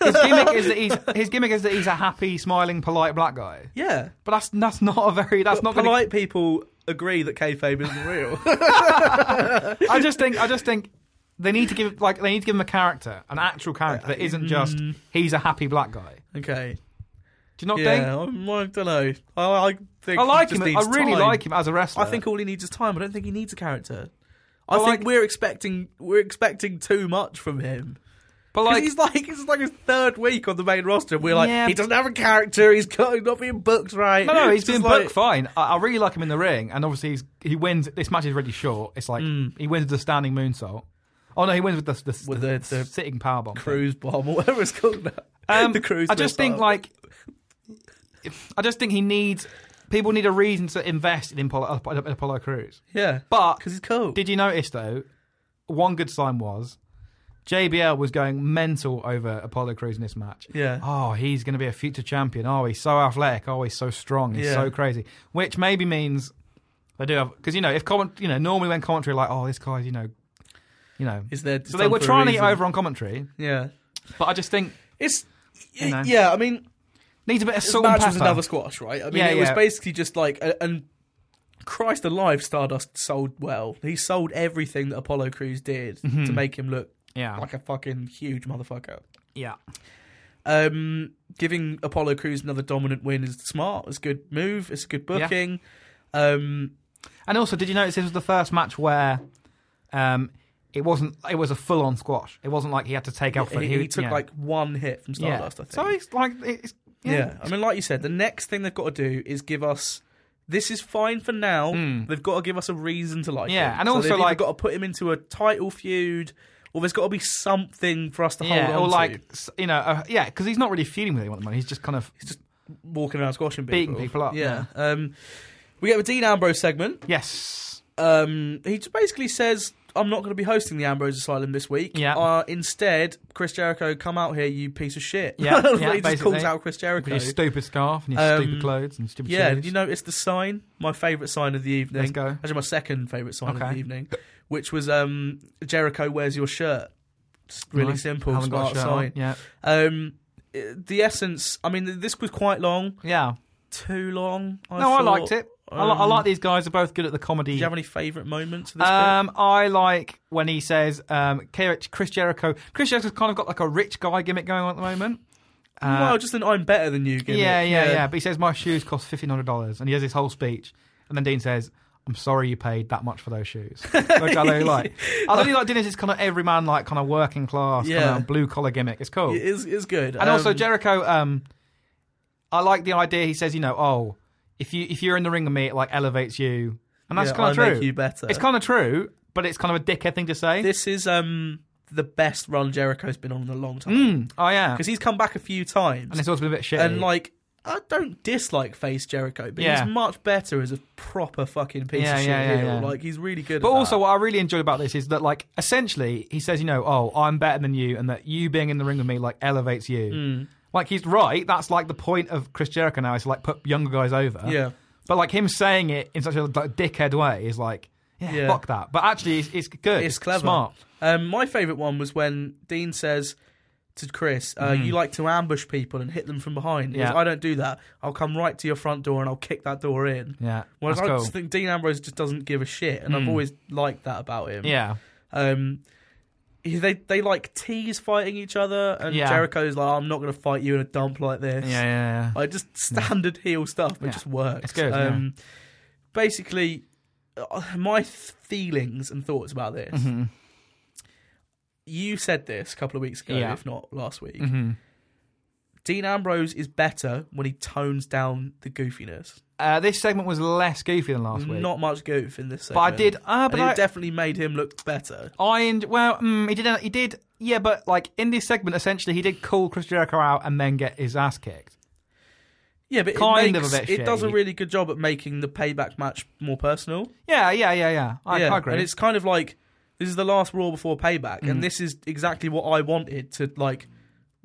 Speaker 1: his gimmick is that he's his gimmick is that he's a happy, smiling, polite black guy.
Speaker 2: Yeah,
Speaker 1: But that's that's not a very. That's not
Speaker 2: polite people agree that kayfabe isn't real.
Speaker 1: Gonna, I just think. I just think. They need to give like they need to give him a character, an actual character that isn't just he's a happy black guy.
Speaker 2: (laughs) okay.
Speaker 1: Do you not think?
Speaker 2: Mm. Yeah, I'm- I, don't know. I, I think
Speaker 1: I like
Speaker 2: he just
Speaker 1: him. I
Speaker 2: needs
Speaker 1: really
Speaker 2: time.
Speaker 1: like him as a wrestler.
Speaker 2: I think all he needs is time. I don't think he needs a character. I,
Speaker 1: But,
Speaker 2: think
Speaker 1: like-
Speaker 2: we're expecting we're expecting too much from him.
Speaker 1: but
Speaker 2: 'Cause
Speaker 1: like,
Speaker 2: he's like it's like his third week on the main roster. and We're like
Speaker 1: Yeah,
Speaker 2: he
Speaker 1: but-
Speaker 2: doesn't have a character. He's got, he's not being booked right.
Speaker 1: no, no, he's
Speaker 2: It's just
Speaker 1: doing
Speaker 2: like-
Speaker 1: book fine. I, I really like him in the ring, and obviously he's, he wins. This match is really short. It's like he wins with the standing moonsault. Oh no, he wins with the the,
Speaker 2: With
Speaker 1: the,
Speaker 2: the- the
Speaker 1: sitting powerbomb.
Speaker 2: (laughs) cruise bomb or whatever it's called. Now.
Speaker 1: Um,
Speaker 2: (laughs) the cruise.
Speaker 1: I just
Speaker 2: missile.
Speaker 1: think like, I just think he needs people need a reason to invest in Apollo, uh, in Apollo Crews.
Speaker 2: yeah,
Speaker 1: But
Speaker 2: because he's cool.
Speaker 1: did you notice though? One good sign was JBL was going mental over Apollo Crews in this match.
Speaker 2: yeah,
Speaker 1: oh, he's going to be a future champion. Oh, he's so athletic. Oh, he's so strong. He's
Speaker 2: Yeah.
Speaker 1: so crazy. Which maybe means they do have because you know if comment you know normally when commentary like oh this guy's you know you know
Speaker 2: is there?
Speaker 1: so they were trying to get over on commentary,
Speaker 2: Yeah,
Speaker 1: but I just think
Speaker 2: it's
Speaker 1: You know.
Speaker 2: yeah. I mean,
Speaker 1: needs a bit of
Speaker 2: this
Speaker 1: salt and
Speaker 2: match was
Speaker 1: pepper.
Speaker 2: another squash, right? I mean,
Speaker 1: Yeah,
Speaker 2: it was
Speaker 1: yeah.
Speaker 2: basically just like a, and Christ alive, Stardust sold well. He sold everything that Apollo Crews did to make him look
Speaker 1: yeah,
Speaker 2: like a fucking huge motherfucker.
Speaker 1: yeah,
Speaker 2: Um, giving Apollo Crews another dominant win is smart. It's a good move. It's a good
Speaker 1: Yeah.
Speaker 2: booking. Um,
Speaker 1: and also did you notice this was the first match where um it wasn't it was a full on squash. It wasn't like he had to take out for
Speaker 2: he, he took
Speaker 1: yeah.
Speaker 2: like one hit from
Speaker 1: yeah.
Speaker 2: Stardust. I think.
Speaker 1: so it's like it's
Speaker 2: yeah. I mean, like you said, the next thing they've got to do is give us. This is fine for now. They've got to give us a reason to like
Speaker 1: Hmm. Yeah,
Speaker 2: him.
Speaker 1: and
Speaker 2: So
Speaker 1: also,
Speaker 2: they've either
Speaker 1: like-
Speaker 2: got to put him into a title feud, or there's got to be something for us to
Speaker 1: yeah,
Speaker 2: hold on
Speaker 1: or
Speaker 2: to.
Speaker 1: like s- you know, uh, yeah, because he's not really feuding with anyone at the moment. He's just kind of
Speaker 2: Walking around squashing people,
Speaker 1: Beating people up,
Speaker 2: Yeah. Um, we get a Dean Ambrose segment.
Speaker 1: yes,
Speaker 2: um, he just basically says, "I'm not going to be hosting the Ambrose Asylum this week.
Speaker 1: Yeah.
Speaker 2: Uh, instead, Chris Jericho, come out here, you piece of shit."
Speaker 1: Yeah, yeah,
Speaker 2: (laughs) he just calls
Speaker 1: basically.
Speaker 2: out Chris Jericho.
Speaker 1: With your stupid scarf and your
Speaker 2: Um,
Speaker 1: stupid clothes and stupid
Speaker 2: Yeah,
Speaker 1: shoes.
Speaker 2: you notice the sign? My favourite sign of the evening.
Speaker 1: Let's go.
Speaker 2: Actually, my second favourite sign of
Speaker 1: Okay.
Speaker 2: the evening, which was um, Jericho, where's your shirt? It's really
Speaker 1: Nice.
Speaker 2: simple,
Speaker 1: Haven't got a
Speaker 2: smart
Speaker 1: shirt on.
Speaker 2: sign.
Speaker 1: Yeah,
Speaker 2: Um, i- the essence. I mean, this was quite long.
Speaker 1: yeah.
Speaker 2: Too long. I
Speaker 1: no, I
Speaker 2: thought.
Speaker 1: liked it. I, li- I
Speaker 2: um,
Speaker 1: like these guys. Are both good at the
Speaker 2: Do
Speaker 1: comedy.
Speaker 2: you have any favourite moments of this bit?
Speaker 1: um, I like when he says um, K- Chris Jericho. Chris Jericho's kind of got like a rich guy gimmick going on at the moment. Uh,
Speaker 2: well, just an I'm better than you. Gimmick.
Speaker 1: yeah, yeah, yeah, But he says my shoes cost fifteen hundred dollars, and he has this whole speech, and then Dean says. I'm sorry you paid that much for those
Speaker 2: (laughs)
Speaker 1: shoes, which I really like. I really like Dennis. It's kind of everyman, like kind of working class,
Speaker 2: Yeah.
Speaker 1: kind of blue collar gimmick. It's cool.
Speaker 2: It is is good.
Speaker 1: And also
Speaker 2: Um,
Speaker 1: Jericho, um, I like the idea. He says, you know, oh, if you if you're in the ring with me, it like elevates you, and that's
Speaker 2: yeah,
Speaker 1: kind of
Speaker 2: I
Speaker 1: true.
Speaker 2: Make you better.
Speaker 1: It's kind of true, but it's kind of a dickhead thing to say.
Speaker 2: this is um the best run Jericho's been on in a long time
Speaker 1: Mm, oh yeah,
Speaker 2: because he's come back a few times
Speaker 1: and it's also been a bit shitty.
Speaker 2: and like. I don't dislike face Jericho, but
Speaker 1: Yeah.
Speaker 2: he's much better as a proper fucking piece
Speaker 1: Yeah,
Speaker 2: of shit.
Speaker 1: yeah, yeah,
Speaker 2: heel.
Speaker 1: yeah.
Speaker 2: Like he's really good.
Speaker 1: but
Speaker 2: at
Speaker 1: also,
Speaker 2: that.
Speaker 1: what I really enjoyed about this is that, like, essentially, he says, you know, oh, I'm better than you, and that you being in the ring with me like elevates you.
Speaker 2: Hmm.
Speaker 1: Like he's right. That's like the point of Chris Jericho now is to like put younger guys over.
Speaker 2: yeah,
Speaker 1: But like him saying it in such a like, dickhead way is like yeah,
Speaker 2: Yeah.
Speaker 1: fuck that. But actually, it's, it's good.
Speaker 2: It's clever.
Speaker 1: Smart.
Speaker 2: Um, my favourite one was when Dean says to Chris, uh, "You like to ambush people and hit them from behind." He goes,
Speaker 1: Mm. Yeah.
Speaker 2: I don't do that. I'll come right to your front door and I'll kick that door in.
Speaker 1: Yeah.
Speaker 2: Whereas
Speaker 1: that's
Speaker 2: I
Speaker 1: cool. Mm.
Speaker 2: just think Dean Ambrose just doesn't give a shit, and I've always liked that about him.
Speaker 1: Yeah.
Speaker 2: Um, he- they they like tease fighting each other, and
Speaker 1: Yeah.
Speaker 2: Jericho's like, "I'm not going to fight you in a dump like this."
Speaker 1: Yeah, yeah, yeah.
Speaker 2: Like just standard heel stuff, but
Speaker 1: Yeah.
Speaker 2: just works.
Speaker 1: It's good,
Speaker 2: Um, Basically, uh, my th- feelings and thoughts about this.
Speaker 1: Mm-hmm.
Speaker 2: You said this a couple of weeks ago,
Speaker 1: Yeah.
Speaker 2: if not last week.
Speaker 1: Mhm.
Speaker 2: Dean Ambrose is better when he tones down the goofiness.
Speaker 1: Uh, this segment was less goofy than last week.
Speaker 2: Not much goof in this.
Speaker 1: but I
Speaker 2: segment.
Speaker 1: did. Uh,
Speaker 2: And
Speaker 1: but
Speaker 2: it
Speaker 1: I,
Speaker 2: definitely made him look better.
Speaker 1: I en- well, mm, he did. He did. Yeah, but like in this segment, essentially, he did call Chris Jericho out and then get his ass kicked.
Speaker 2: Yeah, but
Speaker 1: Kind
Speaker 2: it,
Speaker 1: of a
Speaker 2: makes,
Speaker 1: bit
Speaker 2: it does a
Speaker 1: shitty.
Speaker 2: really good job at making the payback match more personal.
Speaker 1: Yeah, yeah, yeah, yeah. I,
Speaker 2: yeah,
Speaker 1: I agree.
Speaker 2: And it's kind of like this is the last Raw before Payback,
Speaker 1: Mm.
Speaker 2: and this is exactly what I wanted to like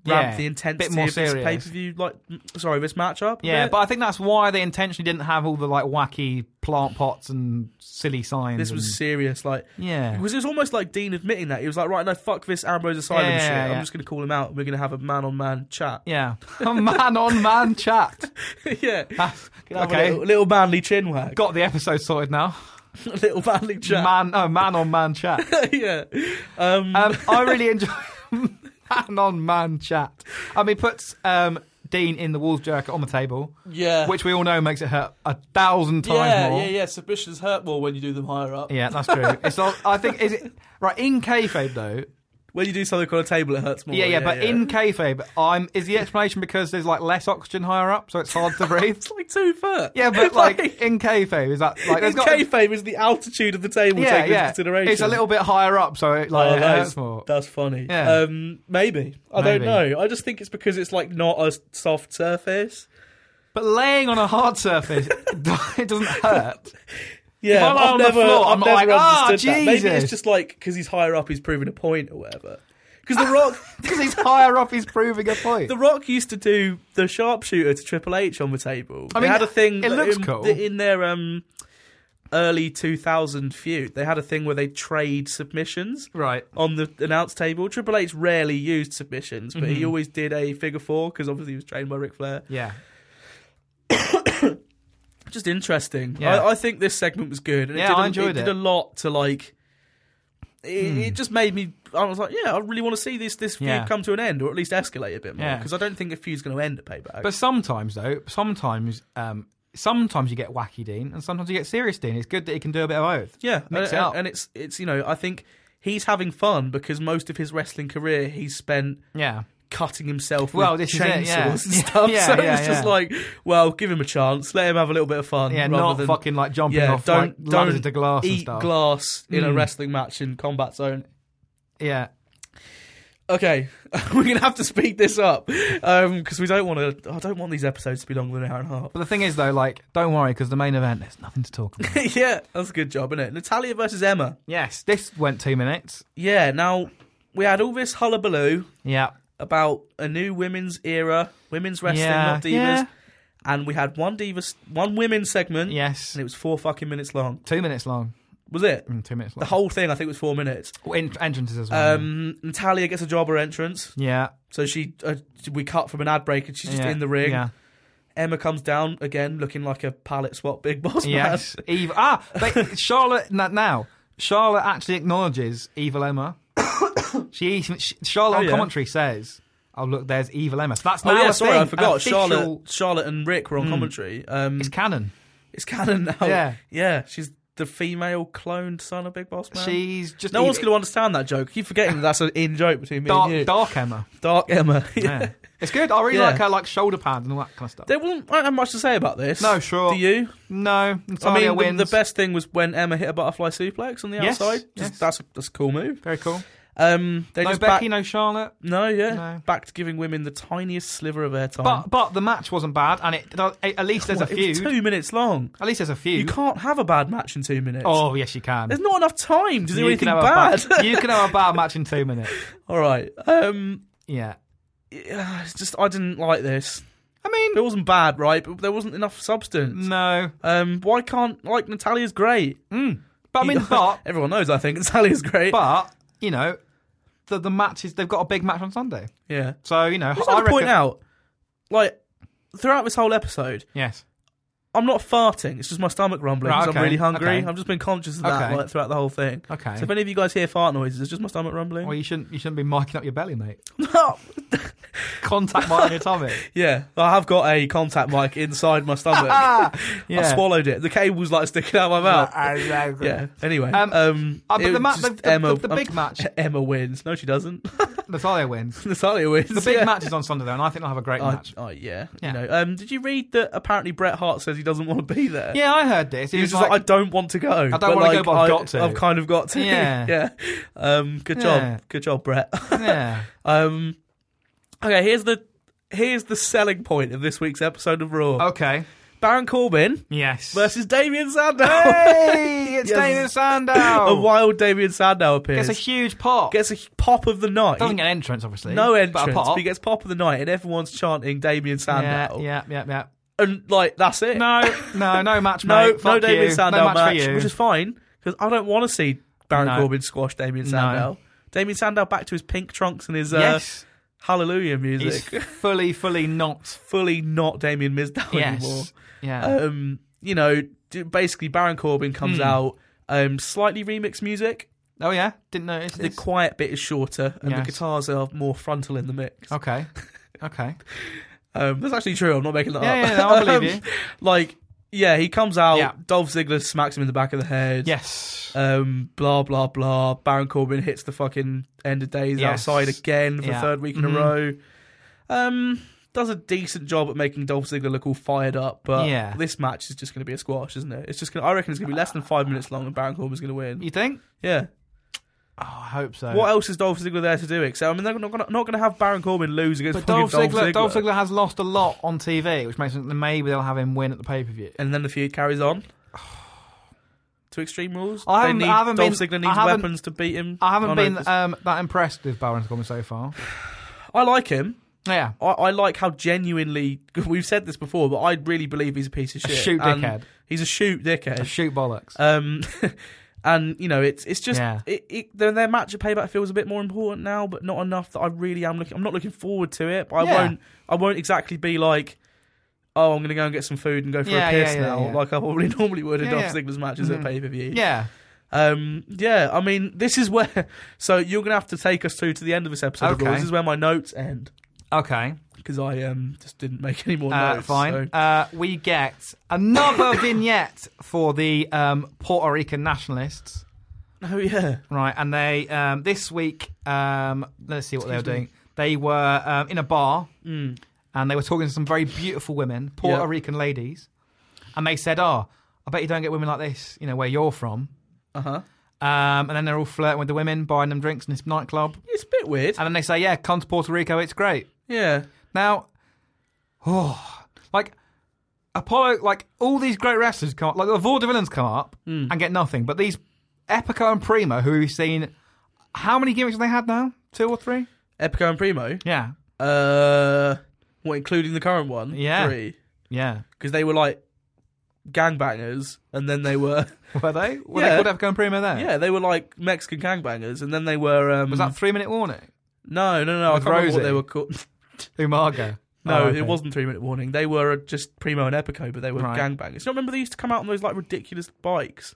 Speaker 2: ramp
Speaker 1: Yeah,
Speaker 2: the
Speaker 1: bit
Speaker 2: intensity
Speaker 1: more
Speaker 2: of this
Speaker 1: serious.
Speaker 2: pay per view. Like, m- sorry, this matchup. a
Speaker 1: yeah,
Speaker 2: bit.
Speaker 1: but I think that's why they intentionally didn't have all the like wacky plant pots and silly signs.
Speaker 2: this was
Speaker 1: and-
Speaker 2: serious. Like,
Speaker 1: yeah,
Speaker 2: because it was almost like Dean admitting that he was like, right, no, fuck this Ambrose Asylum
Speaker 1: Yeah,
Speaker 2: shit.
Speaker 1: yeah,
Speaker 2: I'm
Speaker 1: yeah.
Speaker 2: just gonna call him out. We're gonna have a man on man chat. (laughs)
Speaker 1: yeah. (laughs) A man on man chat.
Speaker 2: yeah. Have a
Speaker 1: okay,
Speaker 2: little, little manly chin wag. (laughs)
Speaker 1: got the episode sorted now.
Speaker 2: little manly chat.
Speaker 1: Man, oh, man on man chat.
Speaker 2: (laughs) yeah. Um,
Speaker 1: Um, I really enjoy (laughs) man on man chat. Um, he puts um, Dean in the Wolves jerker on the table, (laughs)
Speaker 2: yeah.
Speaker 1: which we all know makes it hurt a thousand times
Speaker 2: yeah,
Speaker 1: more.
Speaker 2: yeah, yeah. Submissions hurt more when you do them higher up.
Speaker 1: Yeah, that's true. It's all, I think is it right in kayfabe though.
Speaker 2: When you do something on a table, it hurts more.
Speaker 1: yeah, yeah, but in kayfabe, I'm is the explanation because there's like less oxygen higher up, so it's hard to breathe.
Speaker 2: (laughs) It's like two foot.
Speaker 1: Yeah, but
Speaker 2: (laughs)
Speaker 1: like, in kayfabe, is that like
Speaker 2: in
Speaker 1: there's got
Speaker 2: kayfabe is the altitude of the table
Speaker 1: yeah,
Speaker 2: taken
Speaker 1: yeah,
Speaker 2: into consideration.
Speaker 1: it's a little bit higher up, so it like
Speaker 2: Oh,
Speaker 1: it
Speaker 2: that
Speaker 1: hurts
Speaker 2: is-
Speaker 1: more.
Speaker 2: That's funny.
Speaker 1: Yeah.
Speaker 2: Um, maybe I
Speaker 1: Maybe.
Speaker 2: don't know. I just think it's because it's like not a soft surface.
Speaker 1: But laying on a hard surface, (laughs) it doesn't
Speaker 2: (laughs)
Speaker 1: hurt.
Speaker 2: Yeah,
Speaker 1: I lie
Speaker 2: I've
Speaker 1: on the
Speaker 2: never,
Speaker 1: floor,
Speaker 2: I've
Speaker 1: I'm not
Speaker 2: never
Speaker 1: like, "Ah,
Speaker 2: understood that. Maybe it's
Speaker 1: Jesus."
Speaker 2: just like because he's higher up, he's proving a point or whatever. Because the Rock,
Speaker 1: (laughs) Because he's higher up, he's proving a point.
Speaker 2: the Rock used to do the sharpshooter to Triple H on the table.
Speaker 1: I
Speaker 2: they
Speaker 1: mean,
Speaker 2: had a thing.
Speaker 1: it
Speaker 2: that
Speaker 1: looks
Speaker 2: in,
Speaker 1: cool.
Speaker 2: that in their um, early 2000 feud. They had a thing where they trade submissions.
Speaker 1: right.
Speaker 2: on the announce table. Triple H rarely used submissions, but
Speaker 1: Mm-hmm.
Speaker 2: he always did a figure four because obviously he was trained by Ric Flair.
Speaker 1: Yeah.
Speaker 2: Just interesting.
Speaker 1: Yeah.
Speaker 2: I, I think this segment was good. And
Speaker 1: Yeah,
Speaker 2: it did a,
Speaker 1: I enjoyed
Speaker 2: Did
Speaker 1: it. Hmm.
Speaker 2: a lot to like. It, it just made me. I was like, yeah, I really want to see this this feud
Speaker 1: Yeah.
Speaker 2: come to an end, or at least escalate a bit more,
Speaker 1: Yeah.
Speaker 2: because I don't think a feud's going to end at Payback.
Speaker 1: But sometimes though, sometimes um sometimes you get wacky Dean and sometimes you get serious Dean. It's good that he can do a bit of both.
Speaker 2: yeah,
Speaker 1: mix it
Speaker 2: and,
Speaker 1: up.
Speaker 2: and it's it's you know I think he's having fun because most of his wrestling career he's spent
Speaker 1: Yeah.
Speaker 2: cutting himself
Speaker 1: Well,
Speaker 2: with
Speaker 1: this is
Speaker 2: chainsaws
Speaker 1: it, yeah.
Speaker 2: and
Speaker 1: (laughs)
Speaker 2: stuff.
Speaker 1: Yeah,
Speaker 2: so
Speaker 1: yeah,
Speaker 2: it's just
Speaker 1: yeah.
Speaker 2: like, well, give him a chance, let him have a little bit of fun.
Speaker 1: Yeah,
Speaker 2: rather
Speaker 1: not
Speaker 2: than,
Speaker 1: fucking like jumping
Speaker 2: yeah,
Speaker 1: off
Speaker 2: don't
Speaker 1: like
Speaker 2: don't
Speaker 1: ladders into glass
Speaker 2: eat
Speaker 1: and stuff.
Speaker 2: glass in a
Speaker 1: Mm.
Speaker 2: wrestling match in combat zone.
Speaker 1: yeah.
Speaker 2: Okay, (laughs) we're gonna have to speed this up because we don't want to. I don't want these episodes to be longer than an hour and a half.
Speaker 1: But the thing is though, like, don't worry, because the main event there's nothing to talk about.
Speaker 2: (laughs) yeah, that's a good job, isn't it? Natalia versus Emma.
Speaker 1: (laughs) yes. This went two minutes.
Speaker 2: Yeah. Now we had all this hullabaloo
Speaker 1: Yeah.
Speaker 2: about a new women's era, women's wrestling,
Speaker 1: yeah.
Speaker 2: not divas,
Speaker 1: Yeah.
Speaker 2: and we had one divas, one women's segment.
Speaker 1: Yes.
Speaker 2: and it was four fucking minutes long.
Speaker 1: Two minutes long.
Speaker 2: Was it?
Speaker 1: Mm, two minutes
Speaker 2: The
Speaker 1: long.
Speaker 2: whole thing, I think, was four minutes.
Speaker 1: In- entrances as well.
Speaker 2: Um, Natalia gets a jobber entrance,
Speaker 1: yeah.
Speaker 2: so she uh, we cut from an ad break and she's just
Speaker 1: yeah,
Speaker 2: in the ring.
Speaker 1: Yeah.
Speaker 2: Emma comes down again, looking like a pallet swap big (laughs) boss
Speaker 1: Yes.
Speaker 2: man.
Speaker 1: Eve. Ah,
Speaker 2: (laughs)
Speaker 1: they, Charlotte. na- Now, Charlotte actually acknowledges Evil
Speaker 2: (coughs)
Speaker 1: Emma. she, even- she Charlotte
Speaker 2: Oh,
Speaker 1: on
Speaker 2: yeah.
Speaker 1: commentary says, "Oh look, there's Evil Emma." So that's
Speaker 2: Oh
Speaker 1: now
Speaker 2: yeah,
Speaker 1: a
Speaker 2: sorry,
Speaker 1: thing,
Speaker 2: I forgot.
Speaker 1: an official- Hmm.
Speaker 2: Charlotte, Mm. Charlotte and Rick were on commentary. Um,
Speaker 1: It's
Speaker 2: it's,
Speaker 1: canon.
Speaker 2: canon now.
Speaker 1: Yeah.
Speaker 2: yeah, she's the female cloned son of Big Boss Man.
Speaker 1: She's just
Speaker 2: no
Speaker 1: Eve-
Speaker 2: one's going to understand that joke. Keep forgetting that that's an in joke between me and you.
Speaker 1: e- dark, dark
Speaker 2: (laughs)
Speaker 1: Emma.
Speaker 2: Dark Emma.
Speaker 1: Yeah. it's good. I really
Speaker 2: Yeah.
Speaker 1: like her like shoulder pads and all that kind of stuff.
Speaker 2: There won't, I don't have much to say about this.
Speaker 1: No, sure.
Speaker 2: Do you?
Speaker 1: no,
Speaker 2: I
Speaker 1: Natalia
Speaker 2: mean,
Speaker 1: wins.
Speaker 2: the, the best thing was when Emma hit a butterfly suplex on the
Speaker 1: Yes,
Speaker 2: outside. Just,
Speaker 1: yes.
Speaker 2: That's that's a cool move.
Speaker 1: Very cool.
Speaker 2: Um, they
Speaker 1: No
Speaker 2: just
Speaker 1: Becky,
Speaker 2: back,
Speaker 1: no Charlotte.
Speaker 2: no, yeah,
Speaker 1: No.
Speaker 2: back to giving women the tiniest sliver of airtime.
Speaker 1: But but the match wasn't bad, and it at least there's a
Speaker 2: What, it was
Speaker 1: feud.
Speaker 2: two minutes long.
Speaker 1: At least there's a
Speaker 2: You
Speaker 1: feud.
Speaker 2: can't have a bad match in two minutes.
Speaker 1: Oh yes, you can.
Speaker 2: There's not enough time to do
Speaker 1: You
Speaker 2: anything
Speaker 1: can have a
Speaker 2: bad.
Speaker 1: bad- (laughs) you can have a bad match in two minutes.
Speaker 2: (laughs) All right. Um,
Speaker 1: Yeah.
Speaker 2: yeah, it's just I didn't like this.
Speaker 1: I mean,
Speaker 2: It wasn't bad, right? But there wasn't enough substance.
Speaker 1: no.
Speaker 2: Um, why can't like Natalia's great?
Speaker 1: But
Speaker 2: (laughs)
Speaker 1: I mean, but
Speaker 2: everyone knows. I think (laughs) Sally's great.
Speaker 1: but you know, the the match is they've got a big match on Sunday,
Speaker 2: yeah,
Speaker 1: so you know,
Speaker 2: I just
Speaker 1: I
Speaker 2: want to
Speaker 1: reckon.
Speaker 2: point out, like, throughout this whole episode,
Speaker 1: Yes.
Speaker 2: I'm not farting. It's just my stomach rumbling.
Speaker 1: Right,
Speaker 2: 'cause
Speaker 1: okay,
Speaker 2: I'm really hungry.
Speaker 1: okay.
Speaker 2: I've just been conscious of that
Speaker 1: Okay.
Speaker 2: like, throughout the whole thing.
Speaker 1: Okay.
Speaker 2: So if any of you guys hear fart noises, it's just my stomach rumbling.
Speaker 1: Well, you shouldn't you shouldn't be marking up your belly, mate.
Speaker 2: (laughs) No.
Speaker 1: Contact
Speaker 2: (laughs)
Speaker 1: my your tummy.
Speaker 2: yeah, I have got a contact mic inside
Speaker 1: (laughs)
Speaker 2: my stomach.
Speaker 1: Yeah.
Speaker 2: I swallowed it. The cable's like sticking Ah, out of my mouth. yeah. Anyway,
Speaker 1: Um,
Speaker 2: um,
Speaker 1: uh, but
Speaker 2: it
Speaker 1: the ma-
Speaker 2: was just
Speaker 1: the- the-
Speaker 2: Emma- um,
Speaker 1: the- the big match-
Speaker 2: (laughs) Emma wins. No, she doesn't. (laughs)
Speaker 1: Natalia wins.
Speaker 2: Natalia wins.
Speaker 1: The big
Speaker 2: yeah.
Speaker 1: match is on Sunday though, and I think they'll have a great
Speaker 2: Oh,
Speaker 1: match.
Speaker 2: oh, yeah.
Speaker 1: Yeah.
Speaker 2: You know, um, did you read that? Apparently, Bret Hart says he doesn't want to be there.
Speaker 1: Yeah, I heard this. He
Speaker 2: He was just like, I don't want to go. I
Speaker 1: don't wanna go, but I've got to."
Speaker 2: I've kind of got to. (laughs)
Speaker 1: Yeah.
Speaker 2: yeah. Um, good
Speaker 1: Yeah.
Speaker 2: job. Good job, Brett. (laughs)
Speaker 1: yeah.
Speaker 2: um, okay, here's the here's the selling point of this week's episode of Raw.
Speaker 1: Okay.
Speaker 2: (laughs) Baron Corbin
Speaker 1: Yes.
Speaker 2: versus Damien Sandow. (laughs)
Speaker 1: Hey, it's
Speaker 2: Yes.
Speaker 1: Damien
Speaker 2: (laughs) a
Speaker 1: Sandow.
Speaker 2: wild Damien Sandow appears.
Speaker 1: Oh. Gets a huge pop.
Speaker 2: Gets a pop of the night.
Speaker 1: Doesn't get an entrance, obviously.
Speaker 2: no entrance,
Speaker 1: But a
Speaker 2: but
Speaker 1: pop.
Speaker 2: he gets pop of the night, and everyone's chanting Damien
Speaker 1: yeah,
Speaker 2: Sandow.
Speaker 1: yeah, yeah, yeah.
Speaker 2: And like that's
Speaker 1: (laughs)
Speaker 2: it.
Speaker 1: No, no, no match,
Speaker 2: No,
Speaker 1: mate.
Speaker 2: no
Speaker 1: Fuck
Speaker 2: Damien
Speaker 1: you.
Speaker 2: Sandow
Speaker 1: no match,
Speaker 2: match,
Speaker 1: for you.
Speaker 2: which is fine because I don't want to see Baron
Speaker 1: No.
Speaker 2: Corbin squash Damien Sandow. Damien Sandow back to his pink trunks and his uh,
Speaker 1: yes,
Speaker 2: Hallelujah
Speaker 1: he's
Speaker 2: (laughs) music.
Speaker 1: fully, fully not.
Speaker 2: Fully not Damien Mizdow anymore.
Speaker 1: Yes, yeah.
Speaker 2: Um, you know, d- basically Baron Corbin
Speaker 1: Hmm.
Speaker 2: comes out. Um, slightly remixed music.
Speaker 1: oh yeah, didn't notice.
Speaker 2: The
Speaker 1: this.
Speaker 2: quiet bit is shorter, and
Speaker 1: Yes. Oh.
Speaker 2: the guitars are more frontal in the mix.
Speaker 1: okay,
Speaker 2: (laughs)
Speaker 1: okay.
Speaker 2: Um, that's actually true. I'm not making that
Speaker 1: Yeah,
Speaker 2: up.
Speaker 1: yeah, no, I believe
Speaker 2: (laughs) Um, Like, yeah, he comes out.
Speaker 1: Yeah.
Speaker 2: Dolph Ziggler smacks him in the back of the head.
Speaker 1: Yes,
Speaker 2: um, blah blah blah. Baron Corbin hits the fucking end of days
Speaker 1: Yes.
Speaker 2: outside again for
Speaker 1: Yeah.
Speaker 2: the third week in
Speaker 1: Mhm.
Speaker 2: a row. Um, does a decent job at making Dolph Ziggler look all fired up, but
Speaker 1: Yeah.
Speaker 2: this match is just going to be a squash, isn't it? It's just gonna, I reckon it's going to be less than five minutes long, and Baron Corbin's going to win.
Speaker 1: you think?
Speaker 2: Yeah.
Speaker 1: Oh, I hope so.
Speaker 2: What else is Dolph Ziggler there to do? Except I mean, they're not going to not going to have Baron Corbin lose against
Speaker 1: But
Speaker 2: fucking
Speaker 1: Dolph Ziggler,
Speaker 2: Ziggler.
Speaker 1: Dolph Ziggler has lost a lot on TV, which makes me think maybe they'll have him win at the pay per view.
Speaker 2: and then the feud carries
Speaker 1: (sighs)
Speaker 2: on. To Extreme Rules,
Speaker 1: I
Speaker 2: They
Speaker 1: haven't- I
Speaker 2: need,
Speaker 1: haven't
Speaker 2: Dolph
Speaker 1: been-
Speaker 2: Ziggler
Speaker 1: I
Speaker 2: needs
Speaker 1: haven't-
Speaker 2: weapons to beat him.
Speaker 1: I haven't
Speaker 2: Oh, no,
Speaker 1: been
Speaker 2: it's-
Speaker 1: um, that impressed with Baron Corbin so
Speaker 2: (laughs)
Speaker 1: far.
Speaker 2: I like him.
Speaker 1: Yeah,
Speaker 2: I, I like how genuinely (laughs) we've said this before, but I really believe he's a piece of
Speaker 1: a
Speaker 2: shit.
Speaker 1: shoot
Speaker 2: And
Speaker 1: dickhead,
Speaker 2: He's a shoot
Speaker 1: a
Speaker 2: dickhead.
Speaker 1: shoot bollocks.
Speaker 2: Um, (laughs) and you know, it's it's just
Speaker 1: Yeah.
Speaker 2: it, it, their, their match at Payback feels a bit more important now, but not enough that I really am looking. I'm not looking forward to it, but I
Speaker 1: Yeah.
Speaker 2: won't. I won't exactly be like. Oh, I'm going to go and get some food and go for
Speaker 1: Yeah,
Speaker 2: a piss
Speaker 1: yeah, yeah,
Speaker 2: now,
Speaker 1: yeah.
Speaker 2: like I probably (laughs) normally would in
Speaker 1: Yeah,
Speaker 2: Dolph
Speaker 1: yeah.
Speaker 2: Ziggler's matches
Speaker 1: Mhm.
Speaker 2: at pay per view.
Speaker 1: yeah,
Speaker 2: Um, yeah, I mean, this is where. (laughs) So you're going to have to take us through to the end of this episode. of
Speaker 1: Okay.
Speaker 2: Raw. This is where my notes end
Speaker 1: okay.
Speaker 2: because I um just didn't make any more
Speaker 1: Uh,
Speaker 2: notes.
Speaker 1: fine.
Speaker 2: so-
Speaker 1: Uh, we get
Speaker 2: (coughs)
Speaker 1: another vignette for the um, Puerto Rican nationalists,
Speaker 2: Oh yeah.
Speaker 1: right? And they um, this week, um, let's see what they were
Speaker 2: Excuse me.
Speaker 1: doing. They were um, in a bar
Speaker 2: Hmm.
Speaker 1: and they were talking to some very beautiful women, Puerto
Speaker 2: Yeah.
Speaker 1: Rican ladies, and they said, "Oh, I bet you don't get women like this, you know, where you're from."
Speaker 2: Uh huh.
Speaker 1: Um, and then they're all flirting with the women, buying them drinks in this nightclub,
Speaker 2: It's a bit weird.
Speaker 1: and then they say, "Yeah, come to Puerto Rico, it's great."
Speaker 2: Yeah.
Speaker 1: Now, oh, like Apollo, like all these great wrestlers come up, like the Vaudevillains come up
Speaker 2: Hmm.
Speaker 1: and get nothing, but these Epico and Primo, who we've seen, how many gimmicks have they had now? Two or three?
Speaker 2: Epico and Primo.
Speaker 1: Yeah,
Speaker 2: Uh, what including the current one?
Speaker 1: Yeah.
Speaker 2: Three.
Speaker 1: yeah.
Speaker 2: Because they were like gangbangers, and then
Speaker 1: (laughs)
Speaker 2: they were
Speaker 1: Were they? Were
Speaker 2: Yeah.
Speaker 1: they called Epico and Primo there?
Speaker 2: yeah they were like Mexican gangbangers, and then they were um
Speaker 1: Was that three minute warning?
Speaker 2: no no no I
Speaker 1: With
Speaker 2: can't remember
Speaker 1: Rosie?
Speaker 2: what they
Speaker 1: (laughs)
Speaker 2: were called.
Speaker 1: Umaga.
Speaker 2: No,
Speaker 1: Oh, okay.
Speaker 2: it wasn't three minute warning. They were just Primo and Epico, but they were
Speaker 1: Right.
Speaker 2: gangbangers. Do you remember they used to come out on those like ridiculous bikes,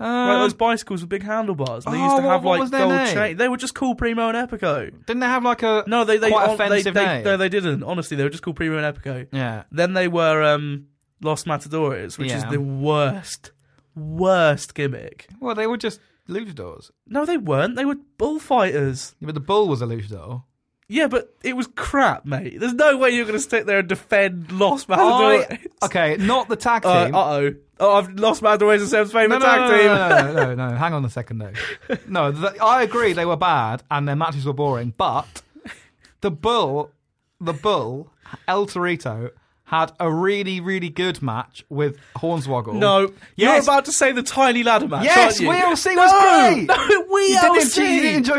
Speaker 1: Um,
Speaker 2: like those bicycles with big handlebars? And they used
Speaker 1: oh,
Speaker 2: to have
Speaker 1: what- what
Speaker 2: like
Speaker 1: was their
Speaker 2: gold
Speaker 1: name?
Speaker 2: chain. They were just called Primo and Epico.
Speaker 1: didn't they have like a
Speaker 2: No, they they,
Speaker 1: Quite
Speaker 2: on- they,
Speaker 1: offensive
Speaker 2: they
Speaker 1: name.
Speaker 2: no they didn't. Honestly, they were just called Primo and Epico.
Speaker 1: yeah?
Speaker 2: Then they were um, Los Matadores, which is
Speaker 1: Yeah.
Speaker 2: the worst, worst gimmick.
Speaker 1: Well, they were just luchadors.
Speaker 2: No, they weren't. They were bullfighters.
Speaker 1: Yeah, But the bull was a
Speaker 2: (laughs)
Speaker 1: luchador.
Speaker 2: Yeah, but it was crap, mate. There's no way you're going to sit there and defend Los Matadores.
Speaker 1: I, (laughs) okay, not the tag team.
Speaker 2: Uh oh. Oh, I've lost Matadores and Seb's favourite
Speaker 1: No, no,
Speaker 2: tag
Speaker 1: no, no,
Speaker 2: team.
Speaker 1: no, no, no, no. Hang on a second, though. (laughs) No, th I agree they were bad and their matches were boring, but the Bull, the Bull, El Torito, had a really, really good match with Hornswoggle.
Speaker 2: No, you're
Speaker 1: Yes.
Speaker 2: about to say the tiny ladder match.
Speaker 1: Yes,
Speaker 2: aren't you?
Speaker 1: WLC
Speaker 2: no,
Speaker 1: was great.
Speaker 2: No, we
Speaker 1: You didn't, enjoy, you didn't enjoy
Speaker 2: LC.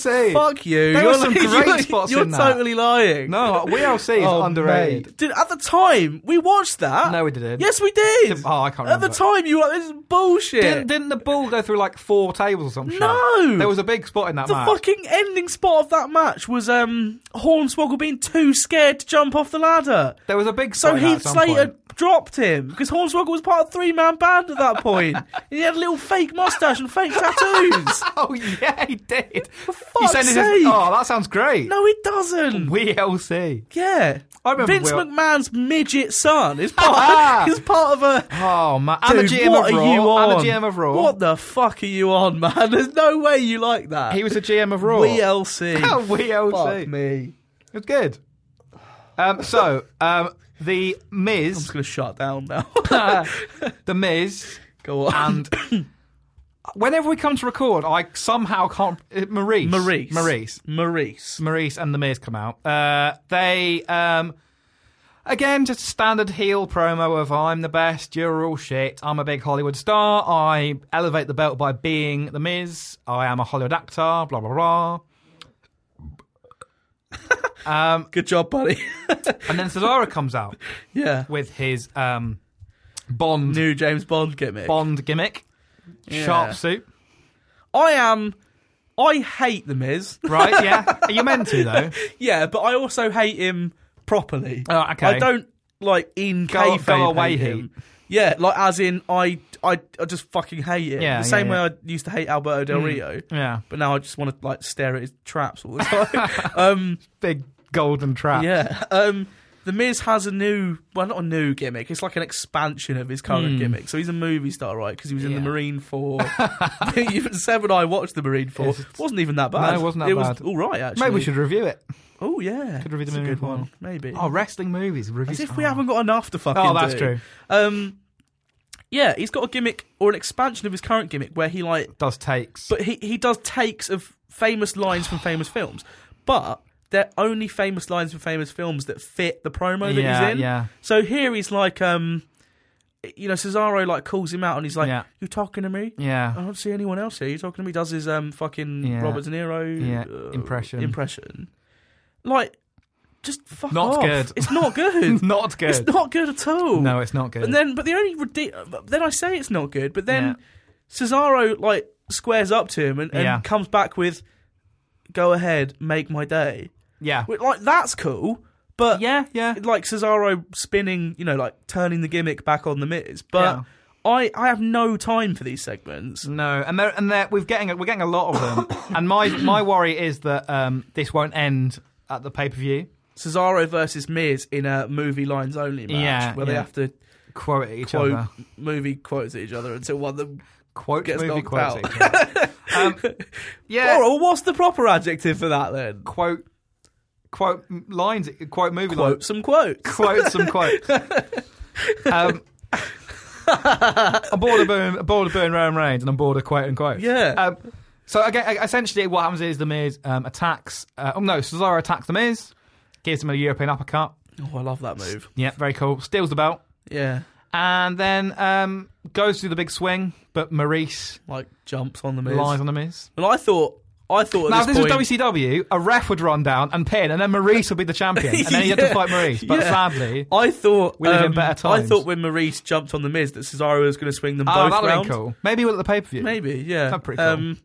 Speaker 2: (laughs)
Speaker 1: WLC.
Speaker 2: Fuck you.
Speaker 1: There
Speaker 2: you're
Speaker 1: were some
Speaker 2: (laughs)
Speaker 1: great
Speaker 2: you're,
Speaker 1: spots
Speaker 2: You're
Speaker 1: in that.
Speaker 2: totally lying.
Speaker 1: No, WLC is
Speaker 2: Oh,
Speaker 1: underrated.
Speaker 2: mate. Dude, at the time we watched that.
Speaker 1: No, we didn't.
Speaker 2: Yes, we did.
Speaker 1: Oh, I can't
Speaker 2: At the
Speaker 1: remember.
Speaker 2: time, you were like, "This is bullshit."
Speaker 1: Didn't, didn't the ball go through like four tables or something?
Speaker 2: No!
Speaker 1: There was a big spot in that
Speaker 2: the
Speaker 1: match.
Speaker 2: fucking ending spot of that match was um, Hornswoggle being too scared to jump off the ladder.
Speaker 1: There was a big
Speaker 2: So
Speaker 1: spot in that
Speaker 2: Heath
Speaker 1: at some
Speaker 2: Slater
Speaker 1: point.
Speaker 2: dropped him because Hornswoggle was part of three man band at that point. (laughs) and he had a little fake mustache and fake tattoos.
Speaker 1: (laughs) Oh, yeah, he did. For
Speaker 2: fuck's sake.
Speaker 1: Oh, that sounds (laughs) great.
Speaker 2: no, he doesn't.
Speaker 1: WLC.
Speaker 2: Yeah,
Speaker 1: I remember
Speaker 2: Vince
Speaker 1: Will-
Speaker 2: McMahon's midget son is part. is part of a.
Speaker 1: Oh, man. And
Speaker 2: Dude,
Speaker 1: the GM
Speaker 2: what
Speaker 1: of
Speaker 2: are
Speaker 1: Raw.
Speaker 2: you on?
Speaker 1: And the GM of Raw.
Speaker 2: What the fuck are you on, man? (laughs) There's no way you like that.
Speaker 1: He was the GM of Raw. (laughs)
Speaker 2: WLC.
Speaker 1: Oh,
Speaker 2: (laughs)
Speaker 1: WLC.
Speaker 2: Fuck me.
Speaker 1: It was good. Um, so, um, the
Speaker 2: I'm just
Speaker 1: Miz,
Speaker 2: gonna shut
Speaker 1: (laughs)
Speaker 2: down now. (laughs)
Speaker 1: Ah. the Miz,
Speaker 2: Go on. (coughs)
Speaker 1: and whenever we come to record, I somehow can't. uh, Maurice,
Speaker 2: Maurice.
Speaker 1: Maurice,
Speaker 2: Maurice.
Speaker 1: Maurice, and the Miz come out. Uh, they um, again just standard heel promo of "I'm the best, you're all shit. I'm a big Hollywood star. I elevate the belt by being the Miz. I am a Hollywood actor. Blah blah blah."
Speaker 2: Good job, buddy. (laughs)
Speaker 1: And then Cesaro comes out
Speaker 2: yeah.
Speaker 1: with his um, Bond
Speaker 2: New James Bond gimmick.
Speaker 1: Bond gimmick,
Speaker 2: Yeah.
Speaker 1: sharp suit.
Speaker 2: I am. I hate the Miz. (laughs)
Speaker 1: Right, yeah. Are you meant to though?
Speaker 2: yeah, but I also hate him properly.
Speaker 1: Oh, okay.
Speaker 2: I don't like in
Speaker 1: Go-
Speaker 2: kayfabe
Speaker 1: go away
Speaker 2: hate
Speaker 1: heat.
Speaker 2: him. Yeah, like as in I, I, I just fucking hate it.
Speaker 1: Yeah, yeah,
Speaker 2: the same
Speaker 1: yeah. Hmm.
Speaker 2: way I used to hate Alberto Del Rio.
Speaker 1: Yeah.
Speaker 2: But now I just want to like stare at his
Speaker 1: (laughs)
Speaker 2: traps all the time. um,
Speaker 1: Big golden trap.
Speaker 2: yeah. Um, the Miz has a new, well, not a new gimmick. It's like an expansion of his current gimmick. So he's a movie star, right? Because he was in the
Speaker 1: Hmm. Yeah. (laughs)
Speaker 2: Marine Four. (laughs) even Seb and I watched the Marine Four.
Speaker 1: Yes, it's-
Speaker 2: wasn't even that bad.
Speaker 1: No, it wasn't that
Speaker 2: it
Speaker 1: bad.
Speaker 2: was all right actually.
Speaker 1: Maybe we should review it.
Speaker 2: Oh yeah,
Speaker 1: Could review the
Speaker 2: That's a
Speaker 1: Marine
Speaker 2: good
Speaker 1: Four.
Speaker 2: one. Maybe.
Speaker 1: Oh, wrestling movies. Reviews.
Speaker 2: As if we
Speaker 1: Oh.
Speaker 2: haven't got enough to fucking
Speaker 1: Oh, that's
Speaker 2: do.
Speaker 1: true.
Speaker 2: Um, yeah, he's got a gimmick or an expansion of his current gimmick where he like,
Speaker 1: Does takes.
Speaker 2: but he he does takes of famous lines from famous films, but they're only famous lines from famous films that fit the promo that
Speaker 1: Yeah,
Speaker 2: he's in.
Speaker 1: yeah.
Speaker 2: So here he's like, um, you know, Cesaro like calls him out and he's like,
Speaker 1: Yeah.
Speaker 2: "You talking to me?"
Speaker 1: yeah. (laughs)
Speaker 2: I don't see anyone else here. You talking to me? Does his um fucking
Speaker 1: Yeah.
Speaker 2: Robert De Niro uh,
Speaker 1: Yeah, impression.
Speaker 2: impression? Like, just fuck
Speaker 1: Not
Speaker 2: off.
Speaker 1: good. (laughs)
Speaker 2: It's not good.
Speaker 1: not good.
Speaker 2: It's not good at all.
Speaker 1: No, it's not good.
Speaker 2: And then, but the only ridi- but then I say it's not good. But then
Speaker 1: Yeah.
Speaker 2: Cesaro like squares up to him and, and
Speaker 1: Yeah.
Speaker 2: comes back with, "Go ahead, make my day."
Speaker 1: yeah.
Speaker 2: Well, Like that's cool, but
Speaker 1: Yeah, yeah.
Speaker 2: like Cesaro spinning, you know, like turning the gimmick back on the Miz. But I I have no time for these segments.
Speaker 1: No, and they're, and they're, we're getting we're getting a lot of
Speaker 2: (coughs)
Speaker 1: them. and my my worry is that um, this won't end at the pay per view.
Speaker 2: Cesaro versus Miz in a movie lines only match
Speaker 1: Yeah,
Speaker 2: where they
Speaker 1: yeah.
Speaker 2: have to
Speaker 1: Quote at each
Speaker 2: quote
Speaker 1: other.
Speaker 2: movie quotes at each other until one of them.
Speaker 1: Quote
Speaker 2: gets
Speaker 1: movie
Speaker 2: knocked
Speaker 1: quotes.
Speaker 2: out.
Speaker 1: at each other.
Speaker 2: (laughs)
Speaker 1: um, yeah.
Speaker 2: Oh, well, what's the proper adjective for that then?
Speaker 1: Quote quote lines. Quote movie lines.
Speaker 2: Quote some quotes.
Speaker 1: quotes and
Speaker 2: (laughs)
Speaker 1: quotes. um, I'm bored of burn, I'm bored of burn Roman Reigns, and I'm bored of quote and quote.
Speaker 2: Yeah.
Speaker 1: Um, so again, e-, essentially, what happens is the Miz um, attacks. Uh, oh no, Cesaro attacks the Miz, gives him a European uppercut.
Speaker 2: Oh, I love that move.
Speaker 1: Yeah, very cool. Steals the belt,
Speaker 2: Yeah,
Speaker 1: and then um, goes through the big swing. But Maurice
Speaker 2: like jumps on the Miz.
Speaker 1: lies on the Miz.
Speaker 2: Well, I thought, I thought at
Speaker 1: Now, if
Speaker 2: this
Speaker 1: this was
Speaker 2: point,
Speaker 1: WCW, a ref would run down and pin, and then Maurice would be the champion, and then he'd have
Speaker 2: (laughs) Yeah.
Speaker 1: to fight Maurice. But
Speaker 2: Yeah.
Speaker 1: sadly,
Speaker 2: I thought
Speaker 1: We live in
Speaker 2: um,
Speaker 1: better
Speaker 2: I
Speaker 1: times.
Speaker 2: thought when Maurice jumped on the Miz that Cesaro was going to swing them
Speaker 1: oh,
Speaker 2: both
Speaker 1: that'd
Speaker 2: round.
Speaker 1: be cool. Maybe we'll at the pay per view.
Speaker 2: Maybe, yeah.
Speaker 1: That's pretty cool.
Speaker 2: Um,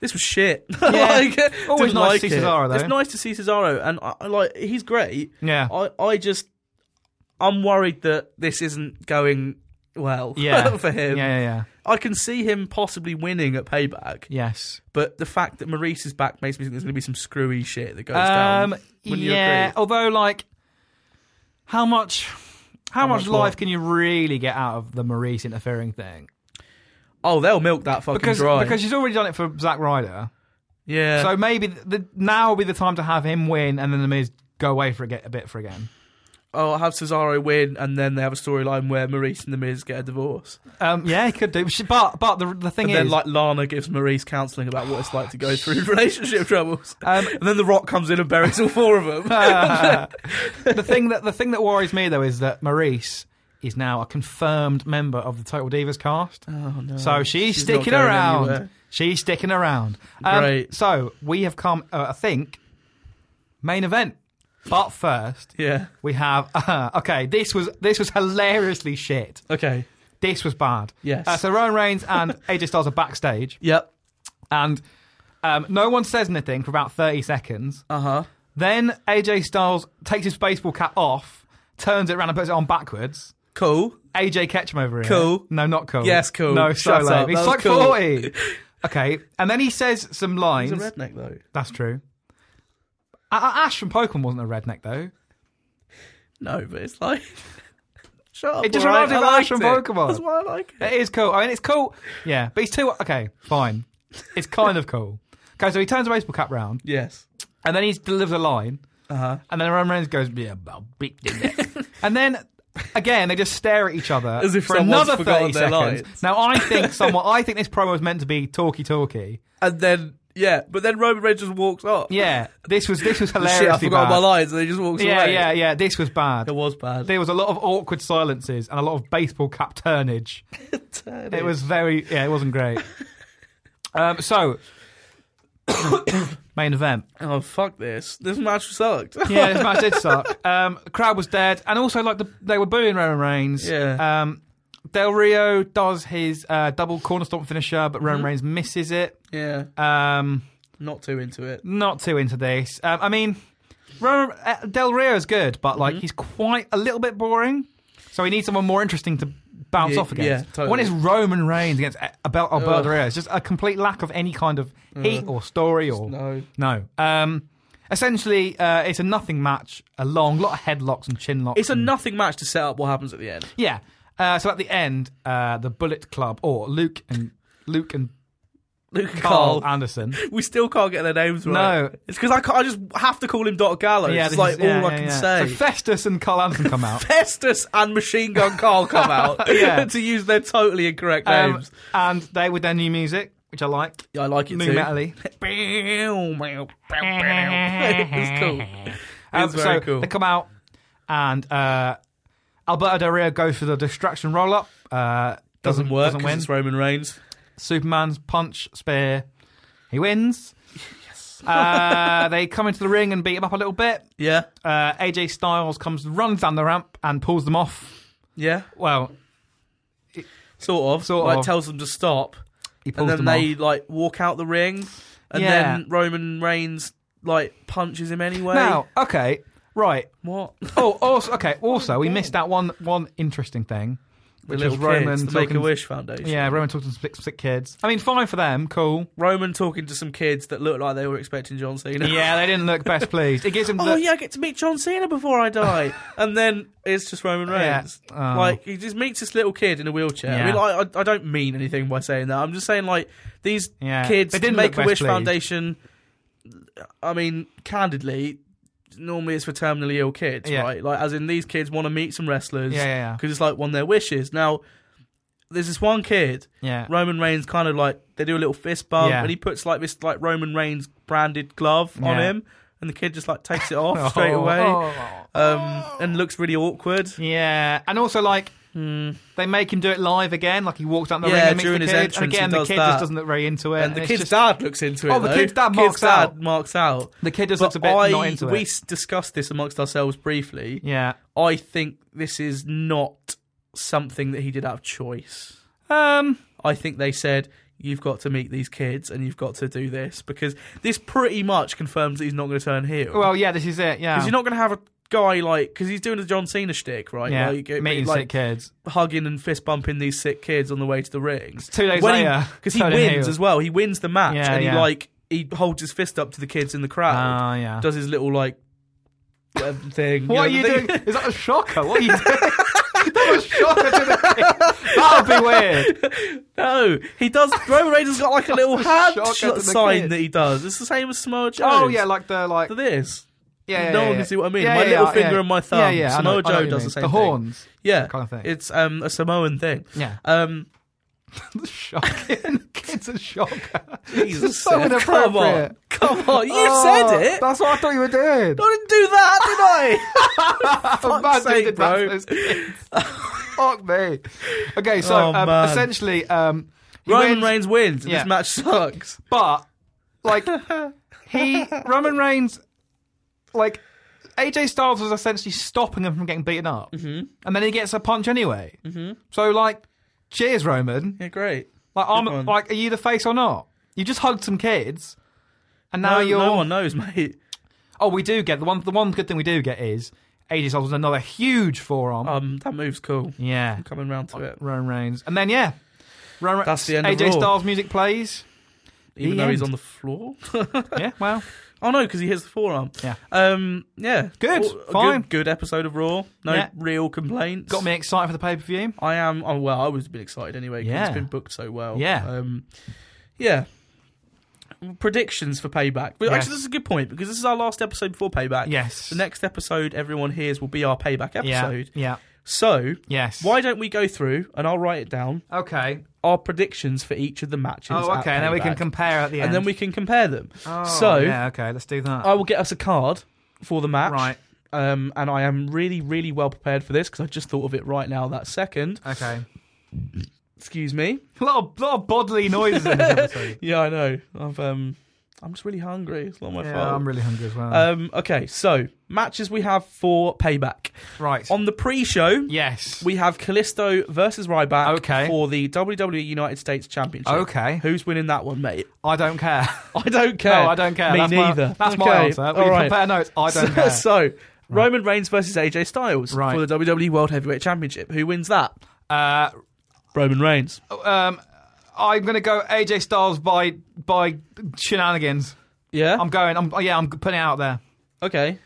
Speaker 2: this was shit. (laughs)
Speaker 1: Always
Speaker 2: didn't
Speaker 1: nice to
Speaker 2: like
Speaker 1: see
Speaker 2: it.
Speaker 1: Cesaro, though.
Speaker 2: It's nice to see Cesaro, and I, I like he's great.
Speaker 1: Yeah.
Speaker 2: I, I just, I'm worried that this isn't going well
Speaker 1: Yeah.
Speaker 2: (laughs) for him.
Speaker 1: Yeah, yeah, yeah.
Speaker 2: I can see him possibly winning at Payback,
Speaker 1: Yes.
Speaker 2: but the fact that Maurice is back makes me think there's going to be some screwy shit that goes
Speaker 1: Um,
Speaker 2: down. Wouldn't you
Speaker 1: yeah.
Speaker 2: agree?
Speaker 1: Although, like, how much, how, much,
Speaker 2: much what?
Speaker 1: life can you really get out of the Maurice interfering thing?
Speaker 2: Oh, they'll milk that fucking
Speaker 1: Because
Speaker 2: dry.
Speaker 1: because she's already done it for Zack Ryder,
Speaker 2: yeah.
Speaker 1: so maybe the, now would be the time to have him win, and then the Miz go away for a, get, a bit for again.
Speaker 2: oh, I'll have Cesaro win, and then they have a storyline where Maurice and The Miz get a divorce.
Speaker 1: Um, yeah, he could do. But but the the thing
Speaker 2: And
Speaker 1: is,
Speaker 2: then, like, Lana gives Maurice counselling about what it's like to go through (laughs) relationship troubles. (laughs)
Speaker 1: um, (laughs)
Speaker 2: And then The Rock comes in and buries all four of them.
Speaker 1: the thing that the thing that worries me though is that Maurice is now a confirmed member of the Total Divas cast.
Speaker 2: Oh, no.
Speaker 1: So she's,
Speaker 2: She's not
Speaker 1: sticking
Speaker 2: going
Speaker 1: around.
Speaker 2: anywhere.
Speaker 1: She's sticking around. Um,
Speaker 2: Great.
Speaker 1: So we have come, uh, I think, main event. But first,
Speaker 2: Yeah.
Speaker 1: we have. (laughs) uh, okay, this was this was hilariously shit.
Speaker 2: Okay.
Speaker 1: This was bad.
Speaker 2: Yes.
Speaker 1: Uh, so Roman Reigns and
Speaker 2: (laughs)
Speaker 1: AJ Styles are backstage,
Speaker 2: Yep.
Speaker 1: and um, no one says anything for about thirty seconds.
Speaker 2: Uh huh.
Speaker 1: Then AJ Styles takes his baseball cap off, turns it around and puts it on backwards.
Speaker 2: Cool.
Speaker 1: AJ Ketchum over here.
Speaker 2: Cool.
Speaker 1: No, not cool.
Speaker 2: Yes, cool.
Speaker 1: No, so
Speaker 2: Shut
Speaker 1: lame.
Speaker 2: up.
Speaker 1: He's
Speaker 2: That was
Speaker 1: like
Speaker 2: cool. (laughs)
Speaker 1: 40. Okay, and then he says some
Speaker 2: He's a
Speaker 1: lines.
Speaker 2: redneck, though.
Speaker 1: That's true. A- A- Ash from Pokemon wasn't a redneck, though.
Speaker 2: No, but it's like. (laughs) Shut up.
Speaker 1: It just
Speaker 2: all right?
Speaker 1: reminds me of
Speaker 2: I
Speaker 1: Ash
Speaker 2: liked
Speaker 1: from
Speaker 2: it.
Speaker 1: Pokemon.
Speaker 2: That's why I like it.
Speaker 1: It is cool. I mean, it's cool. Yeah, but he's too. Okay, fine. It's kind of cool. Okay, so he turns the baseball cap round,
Speaker 2: Yes.
Speaker 1: and then he delivers a line,
Speaker 2: Uh huh.
Speaker 1: and then Roman Reigns goes, yeah, I'll beat your neck." and then, again, they just stare at each other
Speaker 2: As if
Speaker 1: for
Speaker 2: someone's
Speaker 1: another 30
Speaker 2: forgotten their
Speaker 1: seconds.
Speaker 2: lines.
Speaker 1: Now, I
Speaker 2: (laughs)
Speaker 1: think someone, I think this promo was meant to be talky-talky.
Speaker 2: And then, yeah, but then Roman Reigns just walks off.
Speaker 1: Yeah, this was this was hilariously
Speaker 2: Shit, I forgot
Speaker 1: bad.
Speaker 2: my lines, and he just walks
Speaker 1: Yeah,
Speaker 2: away.
Speaker 1: yeah, yeah. This was bad.
Speaker 2: It was bad.
Speaker 1: There was a lot of awkward silences and a lot of baseball cap turnage. It was very, yeah, it wasn't great. (laughs) Um, so, (coughs) main event.
Speaker 2: Oh fuck this! This match sucked. (laughs)
Speaker 1: Yeah, this match did suck. Um, the crowd was dead, and also like the, they were booing Roman Reigns.
Speaker 2: Yeah.
Speaker 1: Um, Del Rio does his uh, double corner stomp finisher, but Roman Reigns misses it.
Speaker 2: yeah,
Speaker 1: Um,
Speaker 2: not too into it.
Speaker 1: not too into this. Um, I mean, Roman, uh, Del Rio is good, but
Speaker 2: Mm-hmm.
Speaker 1: like he's quite a little bit boring. So he needs someone more interesting to bounce
Speaker 2: Ye-
Speaker 1: off against.
Speaker 2: yeah, totally.
Speaker 1: When it's Roman Reigns against A- Abel- Alberto
Speaker 2: Ugh. Mm.
Speaker 1: Del Rio, it's just a complete lack of any kind of heat or story or
Speaker 2: No,
Speaker 1: no. Um, essentially, uh, it's a nothing match. A long lot of headlocks and chin locks.
Speaker 2: it's a
Speaker 1: and-
Speaker 2: nothing match to set up what happens at
Speaker 1: (laughs)
Speaker 2: the end.
Speaker 1: yeah. Uh, so at the end, uh, the Bullet Club or Luke and Luke and
Speaker 2: Luke and
Speaker 1: Carl
Speaker 2: Carl, (laughs)
Speaker 1: Anderson.
Speaker 2: we still can't get their names right.
Speaker 1: No.
Speaker 2: it's because I can't, I just have to call him Dr. Gallows.
Speaker 1: yeah,
Speaker 2: it's
Speaker 1: this
Speaker 2: like
Speaker 1: is-
Speaker 2: all
Speaker 1: yeah,
Speaker 2: I
Speaker 1: yeah,
Speaker 2: can
Speaker 1: yeah.
Speaker 2: say.
Speaker 1: So Festus and Carl Anderson come
Speaker 2: (laughs)
Speaker 1: out.
Speaker 2: Festus and Machine Gun
Speaker 1: (laughs)
Speaker 2: Carl come out
Speaker 1: Yeah.
Speaker 2: (laughs) to use their totally incorrect
Speaker 1: Um,
Speaker 2: names.
Speaker 1: and they with their new music, which I like.
Speaker 2: Yeah, I like it
Speaker 1: New
Speaker 2: too. (laughs)
Speaker 1: metal-y.
Speaker 2: it's cool. It's
Speaker 1: Um,
Speaker 2: very
Speaker 1: so
Speaker 2: cool.
Speaker 1: they come out and uh, Alberto Del Rio goes for the destruction roll up. Uh,
Speaker 2: doesn't work.
Speaker 1: Doesn't
Speaker 2: 'cause
Speaker 1: win.
Speaker 2: It's Roman Reigns.
Speaker 1: Superman's punch spear. He
Speaker 2: (laughs)
Speaker 1: wins. Yes. uh, they come into the ring and beat him up a little bit.
Speaker 2: Yeah,
Speaker 1: Uh, AJ Styles comes, runs down the ramp and pulls them off.
Speaker 2: yeah,
Speaker 1: Well,
Speaker 2: sort of.
Speaker 1: Sort
Speaker 2: like
Speaker 1: of.
Speaker 2: tells them to stop.
Speaker 1: he pulls
Speaker 2: and then
Speaker 1: them
Speaker 2: they
Speaker 1: off.
Speaker 2: like walk out the ring, and
Speaker 1: Yeah.
Speaker 2: then Roman Reigns like punches him anyway.
Speaker 1: Now, okay, right.
Speaker 2: what?
Speaker 1: (laughs) Oh, also, okay. Also, we missed out one one interesting thing,
Speaker 2: The
Speaker 1: which
Speaker 2: little
Speaker 1: was Roman
Speaker 2: kids, the Make
Speaker 1: talking.
Speaker 2: a Wish Foundation.
Speaker 1: yeah, Roman talking to sick, sick kids. I mean, fine for them, cool.
Speaker 2: Roman talking to some kids that looked like they were expecting John Cena.
Speaker 1: Yeah, they didn't look (laughs) best pleased. It gives them.
Speaker 2: Oh
Speaker 1: the,
Speaker 2: yeah, I get to meet John Cena before
Speaker 1: (laughs)
Speaker 2: I die, and then it's just Roman
Speaker 1: Yeah.
Speaker 2: Reigns.
Speaker 1: Oh.
Speaker 2: Like he just meets this little kid in a wheelchair.
Speaker 1: Yeah.
Speaker 2: I mean, I, I, I don't mean anything by saying that. I'm just saying like these
Speaker 1: Yeah.
Speaker 2: kids,
Speaker 1: They didn't look
Speaker 2: Make a
Speaker 1: best
Speaker 2: Wish
Speaker 1: pleased.
Speaker 2: Foundation. I mean, candidly, normally it's for terminally ill kids,
Speaker 1: Yeah.
Speaker 2: right? Like as in these kids want to meet some wrestlers,
Speaker 1: Yeah, yeah, yeah.
Speaker 2: because it's like one of their wishes. Now, there's this one kid.
Speaker 1: yeah.
Speaker 2: Roman Reigns kind of like they do a little fist bump
Speaker 1: Yeah.
Speaker 2: and he puts like this like Roman Reigns branded glove on
Speaker 1: Yeah.
Speaker 2: him and the kid just like takes it off
Speaker 1: (laughs) Oh,
Speaker 2: straight away
Speaker 1: oh.
Speaker 2: um and looks really awkward.
Speaker 1: Yeah, and also like they make him do it live again. Like he walks down the
Speaker 2: Hmm.
Speaker 1: ring
Speaker 2: Yeah,
Speaker 1: and meets
Speaker 2: during
Speaker 1: the
Speaker 2: his
Speaker 1: kid, and
Speaker 2: entrance
Speaker 1: again
Speaker 2: he
Speaker 1: the
Speaker 2: does
Speaker 1: kid
Speaker 2: that.
Speaker 1: just doesn't look very into it.
Speaker 2: And the
Speaker 1: it's
Speaker 2: kid's
Speaker 1: just-
Speaker 2: dad looks into it.
Speaker 1: Oh, the
Speaker 2: though.
Speaker 1: kid's dad marks
Speaker 2: dad
Speaker 1: out.
Speaker 2: marks out.
Speaker 1: the kid just
Speaker 2: But
Speaker 1: looks a bit
Speaker 2: I,
Speaker 1: not into
Speaker 2: we
Speaker 1: it.
Speaker 2: s- discussed this amongst ourselves briefly.
Speaker 1: Yeah.
Speaker 2: I think this is not something that he did out of choice.
Speaker 1: Um.
Speaker 2: I think they said you've got to meet these kids and you've got to do this because this pretty much confirms that he's not going to turn heel.
Speaker 1: Well, yeah. This is it. Yeah.
Speaker 2: Because you're not going to have a guy like because he's doing the John Cena shtick, right?
Speaker 1: yeah.
Speaker 2: like, it-
Speaker 1: meeting
Speaker 2: like
Speaker 1: sick kids.
Speaker 2: hugging and fist bumping these sick kids on the way to the ring.
Speaker 1: Two days later,
Speaker 2: because he,
Speaker 1: turn
Speaker 2: wins
Speaker 1: heel.
Speaker 2: as well. He wins the match,
Speaker 1: Yeah,
Speaker 2: and he
Speaker 1: yeah.
Speaker 2: like he holds his fist up to the kids in the
Speaker 1: Oh,
Speaker 2: crowd,
Speaker 1: yeah.
Speaker 2: does his little like
Speaker 1: (laughs)
Speaker 2: whatever thing.
Speaker 1: What
Speaker 2: know,
Speaker 1: are
Speaker 2: the
Speaker 1: you
Speaker 2: thing-
Speaker 1: doing? Is that a shocker? What are you doing? (laughs) that was shocker to the kid. That would be
Speaker 2: (laughs)
Speaker 1: weird.
Speaker 2: (laughs) No, he does. Roman Reigns has got like
Speaker 1: (laughs)
Speaker 2: a little hand
Speaker 1: Shocker to
Speaker 2: shot
Speaker 1: the Oh,
Speaker 2: sign
Speaker 1: kid.
Speaker 2: that he does. It's the same as Samoa Joe.
Speaker 1: Oh yeah, like the like
Speaker 2: to this.
Speaker 1: yeah, yeah,
Speaker 2: no one
Speaker 1: yeah.
Speaker 2: can see what I mean.
Speaker 1: Yeah,
Speaker 2: my
Speaker 1: yeah,
Speaker 2: little
Speaker 1: yeah,
Speaker 2: finger
Speaker 1: yeah.
Speaker 2: and my thumb.
Speaker 1: Yeah, yeah, I know-
Speaker 2: Samoa
Speaker 1: I know
Speaker 2: Joe
Speaker 1: what you
Speaker 2: does
Speaker 1: mean.
Speaker 2: the same
Speaker 1: The
Speaker 2: thing.
Speaker 1: horns.
Speaker 2: Yeah,
Speaker 1: kind of thing.
Speaker 2: It's um, a Samoan thing.
Speaker 1: Yeah.
Speaker 2: Um,
Speaker 1: (laughs) shocking. (laughs) Kids are (laughs) shocker.
Speaker 2: Jesus,
Speaker 1: so
Speaker 2: Seth, come on,
Speaker 1: inappropriate. (laughs)
Speaker 2: come on. You
Speaker 1: Oh,
Speaker 2: said it.
Speaker 1: That's what I thought you were (laughs) doing.
Speaker 2: I didn't do that, did (laughs) I?
Speaker 1: Imagine
Speaker 2: sake,
Speaker 1: did that
Speaker 2: bro.
Speaker 1: to those (laughs) kids. Fuck me. Okay, so
Speaker 2: Oh,
Speaker 1: um,
Speaker 2: man.
Speaker 1: essentially, um, he
Speaker 2: Roman
Speaker 1: wins,
Speaker 2: Reigns wins, and
Speaker 1: Yeah.
Speaker 2: this match sucks.
Speaker 1: but (laughs) like he Roman Reigns, like AJ Styles was essentially stopping him from getting beaten up, mm-hmm. and then he gets a punch anyway. Mm-hmm. So like, cheers, Roman.
Speaker 2: Yeah, great.
Speaker 1: Like, I'm,
Speaker 2: one.
Speaker 1: like, are you the face or not? You just hugged some kids, and now
Speaker 2: No,
Speaker 1: you're
Speaker 2: no one knows, mate.
Speaker 1: Oh, we do get the one. The one good thing we do get is AJ Styles with another huge forearm.
Speaker 2: Um, that move's cool.
Speaker 1: yeah,
Speaker 2: I'm coming round to it.
Speaker 1: Roman Reigns, and then yeah, Roman,
Speaker 2: That's the end of
Speaker 1: AJ
Speaker 2: Raw.
Speaker 1: Styles music
Speaker 2: (laughs)
Speaker 1: plays.
Speaker 2: Even
Speaker 1: The
Speaker 2: though he's
Speaker 1: end.
Speaker 2: on the floor. (laughs)
Speaker 1: Yeah, well,
Speaker 2: oh no, because he hits the forearm.
Speaker 1: Yeah.
Speaker 2: Um. Yeah.
Speaker 1: Good,
Speaker 2: Oh, a good-
Speaker 1: fine.
Speaker 2: Good, episode of Raw. No
Speaker 1: Yeah.
Speaker 2: real complaints.
Speaker 1: got me excited for the pay per view.
Speaker 2: I am. Oh well, I was a bit excited anyway. because
Speaker 1: Yeah.
Speaker 2: It's been booked so well.
Speaker 1: Yeah.
Speaker 2: Um. Yeah. Predictions for payback. Well,
Speaker 1: Yes.
Speaker 2: Actually, this is a good point because this is our last episode before payback.
Speaker 1: Yes.
Speaker 2: The next episode everyone hears will be our payback
Speaker 1: yeah,
Speaker 2: episode.
Speaker 1: yeah,
Speaker 2: So
Speaker 1: yes.
Speaker 2: why don't we go through and I'll write it down
Speaker 1: Okay.
Speaker 2: our predictions for each of the matches.
Speaker 1: Oh,
Speaker 2: at
Speaker 1: okay. And then we can
Speaker 2: Payback,
Speaker 1: compare at the end.
Speaker 2: and then we can compare them.
Speaker 1: Oh,
Speaker 2: so Oh,
Speaker 1: yeah, okay. Let's do that.
Speaker 2: I will get us a card for the match.
Speaker 1: right.
Speaker 2: Um, and I am really, really well prepared for this because I just thought of it right now. That second,
Speaker 1: Okay. (laughs)
Speaker 2: excuse me.
Speaker 1: A lot of, lot of bodily noises in
Speaker 2: (laughs)
Speaker 1: this episode.
Speaker 2: Yeah, I know. I've um, I'm just really hungry. It's not my
Speaker 1: Yeah,
Speaker 2: fault.
Speaker 1: I'm really hungry as well.
Speaker 2: um, okay, so matches we have for payback
Speaker 1: right.
Speaker 2: on the pre-show.
Speaker 1: yes.
Speaker 2: We have Callisto versus Ryback
Speaker 1: Okay.
Speaker 2: for the WWE United States Championship.
Speaker 1: Okay.
Speaker 2: Who's winning that one, mate?
Speaker 1: I don't care. (laughs)
Speaker 2: (laughs) I don't care.
Speaker 1: No, I don't care.
Speaker 2: Me
Speaker 1: that's
Speaker 2: neither.
Speaker 1: My, that's
Speaker 2: Okay,
Speaker 1: my answer. We
Speaker 2: all right.
Speaker 1: compare notes. I don't
Speaker 2: (laughs) so,
Speaker 1: care.
Speaker 2: so, Roman Reigns versus AJ Styles
Speaker 1: Right.
Speaker 2: for the WWE World Heavyweight Championship. Who wins that?
Speaker 1: Uh,
Speaker 2: Roman Reigns.
Speaker 1: um, I'm gonna go AJ Styles by by shenanigans.
Speaker 2: Yeah.
Speaker 1: I'm going. I'm yeah. I'm putting it out there.
Speaker 2: okay.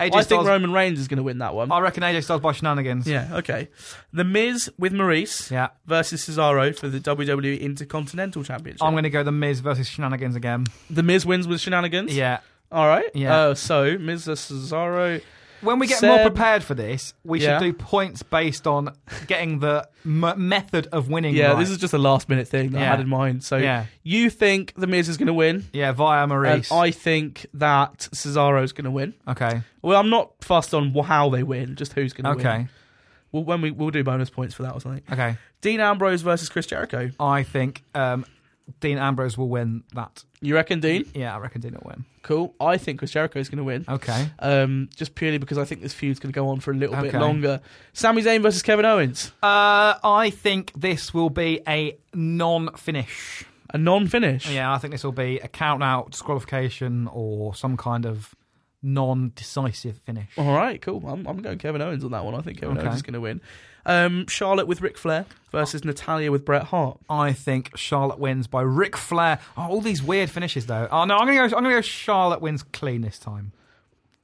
Speaker 1: AJ
Speaker 2: I think
Speaker 1: Styles.
Speaker 2: Roman Reigns is going to win that one.
Speaker 1: I reckon AJ Styles by shenanigans.
Speaker 2: yeah. Okay. The Miz with Maurice
Speaker 1: Yeah.
Speaker 2: versus Cesaro for the WWE Intercontinental Championship.
Speaker 1: I'm gonna go the Miz versus shenanigans again.
Speaker 2: the Miz wins with shenanigans.
Speaker 1: Yeah.
Speaker 2: All right.
Speaker 1: Yeah.
Speaker 2: Uh, so Miz versus Cesaro.
Speaker 1: When we get
Speaker 2: Seb-
Speaker 1: more prepared for this, we
Speaker 2: Yeah.
Speaker 1: should do points based on getting the m- method of winning.
Speaker 2: Yeah.
Speaker 1: right.
Speaker 2: This is just a last minute thing that I
Speaker 1: Yeah.
Speaker 2: had in mind. So
Speaker 1: Yeah.
Speaker 2: you think the Miz is going to win?
Speaker 1: yeah via
Speaker 2: And
Speaker 1: Maurice.
Speaker 2: I think that Cesaro's going to win.
Speaker 1: okay.
Speaker 2: Well, I'm not fussed on wh- how they win, just who's going to win.
Speaker 1: Okay.
Speaker 2: Well, when we we'll do bonus points for that or something.
Speaker 1: Okay.
Speaker 2: Dean Ambrose versus Chris Jericho.
Speaker 1: I think um, Dean Ambrose will win that.
Speaker 2: You reckon, Dean?
Speaker 1: Yeah, I reckon Dean will win.
Speaker 2: Cool. I think Chris Jericho is going to win.
Speaker 1: Okay.
Speaker 2: Um, just purely because I think this feud's going to go on for a little bit
Speaker 1: Okay.
Speaker 2: longer. Sami Zayn versus Kevin Owens.
Speaker 1: Uh, I think this will be a non-finish.
Speaker 2: A non-finish.
Speaker 1: Yeah, I think this will be a count-out disqualification or some kind of non-decisive finish.
Speaker 2: All right, cool. I'm, I'm going Kevin Owens on that one. I think Kevin
Speaker 1: Okay.
Speaker 2: Owens is going to win. Um, Charlotte with Ric Flair versus Natalia with Bret Hart.
Speaker 1: I think Charlotte wins by Ric Flair. Oh, all these weird finishes though. Oh no, I'm gonna go. I'm gonna go. Charlotte wins clean this time.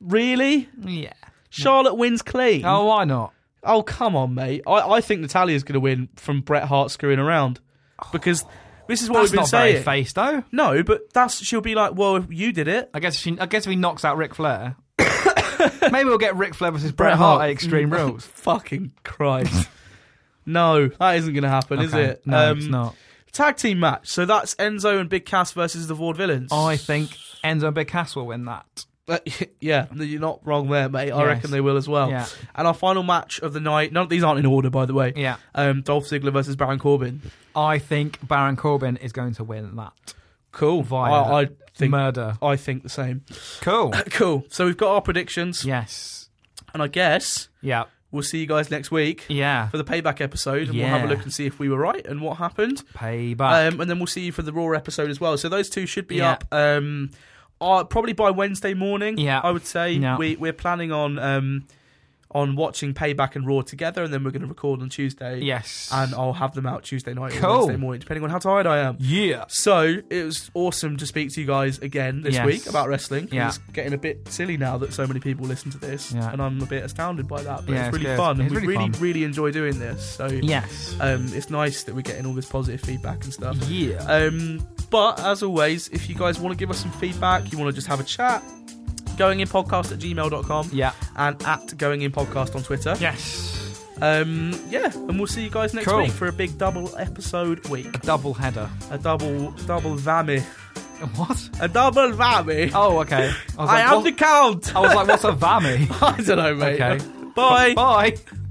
Speaker 2: Really?
Speaker 1: Yeah.
Speaker 2: Charlotte wins clean.
Speaker 1: Mm. Oh, why not?
Speaker 2: Oh, come on, mate. I, I think Natalia's going to win from Bret Hart screwing around. Because this is what
Speaker 1: That's
Speaker 2: we've been
Speaker 1: not
Speaker 2: saying.
Speaker 1: very face though.
Speaker 2: no, but that's she'll be like, well, if you did it.
Speaker 1: I guess she. I guess if he knocks out Ric
Speaker 2: (coughs)
Speaker 1: Flair, maybe we'll get Ric Flair versus Bret,
Speaker 2: Bret
Speaker 1: Hart
Speaker 2: Hart.
Speaker 1: at
Speaker 2: (laughs)
Speaker 1: Extreme Rules.
Speaker 2: Fucking
Speaker 1: (laughs)
Speaker 2: Christ. no, that isn't going to happen, is
Speaker 1: Okay.
Speaker 2: it? Um,
Speaker 1: No, it's not.
Speaker 2: Tag team match. So that's Enzo and Big Cass versus the Vaude Villains. (laughs)
Speaker 1: I think Enzo and Big Cass will win that.
Speaker 2: Uh, yeah, you're not wrong there, mate. I
Speaker 1: Yes.
Speaker 2: reckon they will as well.
Speaker 1: Yeah.
Speaker 2: And our final match of the night. None of these aren't in order, by the way.
Speaker 1: Yeah.
Speaker 2: Um, Dolph Ziggler versus Baron Corbin.
Speaker 1: I think Baron Corbin is going to win that.
Speaker 2: Cool.
Speaker 1: Via
Speaker 2: I, I think.
Speaker 1: murder.
Speaker 2: I think the same. (coughs)
Speaker 1: Cool.
Speaker 2: Cool. So we've got our predictions,
Speaker 1: yes.
Speaker 2: and I guess
Speaker 1: Yeah.
Speaker 2: we'll see you guys next week
Speaker 1: Yeah.
Speaker 2: for the payback episode, and we'll have a
Speaker 1: Yeah.
Speaker 2: look and see if we were right and what happened.
Speaker 1: Payback.
Speaker 2: Um, and then we'll see you for the Raw episode as well. So those two should be
Speaker 1: Yeah.
Speaker 2: up. Um, uh, probably by Wednesday morning.
Speaker 1: Yeah.
Speaker 2: I would say
Speaker 1: Yeah.
Speaker 2: we we're planning on um, on watching Payback and Raw together, and then we're going to record on Tuesday.
Speaker 1: yes.
Speaker 2: and I'll have them out Tuesday night or
Speaker 1: Cool.
Speaker 2: Wednesday morning, depending on how tired I am.
Speaker 1: yeah.
Speaker 2: So it was awesome to speak to you guys again this
Speaker 1: Yes.
Speaker 2: week about wrestling.
Speaker 1: Yeah.
Speaker 2: It's getting a bit silly now that so many people listen to this,
Speaker 1: Yeah.
Speaker 2: and I'm a bit astounded by that. But
Speaker 1: Yeah,
Speaker 2: it's
Speaker 1: it's
Speaker 2: really
Speaker 1: good.
Speaker 2: fun, and
Speaker 1: It's
Speaker 2: we
Speaker 1: really
Speaker 2: really,
Speaker 1: fun.
Speaker 2: really enjoy doing this. So
Speaker 1: Yes.
Speaker 2: um, it's nice that we're getting all this positive feedback and stuff.
Speaker 1: Yeah.
Speaker 2: Um, but as always, if you guys want to give us some feedback, you want to just have a chat, goinginpodcast at gmail.com
Speaker 1: Yeah.
Speaker 2: and at goinginpodcast on Twitter.
Speaker 1: Yes.
Speaker 2: Um, yeah, and we'll see you guys next
Speaker 1: Cool.
Speaker 2: week for a big double episode week.
Speaker 1: Double header. (laughs)
Speaker 2: A double, double vammy.
Speaker 1: What?
Speaker 2: A double vammy.
Speaker 1: Oh, okay. I was
Speaker 2: I
Speaker 1: like,
Speaker 2: am
Speaker 1: what-
Speaker 2: the
Speaker 1: (laughs)
Speaker 2: count. (laughs)
Speaker 1: I was like, what's a vammy?
Speaker 2: I don't know, mate.
Speaker 1: Okay.
Speaker 2: Bye.
Speaker 1: Bye.